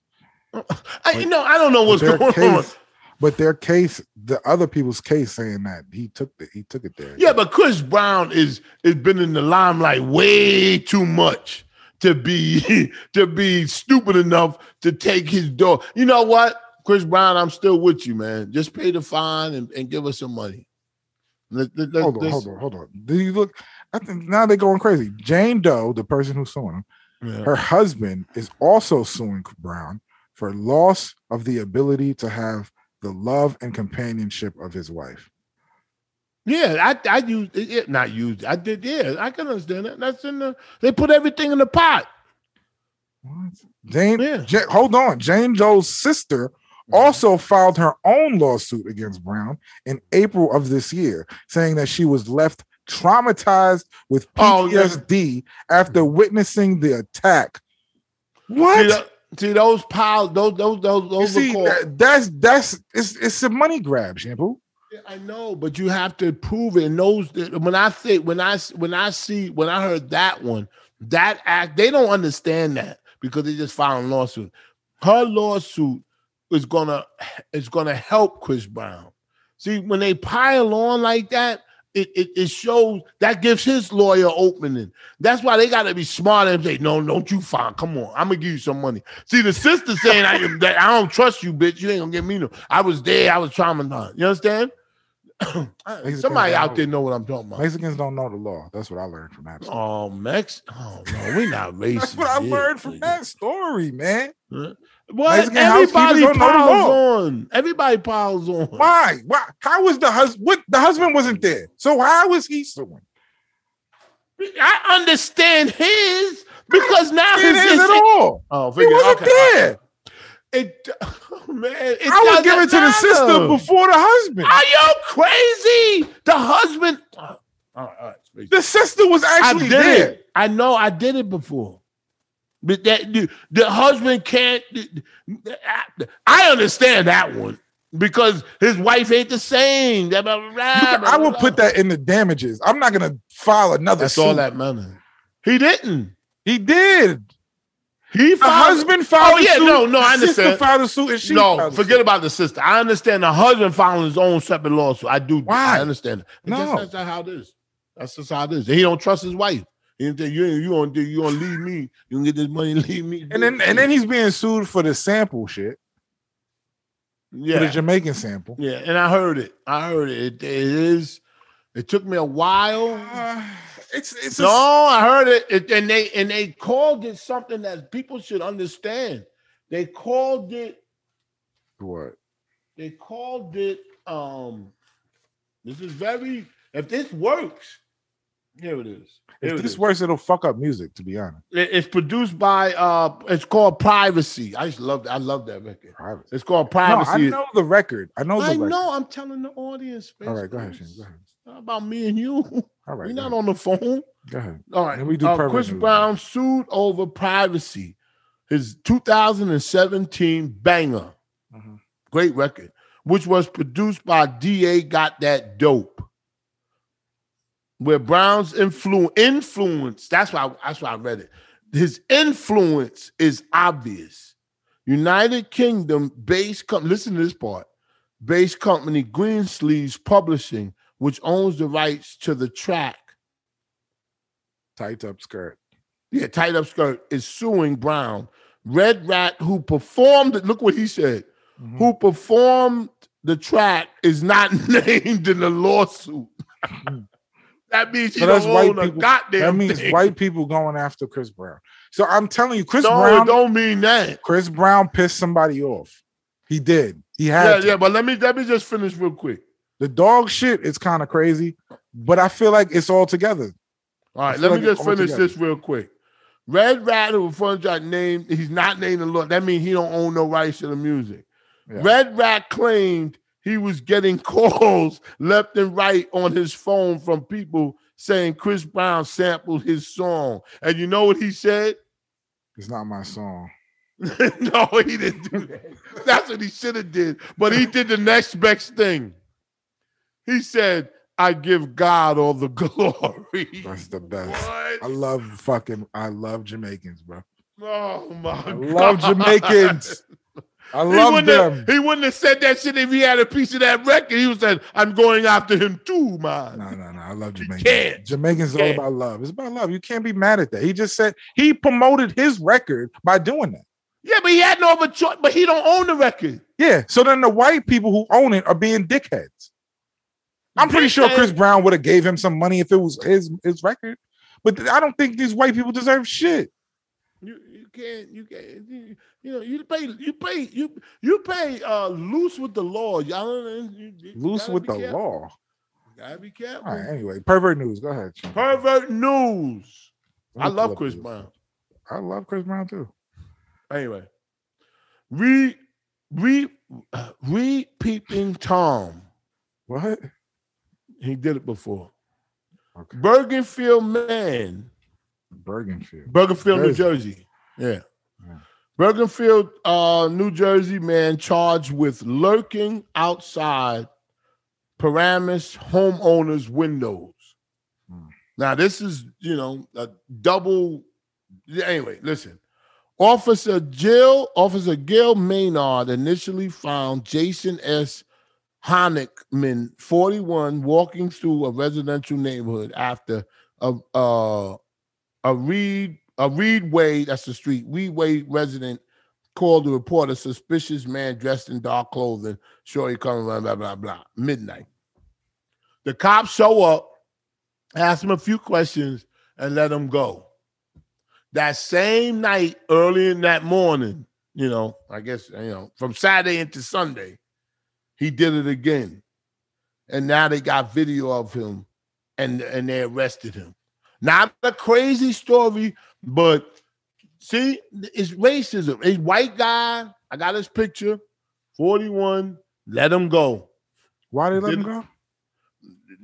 Speaker 2: I, you know, I don't know what's
Speaker 3: their
Speaker 2: going on.
Speaker 3: case- But their case, the other people's case, saying that he took the he took it there.
Speaker 2: Yeah, but Chris Brown is has been in the limelight way too much to be to be stupid enough to take his door. You know what, Chris Brown, I'm still with you, man. Just pay the fine and, and give us some money. Let- let- let-
Speaker 3: hold on,
Speaker 2: let's-
Speaker 3: hold on, hold on. Do you look? I think now they're going crazy. Jane Doe, the person who's suing him,
Speaker 2: Yeah.
Speaker 3: her husband is also suing Brown for loss of the ability to have the love and companionship of his wife.
Speaker 2: Yeah, I I used it, it- not used. I did. Yeah, I can understand that. That's in the. They put everything in the pot.
Speaker 3: What? Jane,
Speaker 2: Yeah.
Speaker 3: Ja- hold on. Jane Doe's sister
Speaker 2: Mm-hmm.
Speaker 3: also filed her own lawsuit against Brown in April of this year, saying that she was left traumatized with
Speaker 2: Oh, yeah.
Speaker 3: PTSD after witnessing the attack.
Speaker 2: See,
Speaker 3: What?
Speaker 2: tho- see those piles. Those those those
Speaker 3: You
Speaker 2: those. are
Speaker 3: see,
Speaker 2: called-
Speaker 3: that- that's that's it's it's a money grab, Shampoo.
Speaker 2: I know, but you have to prove it. And those when I say when I when I see when I heard that one, that act they don't understand that because they just filed a lawsuit. Her lawsuit is gonna is gonna help Chris Brown. See, when they pile on like that, it, it, it shows that gives his lawyer opening. That's why they gotta be smart and say, No, don't you fine. Come on, I'm gonna give you some money. See, the sister saying I that I don't trust you, bitch. You ain't gonna get me no. I was there, I was traumatized. You understand? Somebody out there know what I'm talking about.
Speaker 3: Mexicans don't know the law. That's what I learned from that. story.
Speaker 2: Oh, Mex. Oh no, we're not racist.
Speaker 3: That's what I
Speaker 2: here,
Speaker 3: learned from
Speaker 2: nigga.
Speaker 3: that story, man.
Speaker 2: What
Speaker 3: Mexican housekeepers
Speaker 2: everybody
Speaker 3: don't know the
Speaker 2: piles
Speaker 3: law.
Speaker 2: on. Everybody piles on.
Speaker 3: Why? Why? How was the husband? What the husband wasn't there, so how was he suing?
Speaker 2: I understand his because now
Speaker 3: It
Speaker 2: his
Speaker 3: is at all.
Speaker 2: Oh,
Speaker 3: He
Speaker 2: figure,
Speaker 3: wasn't
Speaker 2: okay.
Speaker 3: there.
Speaker 2: It, oh, man, it
Speaker 3: I would give
Speaker 2: doesn't
Speaker 3: it to the sister
Speaker 2: matter.
Speaker 3: before the husband.
Speaker 2: Are you crazy? The husband. Oh, all right, speak.
Speaker 3: The sister was
Speaker 2: I
Speaker 3: actually
Speaker 2: did
Speaker 3: there.
Speaker 2: it. I know I did it before. But that the, the husband can't. I- I understand that one because his wife ain't the same. Blah, blah, blah,
Speaker 3: You can-
Speaker 2: blah,
Speaker 3: I would
Speaker 2: blah.
Speaker 3: put that in the damages. I'm not gonna file another
Speaker 2: That's
Speaker 3: suit.
Speaker 2: all that matters. He didn't.
Speaker 3: He did.
Speaker 2: He
Speaker 3: The husband filed.
Speaker 2: Oh,
Speaker 3: a
Speaker 2: yeah,
Speaker 3: suit,
Speaker 2: no, no, I
Speaker 3: the sister
Speaker 2: understand.
Speaker 3: Filed a suit, and she
Speaker 2: no,
Speaker 3: filed a
Speaker 2: forget
Speaker 3: suit.
Speaker 2: about the sister. I understand the husband filing his own separate lawsuit. I do.
Speaker 3: Why?
Speaker 2: I understand. It. It's
Speaker 3: No.
Speaker 2: just, that's how it is. That's just how it is. He don't trust his wife. He think you you gonna do you gonna leave me? You gonna get this money? and Leave me?
Speaker 3: And then and then he's being sued for the sample shit, for the
Speaker 2: yeah,
Speaker 3: Jamaican sample.
Speaker 2: yeah. And I heard it. I heard it. It, it is. It took me a while.
Speaker 3: Uh, it's it's
Speaker 2: No,
Speaker 3: a,
Speaker 2: I heard it. it, and they and they called it something that people should understand. They called it
Speaker 3: what?
Speaker 2: they called it um this is very if this works here it is Here
Speaker 3: If
Speaker 2: it
Speaker 3: this
Speaker 2: is.
Speaker 3: works, it'll fuck up music. To be honest,
Speaker 2: It- it's produced by uh it's called privacy i just love that i love that record
Speaker 3: private.
Speaker 2: it's called
Speaker 3: No,
Speaker 2: privacy
Speaker 3: I know the record. I know the
Speaker 2: I
Speaker 3: record.
Speaker 2: know, i'm telling the audience man.
Speaker 3: All right, go ahead, Shane. Go ahead.
Speaker 2: It's not about me and you
Speaker 3: All right,
Speaker 2: we're
Speaker 3: go
Speaker 2: not
Speaker 3: ahead.
Speaker 2: on the phone
Speaker 3: Go ahead.
Speaker 2: all right
Speaker 3: And we do
Speaker 2: uh,
Speaker 3: pervert
Speaker 2: chris
Speaker 3: news.
Speaker 2: brown sued over privacy his 2017 banger Mm-hmm.
Speaker 3: Mhm.
Speaker 2: great record, which was produced by DA Got That Dope. Where Brown's influ- influence, that's why that's why I read it. His influence is obvious. United Kingdom based company, listen to this part. Based company Greensleeves Publishing, which owns the rights to the track.
Speaker 3: Tight up skirt.
Speaker 2: Yeah, tight up skirt is suing Brown. Red Rat, who performed, look what he said.
Speaker 3: Mhm.
Speaker 2: who performed the track is not named in the lawsuit. that means he
Speaker 3: Hmm. So that's
Speaker 2: don't
Speaker 3: white
Speaker 2: own a
Speaker 3: people-
Speaker 2: goddamn
Speaker 3: That means
Speaker 2: thing.
Speaker 3: white people going after Chris Brown. So I'm telling you, Chris
Speaker 2: no, it
Speaker 3: Brown.
Speaker 2: don't mean that.
Speaker 3: Chris Brown pissed somebody off. He did. He had
Speaker 2: Yeah,
Speaker 3: to.
Speaker 2: yeah, but let me let me just finish real quick.
Speaker 3: the dog shit is kind of crazy, but I feel like it's all together.
Speaker 2: All right,
Speaker 3: feel
Speaker 2: let me
Speaker 3: like it's
Speaker 2: just
Speaker 3: all
Speaker 2: finish
Speaker 3: together.
Speaker 2: this real quick. Red Rat, who performed that name, he's not named in the law. That means he don't own no rights to the music.
Speaker 3: Yeah.
Speaker 2: Red Rat claimed he was getting calls left and right on his phone from people saying Chris Brown sampled his song. And you know what he said?
Speaker 3: It's not my song.
Speaker 2: no, he didn't do that. That's what he should have did. But he did the next best thing. He said, I give God all the glory.
Speaker 3: That's the best. I
Speaker 2: What?
Speaker 3: love fucking. I love Jamaicans, bro.
Speaker 2: Oh my
Speaker 3: I
Speaker 2: God.
Speaker 3: love Jamaicans. I
Speaker 2: He
Speaker 3: love
Speaker 2: wouldn't,
Speaker 3: them.
Speaker 2: have, he wouldn't have said that shit if he had a piece of that record. He would have said, I'm going after him too, man.
Speaker 3: No, no, no. I love
Speaker 2: can't.
Speaker 3: Jamaicans. Jamaicans is all
Speaker 2: can't.
Speaker 3: about love. It's about love. You can't be mad at that. He just said he promoted his record by doing that.
Speaker 2: Yeah, but he had no other choice, but he don't own the record.
Speaker 3: Yeah. So then the white people who own it are being dickheads. I'm pretty sure Chris Brown would have gave him some money if it was his his record. But I don't think these white people deserve shit.
Speaker 2: You you can't you can't you, you know you pay you pay you you pay uh loose with the law. Y'all don't- you- you
Speaker 3: Loose
Speaker 2: gotta
Speaker 3: with
Speaker 2: be
Speaker 3: the
Speaker 2: careful.
Speaker 3: law.
Speaker 2: Gotta be careful.
Speaker 3: All right. Anyway, pervert news. Go ahead. Sean.
Speaker 2: Pervert news.
Speaker 3: Let
Speaker 2: I
Speaker 3: me pull
Speaker 2: love
Speaker 3: up
Speaker 2: Chris
Speaker 3: this.
Speaker 2: Brown.
Speaker 3: I love Chris Brown too.
Speaker 2: Anyway, re re re peeping Tom.
Speaker 3: What?
Speaker 2: He did it before.
Speaker 3: Okay.
Speaker 2: Bergenfield man,
Speaker 3: Bergenfield.
Speaker 2: Bergenfield, New Jersey. Yeah.
Speaker 3: Yeah.
Speaker 2: Bergenfield, uh, New Jersey man charged with lurking outside Paramus homeowners' windows.
Speaker 3: Hmm.
Speaker 2: Now, this is, you know, a double. yeah, Anyway, listen. Officer Jill, Officer Gil Maynard initially found Jason S. Honickman, 41, walking through a residential neighborhood after a uh, a Reed a Reed Wade, that's the street, Reed Wade resident called to report a suspicious man dressed in dark clothing. Sure, he coming around, blah, blah, blah. Midnight. The cops show up, ask him a few questions, and let him go. That same night, early in that morning, you know, I guess, you know, from Saturday into Sunday, he did it again. And now they got video of him and, and they arrested him. Not a crazy story, but see, it's racism. A white guy, I got his picture, 41, let him go.
Speaker 3: Why they let him
Speaker 2: Didn't-
Speaker 3: go?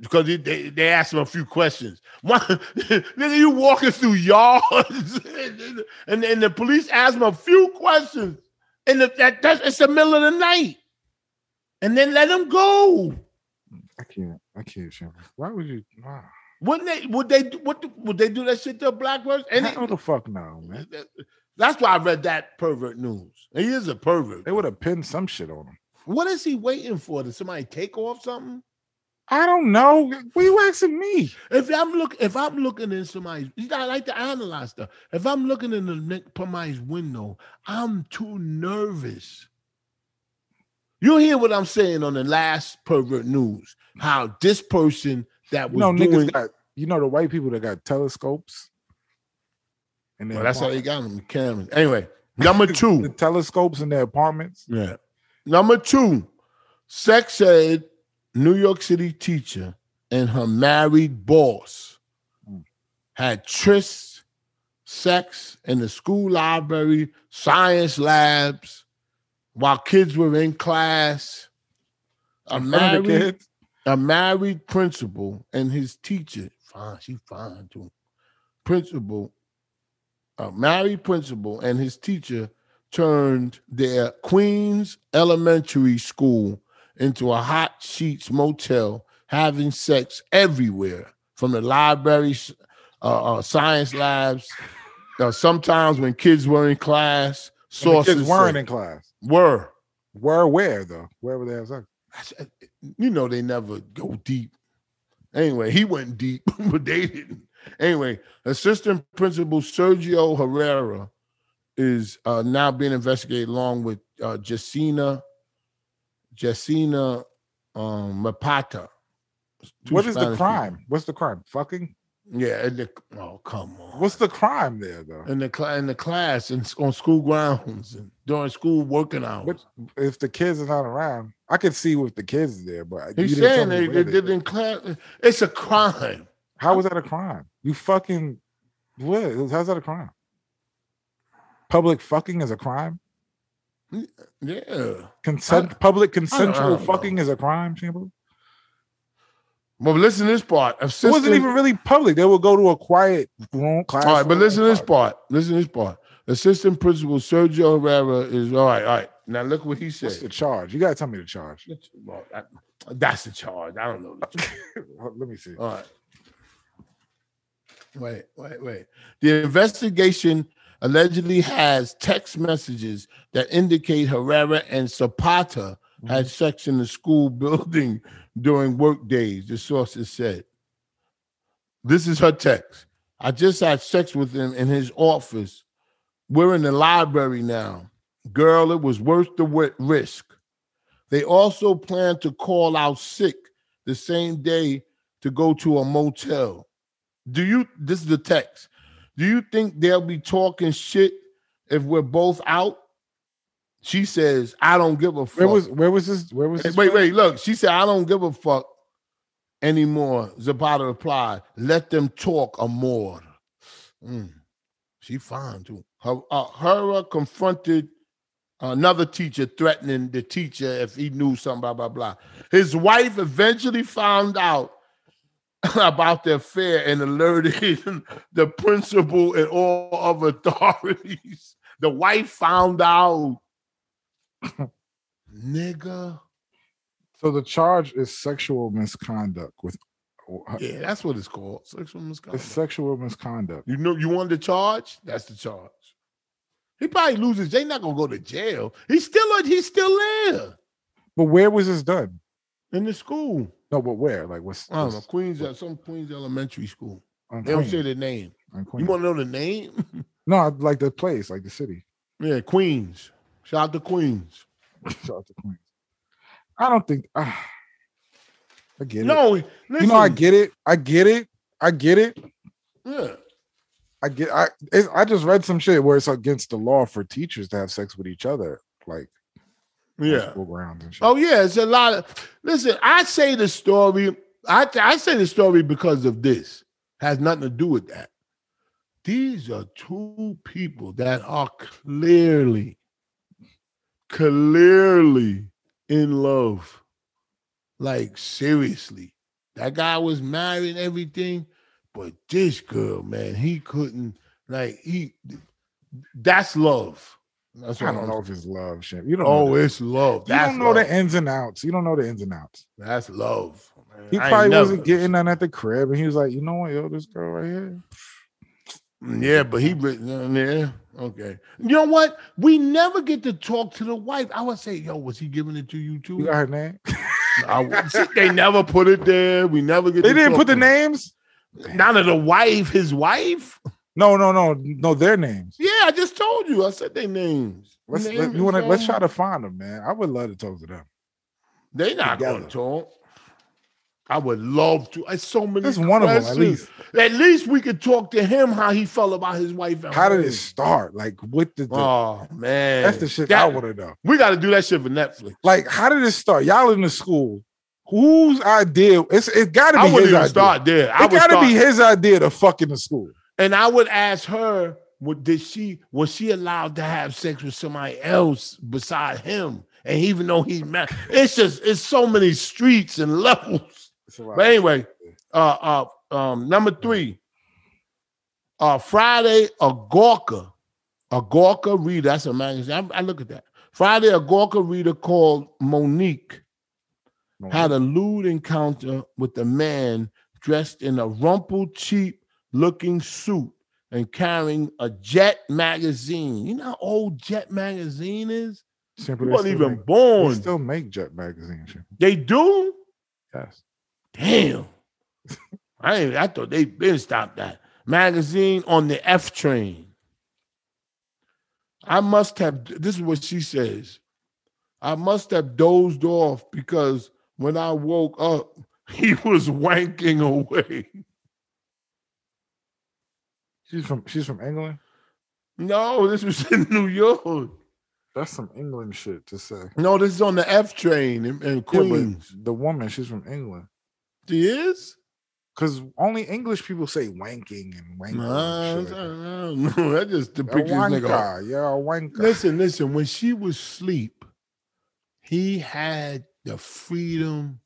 Speaker 2: Because he- they, they asked him a few questions. One, nigga, you walking through yards, and, and the police asked him a few questions. And the, that, that's, it's the middle of the night. And then let him go.
Speaker 3: I can't. I can't. Sean. Why would you? Wow.
Speaker 2: Wouldn't they? Would they? do- What the- would they do that shit to a black person? And it-
Speaker 3: How the fuck no, man?
Speaker 2: That's why I read that pervert news. He is a pervert.
Speaker 3: They would have pinned some shit on him.
Speaker 2: What is he waiting for? Did somebody take off something?
Speaker 3: I don't know. What are you asking me?
Speaker 2: If I'm look, if I'm looking in somebody's, you know, I like to analyze stuff. If I'm looking in the neck somebody's window, I'm too nervous. You hear what I'm saying on the last pervert news? How this person that
Speaker 3: You
Speaker 2: was
Speaker 3: know,
Speaker 2: doing,
Speaker 3: niggas got. You know the white people that got telescopes. And
Speaker 2: well, that's how they got him, Cameron. Anyway, number two.
Speaker 3: the telescopes in their apartments.
Speaker 2: Yeah. Number two, sex ed New York City teacher and her married boss
Speaker 3: Mm.
Speaker 2: had trysts, sex in the school library, science labs, while kids were in class. A
Speaker 3: in front of the
Speaker 2: married,
Speaker 3: kids.
Speaker 2: a married principal and his teacher. Fine, she fine too. Principal, a married principal and his teacher turned their Queens Elementary School into a hot sheets motel, having sex everywhere from the library, s- uh, uh, science labs. Uh, sometimes when kids were in class,
Speaker 3: When the
Speaker 2: sources
Speaker 3: kids weren't
Speaker 2: said-
Speaker 3: in class.
Speaker 2: were.
Speaker 3: Were where though? Where were they have sex?
Speaker 2: I said, you know they never go deep. Anyway, he went deep, but they didn't. Anyway, assistant principal Sergio Herrera is uh, now being investigated along with uh, Jacina, Jacina um, Mapata. Two
Speaker 3: What is the
Speaker 2: Spanish people.
Speaker 3: crime? What's the crime? Fucking.
Speaker 2: Yeah, and the, oh come on,
Speaker 3: What's the crime there though?
Speaker 2: in the cla in the class and s- on school grounds and during school working hours.
Speaker 3: What- if the kids are not around, I could see with the kids is there, but you
Speaker 2: He's
Speaker 3: didn't tell
Speaker 2: saying
Speaker 3: me
Speaker 2: they,
Speaker 3: where
Speaker 2: they
Speaker 3: they
Speaker 2: did
Speaker 3: were.
Speaker 2: in class. It's a crime.
Speaker 3: How was that a crime? You fucking what? How's that a crime? Public fucking is a crime.
Speaker 2: Yeah.
Speaker 3: Consent, public
Speaker 2: I
Speaker 3: consensual
Speaker 2: don't know.
Speaker 3: fucking is a crime. Shampoo.
Speaker 2: Well, listen to this part.
Speaker 3: It
Speaker 2: Assistant,
Speaker 3: wasn't even really public. They would go to a quiet room class.
Speaker 2: all right, but listen to this part. Listen to this part. Assistant principal Sergio Herrera is all right. All right, Now look what he said.
Speaker 3: What's the charge? You gotta tell me the charge.
Speaker 2: Well, I- that's the charge. I don't know. The charge.
Speaker 3: Let me see.
Speaker 2: All right. Wait, wait, wait. The investigation allegedly has text messages that indicate Herrera and Zapata had sex in the school building during work days, the sources said. This is her text. I just had sex with him in his office. We're in the library now. Girl, it was worth the wi- risk. They also plan to call out sick the same day to go to a motel. Do you this is the text. Do you think they'll be talking shit if we're both out? She says, I don't give a fuck.
Speaker 3: Where was where was this? Where was
Speaker 2: Hey,
Speaker 3: this?
Speaker 2: wait, wait, look. She said, I don't give a fuck anymore. Zapata replied, let them talk amor. Mm. She fine too. Her, uh, Hera confronted another teacher threatening the teacher if he knew something, blah, blah, blah. His wife eventually found out about the affair and alerted the principal and all of authorities. The wife found out. Nigga.
Speaker 3: So the charge is sexual misconduct with
Speaker 2: Yeah, that's what it's called. Sexual
Speaker 3: it's
Speaker 2: misconduct.
Speaker 3: sexual misconduct.
Speaker 2: you know, you want the charge? That's the charge. He probably loses. They not gonna go to jail. He's still he's still there
Speaker 3: But where was this done?
Speaker 2: in the school.
Speaker 3: No, but where? Like what's,
Speaker 2: I don't know,
Speaker 3: what's-
Speaker 2: Queens some Queens elementary school.
Speaker 3: on
Speaker 2: They don't
Speaker 3: Queen-
Speaker 2: say the name.
Speaker 3: on
Speaker 2: You
Speaker 3: Queen.
Speaker 2: want to know the name?
Speaker 3: No, I like the place, like the city.
Speaker 2: yeah, Queens. Shout out to Queens.
Speaker 3: Shout out to Queens. I don't think ah, I get it.
Speaker 2: No, listen.
Speaker 3: You know, I get it. I get it. I get it.
Speaker 2: yeah.
Speaker 3: I get. I it's, I just read some shit where it's against the law for teachers to have sex with each other, like on
Speaker 2: yeah.
Speaker 3: school grounds and shit.
Speaker 2: Oh yeah, it's a lot of. Listen, I say the story. I I say the story because of this has nothing to do with that. These are two people that are clearly, clearly in love. Like seriously, that guy was married and everything, but this girl, man, he couldn't. Like he, that's love. That's
Speaker 3: I
Speaker 2: what
Speaker 3: don't
Speaker 2: I'm-
Speaker 3: know if it's love, shit. You don't. know
Speaker 2: Oh,
Speaker 3: that.
Speaker 2: it's love.
Speaker 3: you
Speaker 2: That's
Speaker 3: don't know
Speaker 2: love.
Speaker 3: the ins and outs. You don't know the ins and outs.
Speaker 2: That's love. man.
Speaker 3: He
Speaker 2: I ain't
Speaker 3: probably
Speaker 2: never-
Speaker 3: wasn't getting none at the crib, and he was like, you know what, yo, this girl right here.
Speaker 2: Mm, Yeah, but he. re- Yeah. Okay. You know what? We never get to talk to the wife. I would say, yo, was he giving it to you
Speaker 3: You
Speaker 2: too?
Speaker 3: got her name.
Speaker 2: I would- see, they never put it there. We never get.
Speaker 3: They
Speaker 2: to
Speaker 3: didn't
Speaker 2: talk
Speaker 3: put the
Speaker 2: to-
Speaker 3: names.
Speaker 2: None of the wife, his wife.
Speaker 3: No, no, no, no. Their names.
Speaker 2: Yeah, I just told you. I said their names.
Speaker 3: Let's
Speaker 2: Name
Speaker 3: let,
Speaker 2: is
Speaker 3: you want to let's
Speaker 2: on-
Speaker 3: try to find them, man. I would love to talk to them.
Speaker 2: They not going to
Speaker 3: together.
Speaker 2: talk. I would love to. It's so many.
Speaker 3: Just one of them, at
Speaker 2: questions.
Speaker 3: least.
Speaker 2: At least we could talk to him how he felt about his wife. at
Speaker 3: How did
Speaker 2: home.
Speaker 3: it start? Like, what did the,
Speaker 2: Oh man,
Speaker 3: that's the shit
Speaker 2: That-
Speaker 3: I want to know.
Speaker 2: We got to do that shit for Netflix.
Speaker 3: Like, how did it start? Y'all in the school. Whose idea? It's it got to
Speaker 2: I
Speaker 3: be his
Speaker 2: wouldn't even
Speaker 3: idea.
Speaker 2: start there. I
Speaker 3: It
Speaker 2: would
Speaker 3: got to
Speaker 2: start,
Speaker 3: be his idea to fuck in the school.
Speaker 2: and I would ask her, "What did she? Was she allowed to have sex with somebody else beside him?" And even though he's mad, it's just it's so many streets and levels.
Speaker 3: Oh,
Speaker 2: But anyway, uh, uh, um, number three, uh, Friday a Gawker, a Gawker reader. That's a magazine. I, I look at that. Friday a Gawker reader called Monique. had a lewd encounter with a man dressed in a rumpled, cheap looking suit and carrying a Jet magazine. You know how old Jet magazine is?
Speaker 3: Simple,
Speaker 2: You
Speaker 3: they
Speaker 2: wasn't
Speaker 3: still
Speaker 2: even
Speaker 3: make-
Speaker 2: born.
Speaker 3: They still make Jet magazine. Shit.
Speaker 2: they do?
Speaker 3: Yes.
Speaker 2: Damn. I ain't, I thought they been stopped that. Magazine on the F train. I must have this is what she says. I must have dozed off because when I woke up, he was wanking away.
Speaker 3: She's from she's from England.
Speaker 2: No, this was in New York.
Speaker 3: That's some England shit to say.
Speaker 2: No, this is on the F train in, in
Speaker 3: Yeah, but
Speaker 2: Queens.
Speaker 3: the woman, she's from England.
Speaker 2: She is?
Speaker 3: Cause only English people say wanking and wanking.
Speaker 2: Nah, I
Speaker 3: and shit like
Speaker 2: don't know. That just
Speaker 3: that.
Speaker 2: depicts
Speaker 3: a
Speaker 2: this nigga.
Speaker 3: wanker. Yeah, a wanker.
Speaker 2: Listen, listen. When she was asleep, he had the freedom.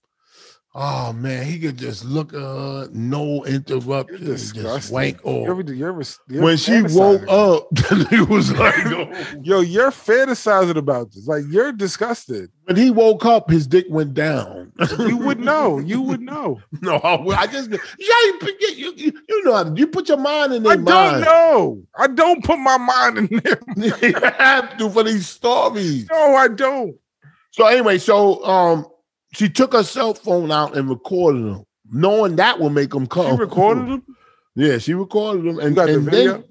Speaker 2: Oh man, he could just look uh no interruption,
Speaker 3: You're
Speaker 2: just
Speaker 3: disgusting.
Speaker 2: wank off.
Speaker 3: You're, you're, you're
Speaker 2: when she woke
Speaker 3: fantasizing.
Speaker 2: up, he was like, oh.
Speaker 3: yo, you're fantasizing about this. Like you're disgusted.
Speaker 2: when he woke up, his dick went down.
Speaker 3: You would know. You would know.
Speaker 2: no, I, would- I just you, gotta pick it- you, you, you know how to- you put your mind in
Speaker 3: I
Speaker 2: their
Speaker 3: don't
Speaker 2: mind.
Speaker 3: know. I don't put my mind in there.
Speaker 2: you have to for these stories.
Speaker 3: No, I don't.
Speaker 2: So anyway, so um, she took her cell phone out and recorded them, knowing that would make them
Speaker 3: She
Speaker 2: come.
Speaker 3: recorded him.
Speaker 2: Yeah, she recorded them, and,
Speaker 3: got the
Speaker 2: and
Speaker 3: video?
Speaker 2: then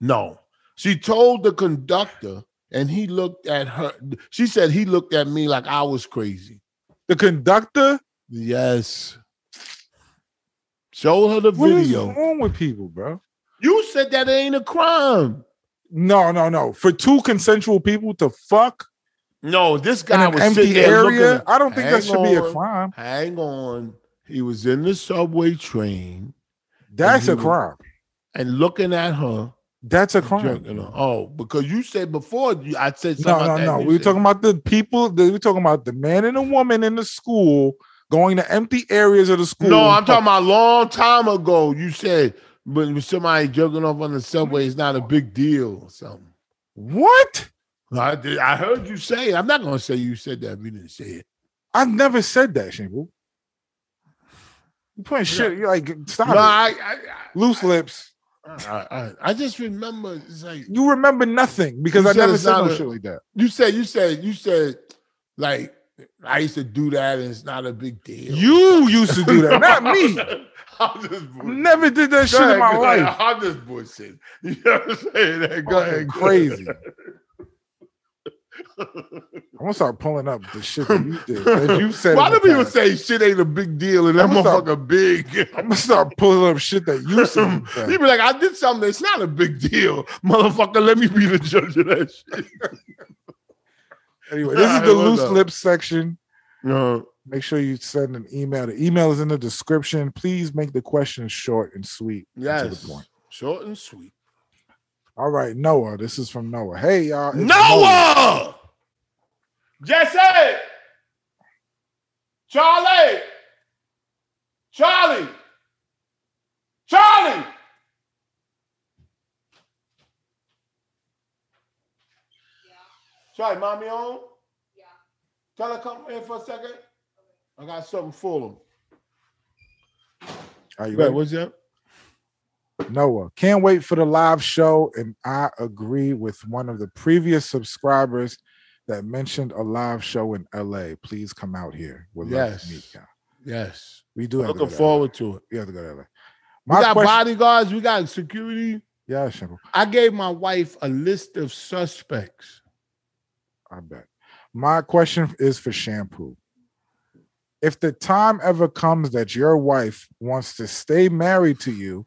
Speaker 2: no, she told the conductor, and he looked at her. She said he looked at me like I was crazy.
Speaker 3: The conductor.
Speaker 2: Yes. Show her the
Speaker 3: What is
Speaker 2: video.
Speaker 3: wrong with people, bro?
Speaker 2: You said that ain't a crime.
Speaker 3: No, no, no. For two consensual people to fuck
Speaker 2: No, this
Speaker 3: in
Speaker 2: guy
Speaker 3: an
Speaker 2: was sitting
Speaker 3: empty
Speaker 2: there looking
Speaker 3: area,
Speaker 2: at-
Speaker 3: I don't think that
Speaker 2: Hang
Speaker 3: should be a
Speaker 2: on.
Speaker 3: crime.
Speaker 2: Hang on. He was in the subway train
Speaker 3: That's a
Speaker 2: Mhm.
Speaker 3: crime.
Speaker 2: and looking at her.
Speaker 3: That's a crime.
Speaker 2: jerking her. Oh, because you said before you- I said something.
Speaker 3: No, no,
Speaker 2: about that,
Speaker 3: no.
Speaker 2: you
Speaker 3: We were
Speaker 2: said-
Speaker 3: talking about the people. The, we were talking about the man and the woman in the school going to empty areas of the school.
Speaker 2: No, I'm talking about a long time ago. You said but when somebody jerking off on the subway is not a big deal or something.
Speaker 3: what?
Speaker 2: I did, I heard you say it. I'm not gonna say you said that if you didn't say it.
Speaker 3: I've never said that, Shingle. You putting shit. You like stop
Speaker 2: No,
Speaker 3: it.
Speaker 2: I, I, I-
Speaker 3: loose lips.
Speaker 2: I, I, I just remember it's like
Speaker 3: You remember nothing because
Speaker 2: You
Speaker 3: I
Speaker 2: said
Speaker 3: never
Speaker 2: it's
Speaker 3: said
Speaker 2: not
Speaker 3: no
Speaker 2: a-
Speaker 3: shit like that.
Speaker 2: you said, you said, you said, like I used to do that, and it's not a big deal.
Speaker 3: You used to do that, not me.
Speaker 2: I'm just bullshit.
Speaker 3: Never did that shit in my life. Oh,
Speaker 2: I'm just bullshit. You know what I'm saying? Go ahead,
Speaker 3: crazy. I'm gonna start pulling up the shit that you did. That you said.
Speaker 2: Why
Speaker 3: in the
Speaker 2: do people
Speaker 3: past.
Speaker 2: say shit ain't a big deal and that
Speaker 3: I'ma stop-
Speaker 2: motherfucker big?
Speaker 3: I'm gonna start pulling up shit that you said. in the past.
Speaker 2: You be like, I did something. It's not a big deal, motherfucker. Let me be the judge of that shit.
Speaker 3: Anyway, this is
Speaker 2: Alright,
Speaker 3: the
Speaker 2: well
Speaker 3: loose
Speaker 2: done.
Speaker 3: lips section.
Speaker 2: Uh,
Speaker 3: Make sure you send an email. The email is in the description. Please make the questions short and sweet. and To
Speaker 2: yes,
Speaker 3: the point.
Speaker 2: short and sweet.
Speaker 3: All right, Noah. This is from Noah. Hey, y'all. it's
Speaker 2: Noah! Jesse! Charlie! Charlie! Charlie! Charlie, mommy on? Yeah. Tell her come in for a second. I got something for him.
Speaker 3: Are you
Speaker 2: Wait,
Speaker 3: ready?
Speaker 2: what's that?
Speaker 3: Noah. Can't wait for the live show. And I agree with one of the previous subscribers that mentioned a live show in LA. Please come out here. We'd love
Speaker 2: Yes.
Speaker 3: to meet you.
Speaker 2: Yes.
Speaker 3: We do have
Speaker 2: Looking
Speaker 3: to go to LA.
Speaker 2: forward to it.
Speaker 3: We have to go to LA.
Speaker 2: We
Speaker 3: My
Speaker 2: got
Speaker 3: question-
Speaker 2: bodyguards, we got security.
Speaker 3: yeah, Shingle.
Speaker 2: I gave my wife a list of suspects.
Speaker 3: I bet. My question is for shampoo. If the time ever comes that your wife wants to stay married to you,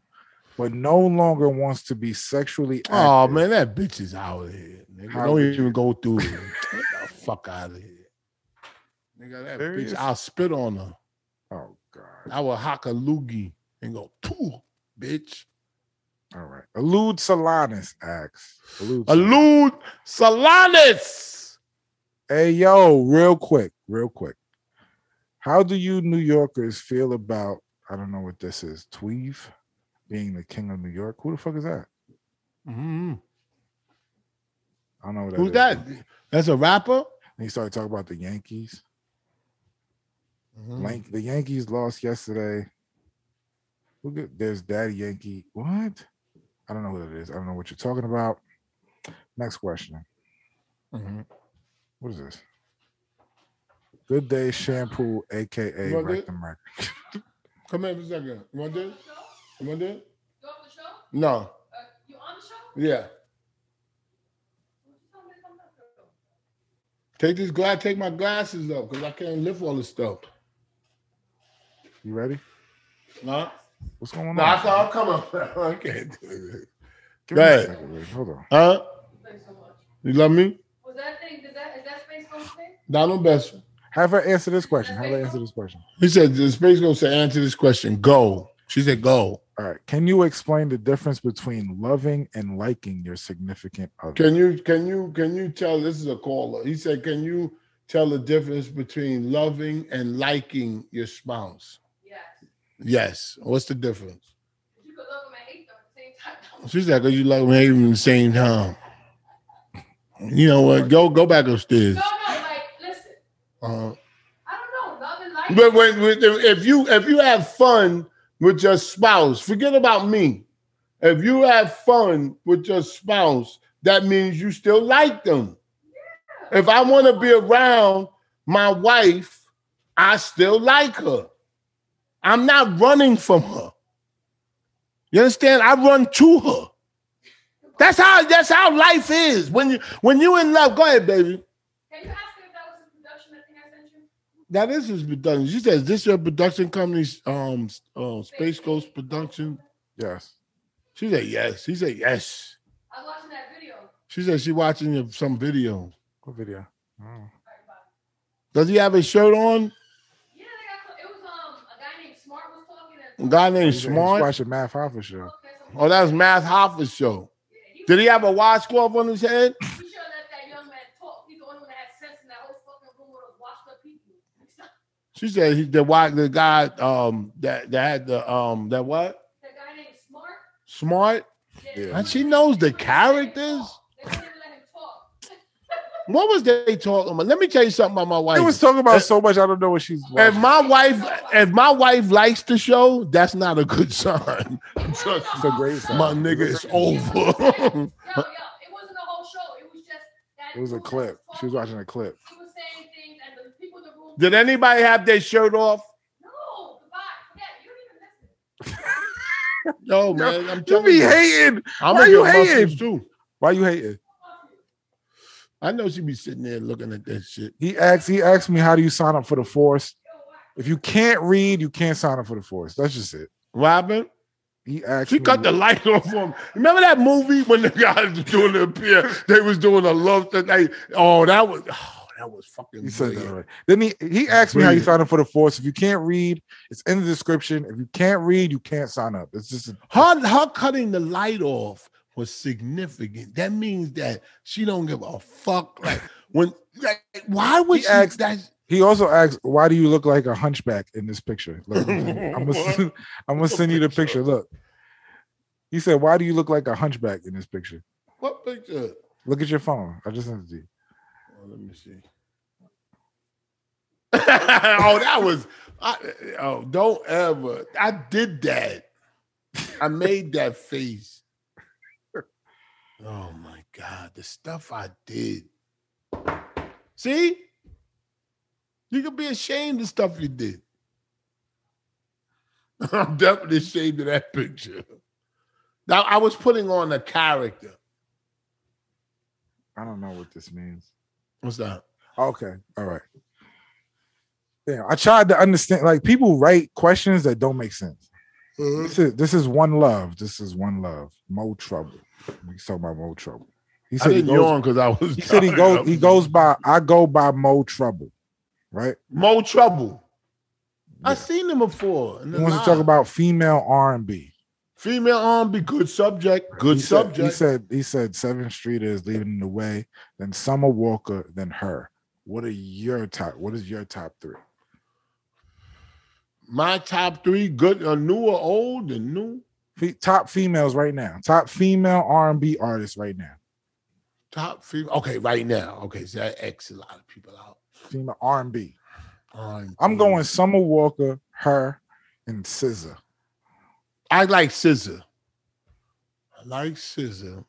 Speaker 3: but no longer wants to be sexually active,
Speaker 2: Oh man, that bitch is out of here. Nigga.
Speaker 3: How
Speaker 2: Don't
Speaker 3: would
Speaker 2: even go through it. Get the fuck out of here. Nigga, that
Speaker 3: Serious?
Speaker 2: bitch, I'll spit on her.
Speaker 3: oh god!
Speaker 2: I will hock a loogie and go, "Phew, bitch.
Speaker 3: All right, elude Solanas asks. Elude Solanas.
Speaker 2: Allude Solanas.
Speaker 3: Hey yo, real quick, real quick. How do you New Yorkers feel about I don't know what this is, Tweeve being the king of New York? Who the fuck is that?
Speaker 2: Mhm.
Speaker 3: I don't know what Mm-hmm. that
Speaker 2: Who's
Speaker 3: is.
Speaker 2: that? That's a rapper?
Speaker 3: And he started talking about the Yankees.
Speaker 2: Mhm.
Speaker 3: Like the Yankees lost yesterday. Look at there's Daddy Yankee. What? I don't know what it is. I don't know what you're talking about. Next question. Mm-hmm.
Speaker 2: Mhm.
Speaker 3: What is this? Good day shampoo, aka
Speaker 2: You want
Speaker 3: Wreck
Speaker 2: it?
Speaker 3: the Merc.
Speaker 2: Come here for a second. You want this? You want this? No. Yeah. Take this glass, take my glasses off because I can't lift all this stuff.
Speaker 3: You ready?
Speaker 2: No,
Speaker 3: What's going on?
Speaker 2: no, I saw I'm coming. I can't do it.
Speaker 3: Give me a
Speaker 2: go ahead.
Speaker 3: second, wait, Hold on.
Speaker 2: Huh? You love me?
Speaker 9: Was that thing, did that, is that space going to stay?
Speaker 2: Donald Best.
Speaker 3: Have her answer this question. Have her answer this question.
Speaker 2: He said the space ghost said answer this question. Go. She said go.
Speaker 3: All right. Can you explain the difference between loving and liking your significant other?
Speaker 2: Can you can you can you tell this is a caller? He said, Can you tell the difference between loving and liking your spouse?
Speaker 9: Yes.
Speaker 2: Yes. What's the difference?
Speaker 9: You could love them and hate them at the same time.
Speaker 2: She said, "Cause you love me at the same time." You know what? Go go back upstairs.
Speaker 9: No, no, like, listen.
Speaker 2: Uh,
Speaker 9: I don't know. Love and life.
Speaker 2: but when, when- if you if you have fun with your spouse, forget about me. If you have fun with your spouse, that means you still like them. If I want to be around my wife, I still like her. I'm not running from her. You understand? I run to her. That's how that's how life is. When you when you in love, go ahead, baby.
Speaker 9: Can you ask him if that was a production I think I sent you?
Speaker 2: That is his production. She says, "This your production company's um s- uh, Space Ghost production."
Speaker 3: Yes.
Speaker 2: She said, "Yes." He said, "Yes."
Speaker 9: I was watching that video.
Speaker 2: She said, "She watching your- some video."
Speaker 3: What video? Oh.
Speaker 2: Does he have a shirt on?
Speaker 9: Yeah, they got, cl- it was um a guy named Smart was talking
Speaker 2: A
Speaker 9: and
Speaker 2: guy named
Speaker 3: He's
Speaker 2: Smart.
Speaker 3: watching Math Hoffa show.
Speaker 9: Okay, so
Speaker 2: Oh, that was Math Hoffa's show.
Speaker 9: yeah, he,
Speaker 2: Did he have a washcloth on his head?
Speaker 9: he sure let that young man talk. He's the only one that had sense in that whole fucking room with those washed up people.
Speaker 2: She said he the wa- the guy um that that had the um that what
Speaker 9: that guy named Smart.
Speaker 2: smart
Speaker 3: Yeah.
Speaker 2: and she knows the characters.
Speaker 9: They wouldn't even let him talk.
Speaker 2: What was they talking about? Let me tell you something about my wife.
Speaker 3: It was talking about so much. I don't know what she's.
Speaker 2: If
Speaker 3: Watching.
Speaker 2: my wife, if my wife likes the show, that's not a good sign. Trust
Speaker 3: It's a great sign.
Speaker 2: my nigga, it's over.
Speaker 9: Yo, yo, it wasn't a whole show. It was just that.
Speaker 3: It was a
Speaker 9: dude that
Speaker 3: clip. She was
Speaker 9: talking.
Speaker 3: watching a clip.
Speaker 9: He was saying things, and the people in the room.
Speaker 2: Did anybody have their shirt off?
Speaker 9: No, goodbye. Forget it. You don't even listen.
Speaker 2: Yo, man, I'm
Speaker 3: You
Speaker 2: telling
Speaker 3: be
Speaker 2: you,
Speaker 3: hating.
Speaker 2: I'm
Speaker 3: why
Speaker 2: in
Speaker 3: you
Speaker 2: your muscles
Speaker 3: hating?
Speaker 2: too.
Speaker 3: Why you hating?
Speaker 2: I know she be sitting there looking at that shit.
Speaker 3: He asked. He asked me, "How do you sign up for the force? If you can't read, you can't sign up for the force. That's just it."
Speaker 2: Robin,
Speaker 3: He asked.
Speaker 2: she
Speaker 3: me,
Speaker 2: cut the light off on. Remember that movie when the guys was doing the appear? They was doing a love tonight. Oh, that was oh, that was fucking.
Speaker 3: He said that
Speaker 2: brilliant.
Speaker 3: already. Then he he asked me how you
Speaker 2: Brilliant.
Speaker 3: sign up for the force. If you can't read, it's in the description. If you can't read, you can't sign up. It's just a,
Speaker 2: her her cutting the light off was significant. That means that she don't give a fuck. Like when, like why would
Speaker 3: He
Speaker 2: she?
Speaker 3: asked-
Speaker 2: that
Speaker 3: he also asked, "Why do you look like a hunchback in this picture?" Look, I'm gonna I'm gonna send you the picture. Look, he said, "Why do you look like a hunchback in this picture?"
Speaker 2: what picture?
Speaker 3: Look at your phone. I just sent it to you.
Speaker 2: Oh, let me see. oh, that was. I, oh, don't ever. I did that. I made that face. Oh my god, the stuff I did. See, you can be ashamed of stuff you did. I'm definitely ashamed of that picture. Now I was putting on a character.
Speaker 3: I don't know what this means. Oh,
Speaker 2: What's that?
Speaker 3: Okay, all right. Yeah, I tried to understand. Like people write questions that don't make sense. This is this is one love. This is one love. Mo trouble. We talking about Mo trouble. He
Speaker 2: I
Speaker 3: said he
Speaker 2: didn't
Speaker 3: goes.
Speaker 2: yawn because I was.
Speaker 3: He said he
Speaker 2: tired.
Speaker 3: goes. He goes by. I go by Mo trouble, right?
Speaker 2: Mo Trouble.
Speaker 3: Yeah.
Speaker 2: I seen him before. in
Speaker 3: He
Speaker 2: the
Speaker 3: wants to
Speaker 2: live.
Speaker 3: talk about female R and B.
Speaker 2: female R&B. Good subject. Good
Speaker 3: He
Speaker 2: subject.
Speaker 3: said. He said Seventh Street is leading the way. Then Summer Walker. Then her. What are your top? What is your top three?
Speaker 2: My top three. Good. Uh, new or old and new.
Speaker 3: Fe- top females right now. Top female R and B artists right now.
Speaker 2: Top female. Okay, right now. Okay, so that X a lot of people out.
Speaker 3: Female R and B.
Speaker 2: R&B.
Speaker 3: I'm going Summer Walker, her, and SZA.
Speaker 2: I like Scissor. I like Scissor.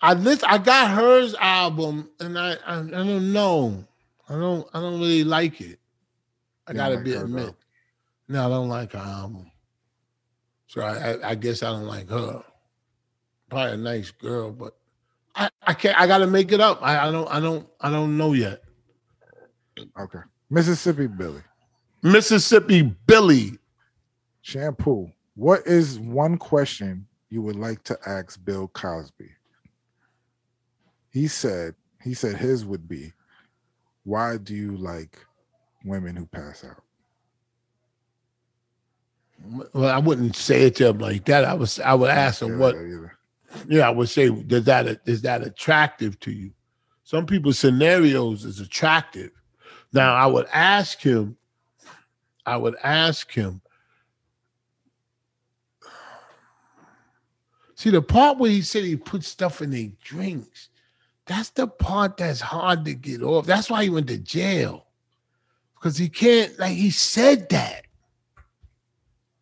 Speaker 2: I list, I got hers album, and I, I I don't know. I don't I don't really like it. I
Speaker 3: You don't
Speaker 2: gotta
Speaker 3: like
Speaker 2: be
Speaker 3: her,
Speaker 2: admit.
Speaker 3: though.
Speaker 2: No, I don't like her album. So I, I I guess I don't like her. Probably a nice girl, but I I can't. I gotta make it up. I, I don't I don't I don't know yet.
Speaker 3: Okay. Mississippi Billy.
Speaker 2: Mississippi Billy.
Speaker 3: Shampoo. What is one question you would like to ask Bill Cosby? He said, he said his would be, why do you like women who pass out?
Speaker 2: Well, I wouldn't say it to him like that. I was I would ask him
Speaker 3: Yeah,
Speaker 2: what
Speaker 3: yeah, yeah.
Speaker 2: yeah, I would say, does that is that attractive to you? Some people's scenarios is attractive. Now, I would ask him, I would ask him. See the part where he said he put stuff in their drinks. That's the part that's hard to get off. That's why he went to jail. Because he can't, like he said that.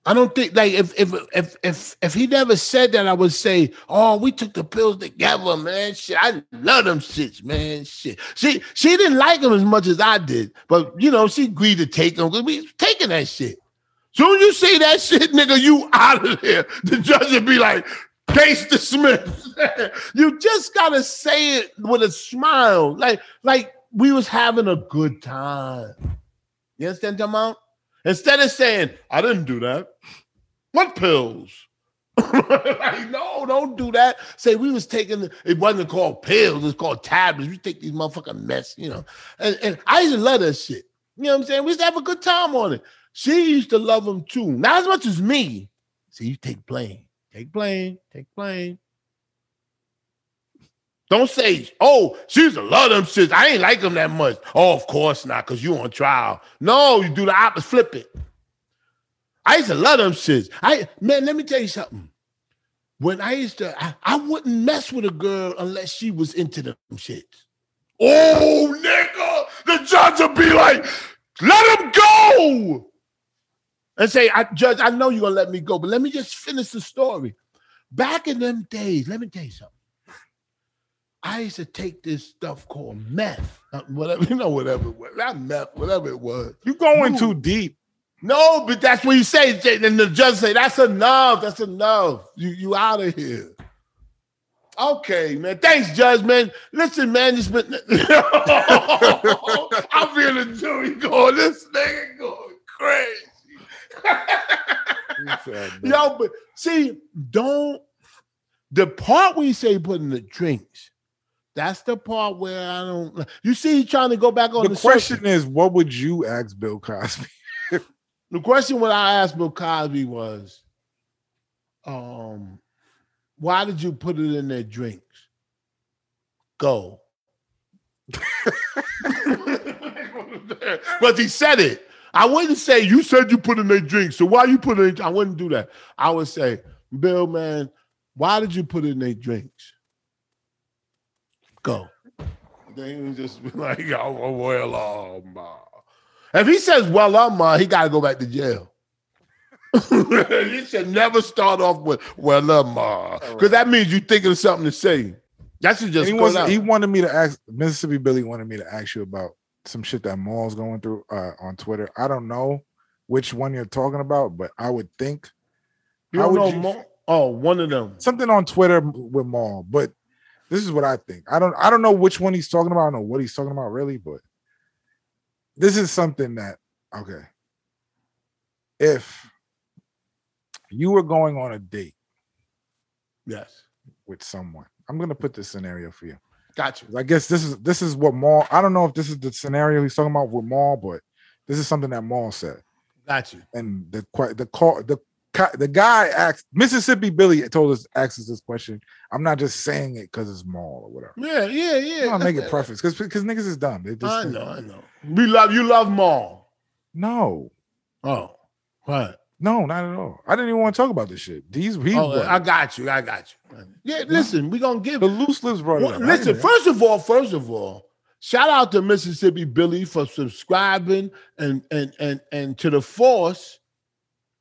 Speaker 2: I don't think like if if if if if he never said that, I would say, "Oh, we took the pills together, man. Shit, I love them shits, man. Shit." She she didn't like him as much as I did, but you know she agreed to take them because we was taking that shit. Soon as you say that shit, nigga, you out of there. The judge would be like, "Case dismissed." you just gotta say it with a smile, like like we was having a good time. You understand, Jamal? Instead of saying, I didn't do that. What pills? like, no, don't do that. Say we was taking the- it wasn't called pills, it's called tablets. We take these motherfucking mess, you know. And, and I used to love that shit. You know what I'm saying? We used to have a good time on it. She used to love them too. Not as much as me. See, you take plane, take plane, take plane. Don't say, oh, she's a lot of them shits. I ain't like them that much. Oh, of course not, because you on trial. No, you do the opposite, flip it. I used to love them shits. I man, let me tell you something. When I used to, I, I wouldn't mess with a girl unless she was into them shits. Oh, nigga, the judge would be like, let him go. And say, I, Judge, I know you're gonna let me go, but let me just finish the story. Back in them days, let me tell you something. I used to take this stuff called meth, uh, whatever you know, whatever it was, not meth, whatever it was.
Speaker 3: You going
Speaker 2: Ooh.
Speaker 3: too deep.
Speaker 2: No, but that's what you say. And the judge say, "That's enough. That's enough. You you out of here." Okay, man. Thanks, judge, man. Listen, man, it's been. I'm feeling jury going. This nigga going crazy. Yo, but see, don't the part where you say put in the drinks. That's the part where I don't. You see, he's trying to go back on the,
Speaker 3: The
Speaker 2: circuit.
Speaker 3: question is, what would you ask Bill Cosby?
Speaker 2: The question when I asked Bill Cosby was, um, why did you put it in their drinks? Go. but he said it. I wouldn't say you said you put in their drinks, so why you put it in? I wouldn't do that. I would say, Bill, man, why did you put it in their drinks? Go. They would just be like, oh, well, oh, my. If he says, well, I'm, uh, he got to go back to jail. you should never start off with, well, I'm, because that means you're thinking of something to say. That should just
Speaker 3: he,
Speaker 2: go
Speaker 3: wasn't,
Speaker 2: out.
Speaker 3: he wanted me to ask Mississippi Billy wanted me to ask you about some shit that Maul's going through uh, on Twitter. I don't know which one you're talking about, but I would think
Speaker 2: You
Speaker 3: how
Speaker 2: don't
Speaker 3: would
Speaker 2: know
Speaker 3: you-
Speaker 2: more? Oh, one of them.
Speaker 3: something on Twitter with Maul. But this is what I think. I don't I don't know which one he's talking about. I don't know what he's talking about really, but this is something that okay. If you were going on a date
Speaker 2: Yes.
Speaker 3: with someone, I'm gonna put this scenario for you.
Speaker 2: Got you.
Speaker 3: I guess this is this is what Maul. I don't know if this is the scenario he's talking about with Maul, but this is something that Maul said.
Speaker 2: Got you.
Speaker 3: And the que- the call the ca- the guy asked Mississippi Billy told us asked us this question. I'm not just saying it because it's Maul or whatever.
Speaker 2: Yeah, yeah, yeah.
Speaker 3: I make it preface because because niggas is dumb. They just
Speaker 2: I
Speaker 3: think-
Speaker 2: know, I know. We love, you love Maul.
Speaker 3: No,
Speaker 2: Oh, what?
Speaker 3: no, not at all. I didn't even want to talk about this shit. These he
Speaker 2: Oh,
Speaker 3: brought
Speaker 2: I
Speaker 3: it.
Speaker 2: got you. I got you. Yeah, listen, we going to give
Speaker 3: the loose lips brought it.
Speaker 2: Well,
Speaker 3: up. I
Speaker 2: listen,
Speaker 3: didn't-
Speaker 2: first of all, first of all, shout out to Mississippi Billy for subscribing and and and and to the force.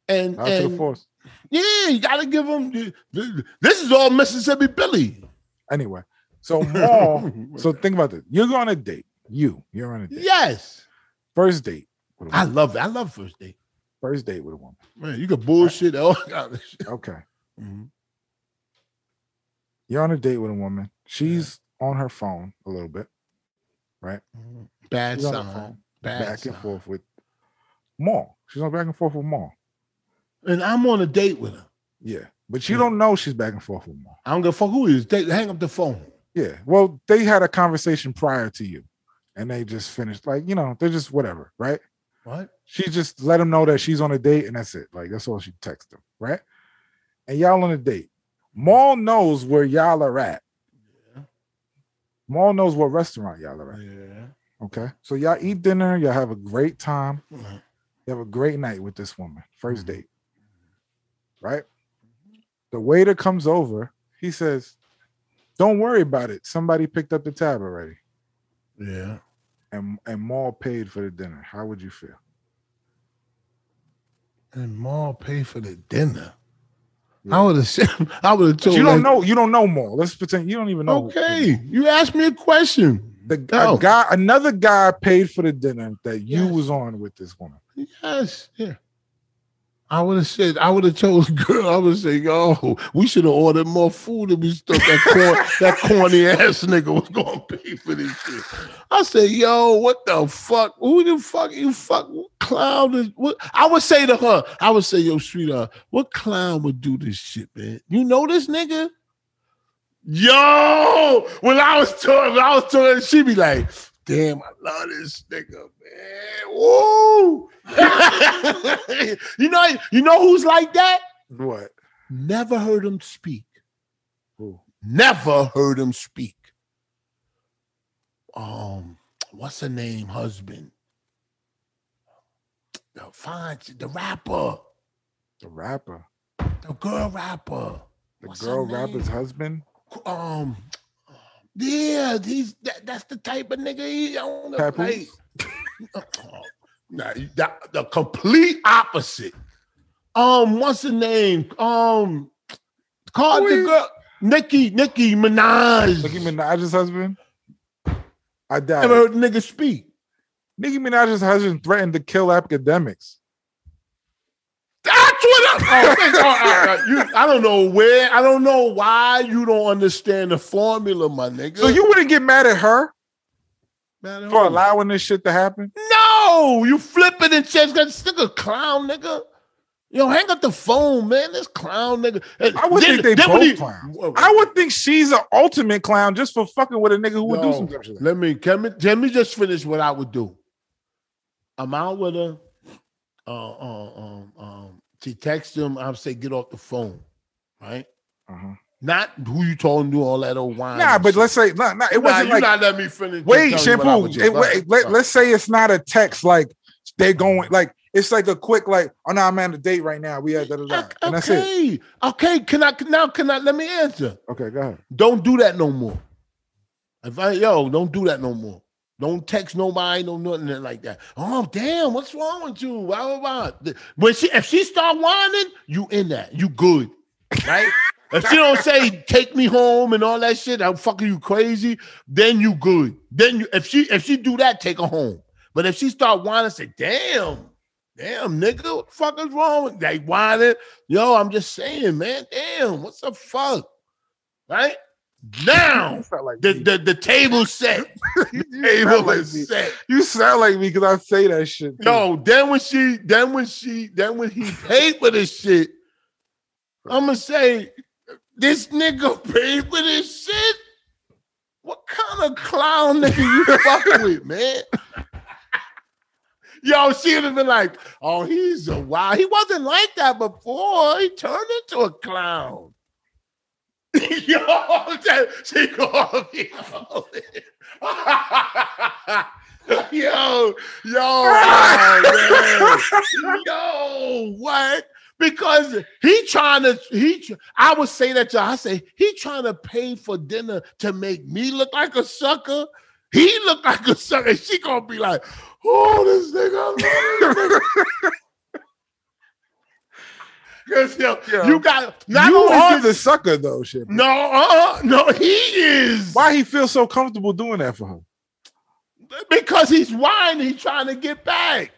Speaker 2: And,
Speaker 3: out to the
Speaker 2: and-
Speaker 3: force.
Speaker 2: yeah, you gotta give him. This is all Mississippi Billy.
Speaker 3: Anyway, so Maul. Oh. so think about this. You're going on a date. You you're on a date.
Speaker 2: yes,
Speaker 3: First date. with a
Speaker 2: I
Speaker 3: woman.
Speaker 2: love it. I love first date.
Speaker 3: First date with a woman.
Speaker 2: Man, you can bullshit all kind of shit.
Speaker 3: Okay. Mm-hmm.
Speaker 2: Mhm.
Speaker 3: You're on a date with a woman. She's on her phone a little bit.
Speaker 2: Bad
Speaker 3: Mm-hmm. She's on her
Speaker 2: sign.
Speaker 3: phone.
Speaker 2: Bad
Speaker 3: back
Speaker 2: sign.
Speaker 3: and forth with Maul. She's on back and forth with Maul.
Speaker 2: And I'm on a date with her.
Speaker 3: Yeah. But you
Speaker 2: Yeah.
Speaker 3: don't know she's back and forth with Maul.
Speaker 2: I don't give a fuck who it is. They, hang up the phone.
Speaker 3: Yeah. Well, they had a conversation prior to you and they just finished. Like, you know, they're just whatever, right?
Speaker 2: What?
Speaker 3: She just let him know that she's on a date and that's it. Like, that's all she texted him, right? And y'all on a date. Maul knows where y'all are at. Maul knows what restaurant y'all are at.
Speaker 2: Yeah.
Speaker 3: Okay. So y'all eat dinner, y'all have a great time. You have a great night with this woman. 1st
Speaker 2: Mm-hmm.
Speaker 3: date. Right? The waiter comes over. He says, Don't worry about it. Somebody picked up the tab already.
Speaker 2: Yeah.
Speaker 3: And and Maul paid for the dinner. How would you feel?
Speaker 2: And Maul paid for the dinner.
Speaker 3: Yeah.
Speaker 2: I would have. I would have
Speaker 3: But
Speaker 2: told.
Speaker 3: you
Speaker 2: like,
Speaker 3: don't know, you don't know Maul. Let's pretend you don't even know.
Speaker 2: Okay, you asked me a question.
Speaker 3: The
Speaker 2: Go.
Speaker 3: a guy, another guy paid for the dinner that you
Speaker 2: Yes.
Speaker 3: was on with this woman.
Speaker 2: Yes, yeah. I would have said, I would have told the girl, I would say, yo, we should have ordered more food if we stuck that corn, that corny ass nigga was gonna pay for this shit. I said, yo, what the fuck? Who the fuck you fuck clown is what I would say to her, I would say, yo, sweetheart, what clown would do this shit, man? You know this nigga? Yo, when I was talking, when I was talking, she'd be like, damn, I love this nigga, man. Woo! you know, you know who's like that?
Speaker 3: What?
Speaker 2: Never heard him speak.
Speaker 3: Who?
Speaker 2: Never heard him speak. Um, what's her name? Husband. The fine, the rapper,
Speaker 3: The rapper.
Speaker 2: the girl rapper.
Speaker 3: The
Speaker 2: What's her
Speaker 3: girl
Speaker 2: name?
Speaker 3: rapper's husband?
Speaker 2: Um, yeah, he's that, that's the type of nigga he on the
Speaker 3: Papoose?
Speaker 2: uh, Nah, the, the complete opposite. Um, what's the name? Um, called Oh, the
Speaker 3: Who is-
Speaker 2: girl Nicki Nicki Minaj.
Speaker 3: Nicki Minaj's husband? I doubt
Speaker 2: Never
Speaker 3: it.
Speaker 2: heard the nigga speak.
Speaker 3: Nicki Minaj's husband threatened to kill academics.
Speaker 2: That's what I. Oh, all right, all right. You, I don't know where. I don't know why you don't understand the formula, my nigga.
Speaker 3: So you wouldn't get mad at her
Speaker 2: Man,
Speaker 3: for
Speaker 2: who-
Speaker 3: allowing this shit to happen?
Speaker 2: No, you flipping and chest got stick a clown, nigga. Yo, hang up the phone, man. This clown, nigga. And
Speaker 3: I would
Speaker 2: then-
Speaker 3: think they
Speaker 2: then when
Speaker 3: both
Speaker 2: he-
Speaker 3: clowns.
Speaker 2: Whoa,
Speaker 3: I would think she's an ultimate clown just for fucking with a nigga who would do
Speaker 2: No,
Speaker 3: some dumb shit. like that.
Speaker 2: Let me, can me, let me just finish what I would do. I'm out with her. Uh, uh, um, um, she texts him. I say, get off the phone, right?
Speaker 3: Uh-huh.
Speaker 2: Not who you told him to do all that old wine.
Speaker 3: Nah,
Speaker 2: and
Speaker 3: but
Speaker 2: shit.
Speaker 3: let's say nah, nah, it
Speaker 2: Nah,
Speaker 3: wasn't
Speaker 2: you
Speaker 3: like
Speaker 2: not let me finish.
Speaker 3: wait,
Speaker 2: Just tell me what I
Speaker 3: shampoo.
Speaker 2: would do.
Speaker 3: It-
Speaker 2: Go
Speaker 3: wait,
Speaker 2: ahead.
Speaker 3: let,
Speaker 2: Go
Speaker 3: let's say it's not a text like they going like it's like a quick like oh no I'm on a date right now we had da da da
Speaker 2: ahead.
Speaker 3: and that's it.
Speaker 2: Okay, okay. Can I now? Can I let me answer?
Speaker 3: Okay, go ahead.
Speaker 2: Don't do that no more. If I yo, don't do that no more. Don't text nobody, no nothing like that. Oh damn, what's wrong with you? Blah blah blah. When she if she start whining, you in that. You good, right? if she don't say take me home and all that shit, I'm fucking you crazy. Then you good. Then you if she if she do that, take her home. But if she start whining, say damn. Damn, nigga, what the fuck is wrong with like whining? Yo, I'm just saying, man. Damn, what's the fuck? right? Now
Speaker 3: sound like
Speaker 2: the
Speaker 3: me.
Speaker 2: the, the table set.
Speaker 3: You- you sound
Speaker 2: table
Speaker 3: like me.
Speaker 2: is set.
Speaker 3: You sound like me because I say that shit. too.
Speaker 2: No, then when she then when she then when he paid for this shit, I'ma say this nigga paid for this shit. What kind of clown nigga you fucking with, man? Yo, she would have been like, oh, he's a wild. He wasn't like that before. He turned into a clown. Yo, that, she called me. yo, yo, oh, man. yo, what? Because he trying to he, tr- I would say that to her, I say he trying to pay for dinner to make me look like a sucker. He look like a sucker. She gonna be like, oh, this nigga, I love this nigga. Cause yo,
Speaker 3: Yo,
Speaker 2: you got not
Speaker 3: you
Speaker 2: only
Speaker 3: are
Speaker 2: did-
Speaker 3: the sucker though, shit.
Speaker 2: no, uh, no, he is.
Speaker 3: Why he feel so comfortable doing that for her?
Speaker 2: Because he's whining, he's trying to get back.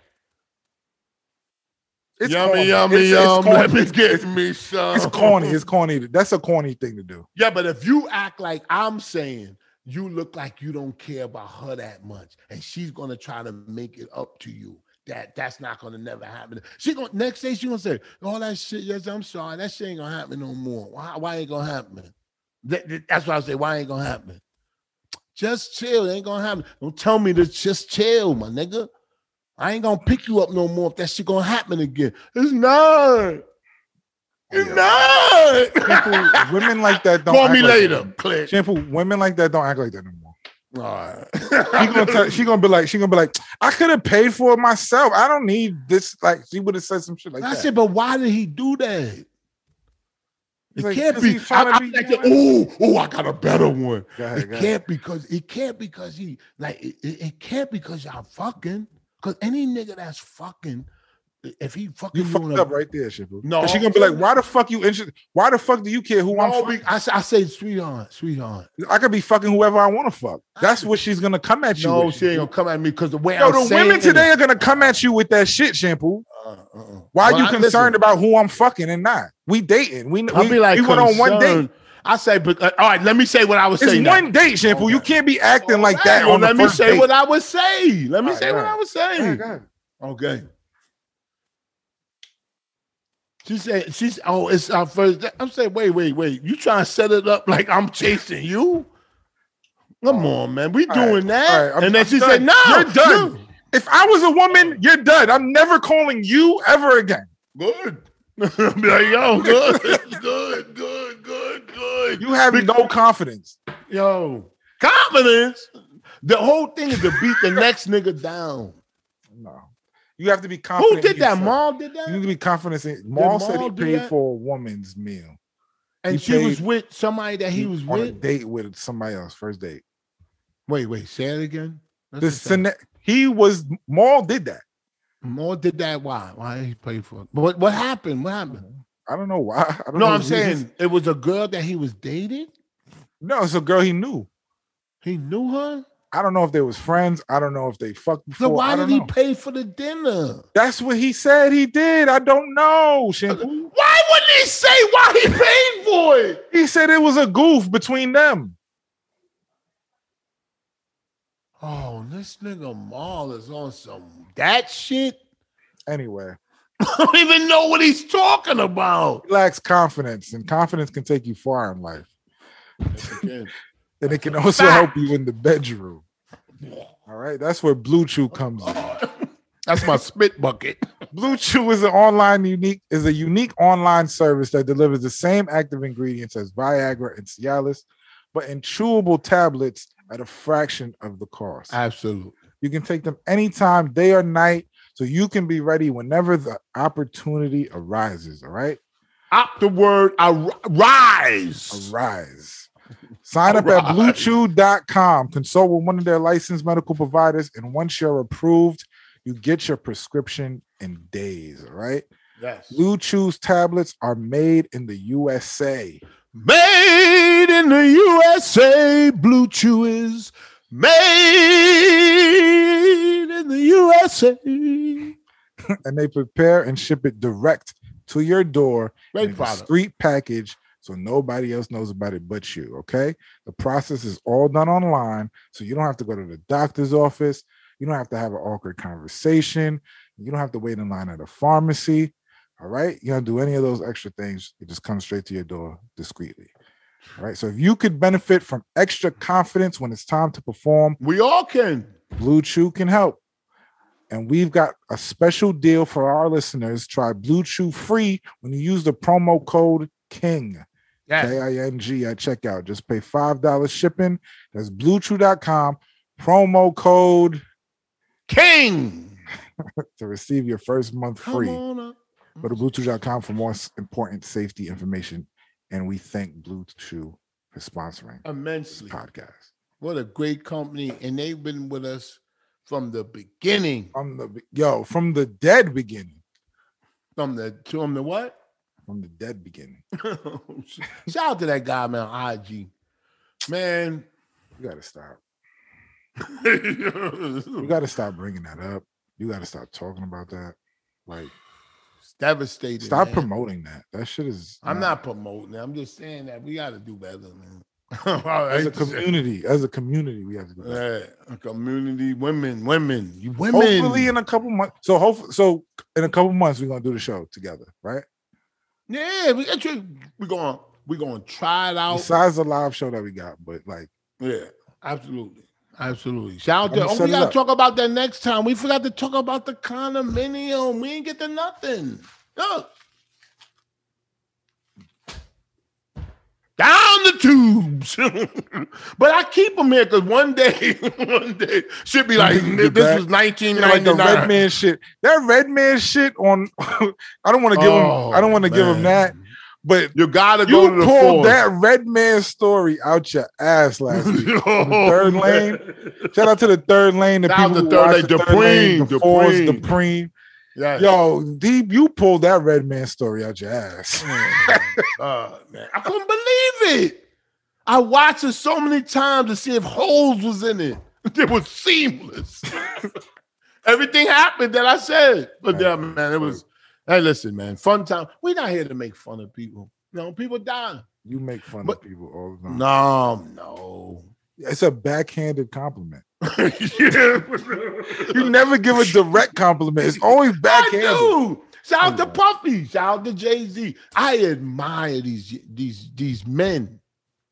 Speaker 3: It's
Speaker 2: yummy,
Speaker 3: corny.
Speaker 2: yummy,
Speaker 3: It's- it's
Speaker 2: yum.
Speaker 3: corny.
Speaker 2: Let me get me some.
Speaker 3: It's corny. It's corny. That's a corny thing to do.
Speaker 2: Yeah, but if you act like I'm saying, you look like you don't care about her that much, and she's gonna try to make it up to you. That that's not gonna never happen. She gonna next day she gonna say all that shit. Yes, I'm sorry. That shit ain't gonna happen no more. Why? Why ain't gonna happen? That- that- that's why I say why ain't gonna happen. Just chill. It ain't gonna happen. Don't tell me to just chill, my nigga. I ain't gonna pick you up no more if that shit gonna happen again. It's not. It's not.
Speaker 3: Shampoo, women like that don't.
Speaker 2: Call
Speaker 3: act
Speaker 2: me
Speaker 3: like
Speaker 2: later,
Speaker 3: That.
Speaker 2: click.
Speaker 3: Shampoo, women like that don't act like that no more.
Speaker 2: All right.
Speaker 3: She gonna, tell, she gonna be like, she gonna be like, I could have paid for it myself. I don't need this. Like, she would have said some shit like
Speaker 2: I
Speaker 3: that.
Speaker 2: said, but why did he do that? It
Speaker 3: like,
Speaker 2: can't
Speaker 3: 'cause
Speaker 2: be.
Speaker 3: he's
Speaker 2: I,
Speaker 3: trying to
Speaker 2: I like,
Speaker 3: be yours.
Speaker 2: oh, oh, I got a better one.
Speaker 3: Go ahead,
Speaker 2: it
Speaker 3: go ahead.
Speaker 2: can't because it can't because he like it, it it can't because y'all fucking. Because any nigga that's fucking, if he fucking
Speaker 3: You fucked
Speaker 2: on a-
Speaker 3: up right there, Shampoo.
Speaker 2: No.
Speaker 3: she gonna be like, why the fuck you interested? Why the fuck do you care who I'm?
Speaker 2: No,
Speaker 3: fucking?
Speaker 2: Oh, be- I, say- I say, sweetheart, sweetheart.
Speaker 3: I could be fucking whoever I want to fuck. That's what she's gonna come at you.
Speaker 2: No,
Speaker 3: with,
Speaker 2: she ain't
Speaker 3: Shampoo.
Speaker 2: gonna come at me because the way
Speaker 3: Yo,
Speaker 2: I'm
Speaker 3: the
Speaker 2: saying
Speaker 3: women
Speaker 2: it-
Speaker 3: today are gonna come at you with that shit, Shampoo.
Speaker 2: Uh, uh, uh.
Speaker 3: Why
Speaker 2: Well,
Speaker 3: are you
Speaker 2: I-
Speaker 3: concerned
Speaker 2: listen,
Speaker 3: about who I'm fucking and not? We dating. We,
Speaker 2: I'll
Speaker 3: we,
Speaker 2: be like,
Speaker 3: we went on one date.
Speaker 2: concerned. I say, but uh, all right, let me say what I was
Speaker 3: It's
Speaker 2: saying.
Speaker 3: one date, Shampoo. You can't be acting like that on
Speaker 2: let
Speaker 3: the
Speaker 2: me
Speaker 3: first
Speaker 2: say
Speaker 3: date.
Speaker 2: what I would say. Let me
Speaker 3: All right,
Speaker 2: say
Speaker 3: go
Speaker 2: what
Speaker 3: ahead.
Speaker 2: I was
Speaker 3: Go ahead,
Speaker 2: saying.
Speaker 3: go ahead.
Speaker 2: Okay. She said, she's oh, it's our first day. I'm saying, wait, wait, wait. You trying to set it up like I'm chasing you? Come on, man. We
Speaker 3: All right,
Speaker 2: doing
Speaker 3: all
Speaker 2: that.
Speaker 3: right, I'm-
Speaker 2: and then
Speaker 3: I'm
Speaker 2: she
Speaker 3: done.
Speaker 2: said, No,
Speaker 3: You're done. If I was a woman, you're done. I'm never calling you ever again.
Speaker 2: no. Good. I'm like, yo, good, good, good, good, good.
Speaker 3: You have no confidence.
Speaker 2: Yo, confidence. The whole thing is to beat the next nigga down.
Speaker 3: No. You have to be confident.
Speaker 2: Who
Speaker 3: in
Speaker 2: did that?
Speaker 3: yourself.
Speaker 2: Mom did
Speaker 3: You need
Speaker 2: that?
Speaker 3: to be confident. In, Maul said
Speaker 2: Maul
Speaker 3: he
Speaker 2: do
Speaker 3: paid
Speaker 2: that?
Speaker 3: for a woman's meal.
Speaker 2: And
Speaker 3: he
Speaker 2: she was
Speaker 3: paid-
Speaker 2: with somebody that he was
Speaker 3: on a
Speaker 2: with.
Speaker 3: date with somebody else, first date.
Speaker 2: Wait, wait, say it again. That's
Speaker 3: The
Speaker 2: the same.
Speaker 3: syne- he was Maul did that.
Speaker 2: More did that. Why? Why did he pay for it? What what happened? What happened?
Speaker 3: I don't know why. I don't
Speaker 2: No,
Speaker 3: know
Speaker 2: I'm
Speaker 3: his reasons.
Speaker 2: saying it was a girl that he was dating.
Speaker 3: no. It's a girl he knew.
Speaker 2: He knew her.
Speaker 3: I don't know if they was friends. I don't know if they fucked before.
Speaker 2: So
Speaker 3: I
Speaker 2: why
Speaker 3: don't
Speaker 2: did he
Speaker 3: know.
Speaker 2: pay for the dinner?
Speaker 3: That's what he said he did. I don't know. Shampoo.
Speaker 2: Why wouldn't he say why he paid for it?
Speaker 3: He said it was a goof between them.
Speaker 2: Oh, this nigga Maul is on some that shit.
Speaker 3: Anyway,
Speaker 2: I don't even know what he's talking about.
Speaker 3: he lacks confidence, and confidence can take you far in life. And it can also help you in the bedroom. All right, that's where Blue Chew comes in.
Speaker 2: That's my spit bucket.
Speaker 3: Blue Chew is an online unique is a unique online service that delivers the same active ingredients as Viagra and Cialis, but in chewable tablets at a fraction of the cost.
Speaker 2: Absolutely.
Speaker 3: You can take them anytime, day or night, so you can be ready whenever the opportunity arises. All right,
Speaker 2: Opt the word ar- rise.
Speaker 3: arise. Sign up at
Speaker 2: Arise.
Speaker 3: bluechew.com. Consult with one of their licensed medical providers, and once you're approved, you get your prescription in days. All right.
Speaker 2: Yes.
Speaker 3: Blue Chew's tablets are made in the USA.
Speaker 2: Made in the USA, Blue Chew is made in the USA.
Speaker 3: and they prepare and ship it direct to your door
Speaker 2: Great
Speaker 3: in a
Speaker 2: product.
Speaker 3: discreet package so nobody else knows about it but you. Okay. The process is all done online, so you don't have to go to the doctor's office. You don't have to have an awkward conversation. You don't have to wait in line at a pharmacy. All right. You don't do any of those extra things. It just comes straight to your door discreetly. All right. So if you could benefit from extra confidence when it's time to perform,
Speaker 2: We all can.
Speaker 3: Blue Chew can help. And we've got a special deal for our listeners. Try Blue Chew free when you use the promo code KING, K
Speaker 2: Yes.
Speaker 3: I N G, at checkout. Just pay $5 shipping. That's bluechew.com, promo code
Speaker 2: King.
Speaker 3: to receive your first month
Speaker 2: Come
Speaker 3: free.
Speaker 2: on up.
Speaker 3: Go to bluechew.com for more s- important safety information. And we thank Blue Chew for sponsoring this
Speaker 2: Immensely.
Speaker 3: podcast.
Speaker 2: What a great company. And they've been with us from the beginning.
Speaker 3: From the be- yo, from the dead beginning.
Speaker 2: From the from the what?
Speaker 3: From the dead beginning.
Speaker 2: Shout out to that guy, man, on IG. Man.
Speaker 3: You gotta stop. You
Speaker 2: it's
Speaker 3: got to stop bringing that up. You got to stop talking about that. Like,
Speaker 2: devastated.
Speaker 3: stop
Speaker 2: man.
Speaker 3: promoting that. That shit is.
Speaker 2: I'm not promoting. it. I'm just saying that we got to do better, man. All
Speaker 3: As a
Speaker 2: right.
Speaker 3: community, as a community, we have to do that.
Speaker 2: eh Yeah, a community, women, women, you women.
Speaker 3: Hopefully, in a couple months. So, hopefully, so in a couple months, we're gonna do the show together, right?
Speaker 2: yeah, we got you. We going, we going to try it out.
Speaker 3: Besides the live show that we got, but like,
Speaker 2: Yeah, absolutely, absolutely. Shout out
Speaker 3: I'ma
Speaker 2: to. Oh,
Speaker 3: set
Speaker 2: we
Speaker 3: it
Speaker 2: got
Speaker 3: up.
Speaker 2: to talk about that next time. We forgot to talk about the condominium. We ain't get to nothing. Look, down the tubes. but I keep them here because one day, one day should be like
Speaker 3: You get
Speaker 2: this
Speaker 3: back.
Speaker 2: was
Speaker 3: Yeah, like the
Speaker 2: 1999.
Speaker 3: red man shit. That red man shit on. I don't want to give him. I don't want to give him that. But
Speaker 2: Oh, You gotta
Speaker 3: you
Speaker 2: go to the
Speaker 3: pulled
Speaker 2: force.
Speaker 3: that red man story out your ass last week.
Speaker 2: Oh,
Speaker 3: third
Speaker 2: man.
Speaker 3: lane. Shout out to the third lane. The
Speaker 2: Shout out
Speaker 3: people
Speaker 2: to
Speaker 3: who
Speaker 2: third
Speaker 3: watch
Speaker 2: lane,
Speaker 3: the third lane,
Speaker 2: Dupreen,
Speaker 3: the fours,
Speaker 2: Dupreen.
Speaker 3: Dupreen.
Speaker 2: Yes.
Speaker 3: Yo, deep. You pulled that red man story out your ass.
Speaker 2: Oh, man. I couldn't believe it. I watched it so many times to see if holes was in it. It was seamless. Everything happened that I said. But yeah, man, it was. Hey, listen, man, fun time. We're not here to make fun of people. No, people die.
Speaker 3: You make fun
Speaker 2: But-
Speaker 3: of people all the time.
Speaker 2: No, no.
Speaker 3: It's a backhanded compliment.
Speaker 2: yeah.
Speaker 3: You never give a direct compliment. It's always
Speaker 2: I
Speaker 3: backhanded.
Speaker 2: do. Shout out to Puffy. Shout out to Jay Z. I admire these these these men.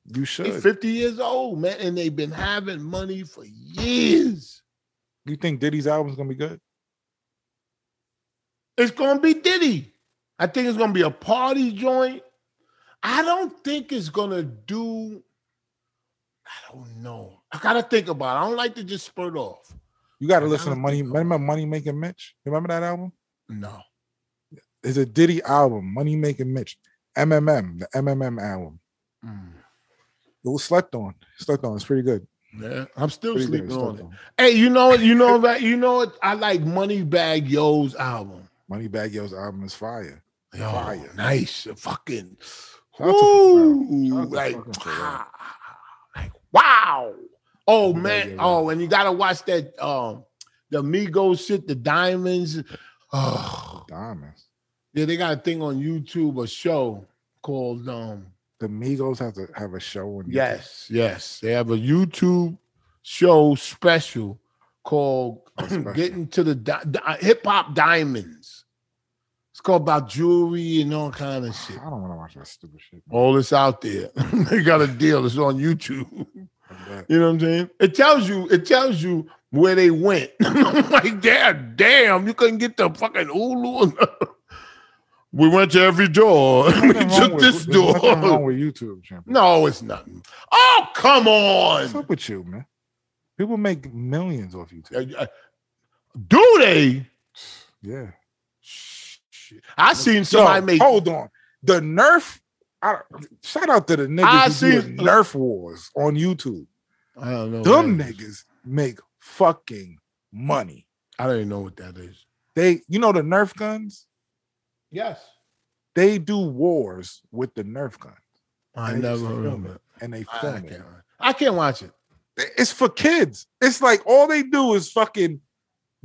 Speaker 3: You
Speaker 2: They
Speaker 3: should.
Speaker 2: 50 years old, man, and they've been having money for years.
Speaker 3: You think Diddy's album's gonna be good?
Speaker 2: It's gonna be Diddy. I think it's gonna be a party joint. I don't think it's gonna do. I don't know. I gotta think about it. I don't like to just spurt off.
Speaker 3: You gotta
Speaker 2: I
Speaker 3: listen to
Speaker 2: don't
Speaker 3: Money.
Speaker 2: think so.
Speaker 3: Remember Money Making Mitch? Remember that album?
Speaker 2: No.
Speaker 3: It's a Diddy album, Money Making Mitch. MMM, the MMM album.
Speaker 2: Mm.
Speaker 3: It was slept on. Slept on. It's pretty good.
Speaker 2: Yeah, I'm still
Speaker 3: Pretty good.
Speaker 2: sleeping on
Speaker 3: Slept
Speaker 2: it.
Speaker 3: on.
Speaker 2: Hey, you know what? You know that? You know what? I like Moneybag Yo's album.
Speaker 3: Money Bag Yo's album is fire.
Speaker 2: Yo,
Speaker 3: Fire.
Speaker 2: Nice. Fucking.
Speaker 3: Shout out to Pharrell.
Speaker 2: Ooh,
Speaker 3: Shout out to
Speaker 2: like,
Speaker 3: fucking Pharrell.
Speaker 2: wow. like wow. Oh
Speaker 3: Yeah,
Speaker 2: man.
Speaker 3: yeah, yeah.
Speaker 2: Oh, and you gotta watch that um the Migos shit, the diamonds. Oh
Speaker 3: Diamonds.
Speaker 2: yeah, they got a thing on YouTube, a show called um
Speaker 3: The Migos have to have a show on YouTube.
Speaker 2: Yes, yes. They have a YouTube show special called
Speaker 3: Oh, special.
Speaker 2: Getting to the Di- Di- Hip Hop Diamonds. It's called about jewelry and all kind of shit.
Speaker 3: I don't want to watch that stupid shit.
Speaker 2: All this out there. they got a deal. It's on YouTube.
Speaker 3: Fuck that.
Speaker 2: You know what I'm saying? It tells you, it tells you where they went. I'm like, damn, damn, you couldn't get the fucking Hulu. or nothing." we went to every door. we
Speaker 3: Nothing wrong
Speaker 2: took
Speaker 3: with-
Speaker 2: this
Speaker 3: there's Nothing wrong
Speaker 2: door.
Speaker 3: with YouTube, champion.
Speaker 2: No, it's nothing. Oh, come
Speaker 3: What's
Speaker 2: on.
Speaker 3: up with you, man? People make millions off YouTube.
Speaker 2: Uh, uh, Do they?
Speaker 3: Yeah.
Speaker 2: Shit. I seen somebody
Speaker 3: Yo, oh,
Speaker 2: make.
Speaker 3: Hold on. The Nerf. I, shout out to the niggas
Speaker 2: I
Speaker 3: who do
Speaker 2: seen- Oh,
Speaker 3: the Nerf wars on YouTube.
Speaker 2: I don't know. what
Speaker 3: Them
Speaker 2: that is.
Speaker 3: niggas make fucking money.
Speaker 2: I don't even know what that is.
Speaker 3: They, you know, the Nerf guns.
Speaker 2: Yes.
Speaker 3: They do wars with the Nerf gun,
Speaker 2: I
Speaker 3: They just
Speaker 2: never heard
Speaker 3: film
Speaker 2: of it.
Speaker 3: and they
Speaker 2: I, I
Speaker 3: film it.
Speaker 2: can't, I can't watch it.
Speaker 3: It's for kids. It's like all they do is fucking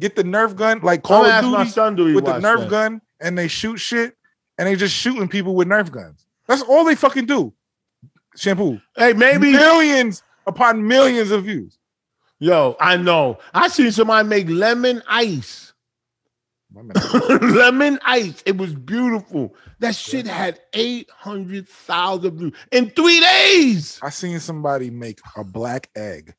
Speaker 3: get the Nerf gun, like
Speaker 2: Call
Speaker 3: Call
Speaker 2: I'm gonna
Speaker 3: of
Speaker 2: ask my
Speaker 3: Duty.
Speaker 2: son, do he
Speaker 3: with the
Speaker 2: watch
Speaker 3: Nerf
Speaker 2: that?
Speaker 3: gun and they shoot shit and they just shooting people with Nerf guns. That's all they fucking do. Shampoo.
Speaker 2: Hey, maybe
Speaker 3: millions upon millions of views.
Speaker 2: Yo, I know. I seen somebody make lemon ice. lemon ice. It was beautiful. That shit had 800,000 views in three days.
Speaker 3: I seen somebody make a black egg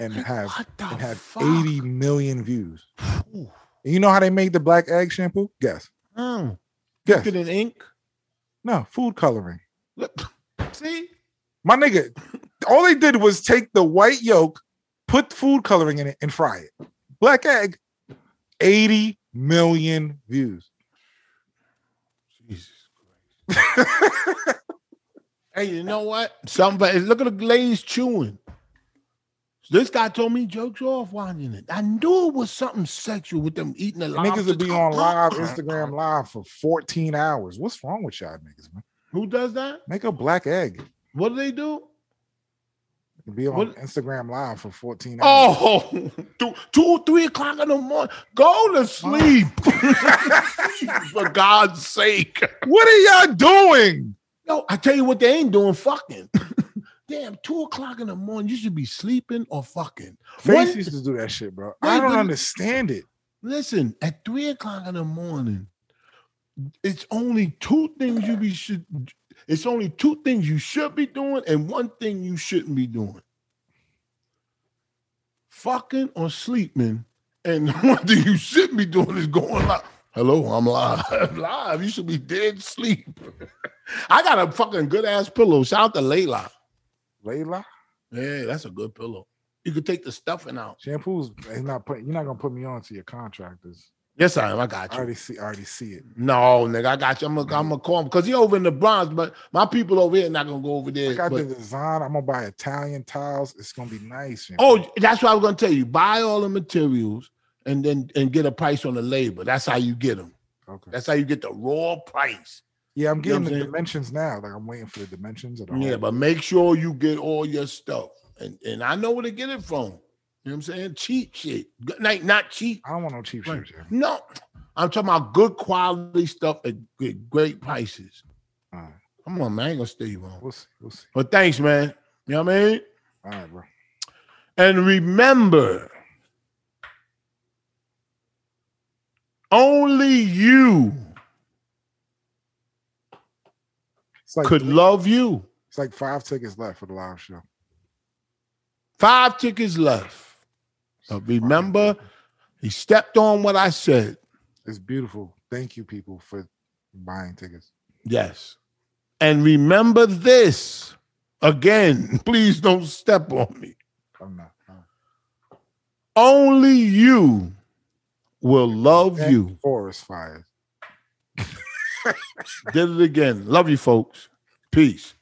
Speaker 3: and have
Speaker 2: What the
Speaker 3: and have
Speaker 2: fuck?
Speaker 3: 80 million views.
Speaker 2: Ooh.
Speaker 3: And you know how they make the black egg shampoo? Guess.
Speaker 2: Mm.
Speaker 3: Guess.
Speaker 2: Thicker than ink.
Speaker 3: No, food coloring.
Speaker 2: See?
Speaker 3: My nigga, all they did was take the white yolk, put food coloring in it, and fry it. Black egg, 80 million views.
Speaker 2: Jesus Christ. hey, you know what? Somebody look at the glaze chewing. This guy told me he jokes off watching it. I knew it was something sexual with them eating the
Speaker 3: Niggas
Speaker 2: lobster.
Speaker 3: would be on live, Instagram live for 14 hours. What's wrong with y'all niggas, man?
Speaker 2: Who does that?
Speaker 3: Make a black egg
Speaker 2: What do they do?
Speaker 3: and be on
Speaker 2: What-
Speaker 3: Instagram live for 14 hours.
Speaker 2: Oh, two, two, three o'clock in the morning. Go to sleep. For God's sake.
Speaker 3: What are y'all doing?
Speaker 2: Yo, I tell you what, they ain't doing fucking. Damn, two o'clock in the morning. You should be sleeping or fucking.
Speaker 3: Face
Speaker 2: One-
Speaker 3: used to do that shit, bro.
Speaker 2: They
Speaker 3: I don't
Speaker 2: didn't-
Speaker 3: understand it.
Speaker 2: Listen, at three o'clock in the morning, it's only two things you be should. It's only two things you should be doing, and one thing you shouldn't be doing: fucking or sleeping. And the one thing you shouldn't be doing is going like, Hello, I'm live. live. You should be dead sleep. I got a fucking good ass pillow. Shout out to Layla.
Speaker 3: Layla,
Speaker 2: Yeah, that's a good pillow. You could take the stuffing out.
Speaker 3: shampoos. It's not put, you're not gonna put me on to your contractors.
Speaker 2: Yes, I am. I got
Speaker 3: I
Speaker 2: you.
Speaker 3: already see. I already see it.
Speaker 2: No, nigga, I got you. I'm gonna I'm gonna call him because he over in the Bronx, but my people over here not gonna go over there.
Speaker 3: I got
Speaker 2: but-
Speaker 3: the design. I'm gonna buy Italian tiles. It's gonna be nice. shampoo.
Speaker 2: Oh, that's what I was gonna tell you. Buy all the materials and then and get a price on the labor. That's how you get them.
Speaker 3: okay.
Speaker 2: That's how you get the raw price.
Speaker 3: Yeah,
Speaker 2: You
Speaker 3: I'm
Speaker 2: know
Speaker 3: getting
Speaker 2: what I'm
Speaker 3: the
Speaker 2: saying?
Speaker 3: dimensions now. Like I'm waiting for the dimensions. At
Speaker 2: Yeah, but make sure you get all your stuff. And and I know where to get it from. You know what I'm saying? Cheap shit. Good- Like not cheap.
Speaker 3: I don't want no cheap shit.
Speaker 2: Right.
Speaker 3: Jim.
Speaker 2: No. I'm talking about good quality stuff at good, great prices.
Speaker 3: All right,
Speaker 2: Come on, man. I ain't gonna stay you wrong.
Speaker 3: we'll see. We'll see.
Speaker 2: But thanks, man. You know what I mean?
Speaker 3: All right, bro.
Speaker 2: And remember, only you
Speaker 3: It's like
Speaker 2: could love you.
Speaker 3: it's like five tickets left for the live show.
Speaker 2: Five tickets left. But remember, he stepped on what I said.
Speaker 3: It's beautiful. Thank you, people, for buying tickets.
Speaker 2: Yes. And remember this again. Please don't step on me.
Speaker 3: I'm not.
Speaker 2: Only you will love
Speaker 3: And
Speaker 2: you.
Speaker 3: Forest fires.
Speaker 2: Did it again. Love you, folks. Peace.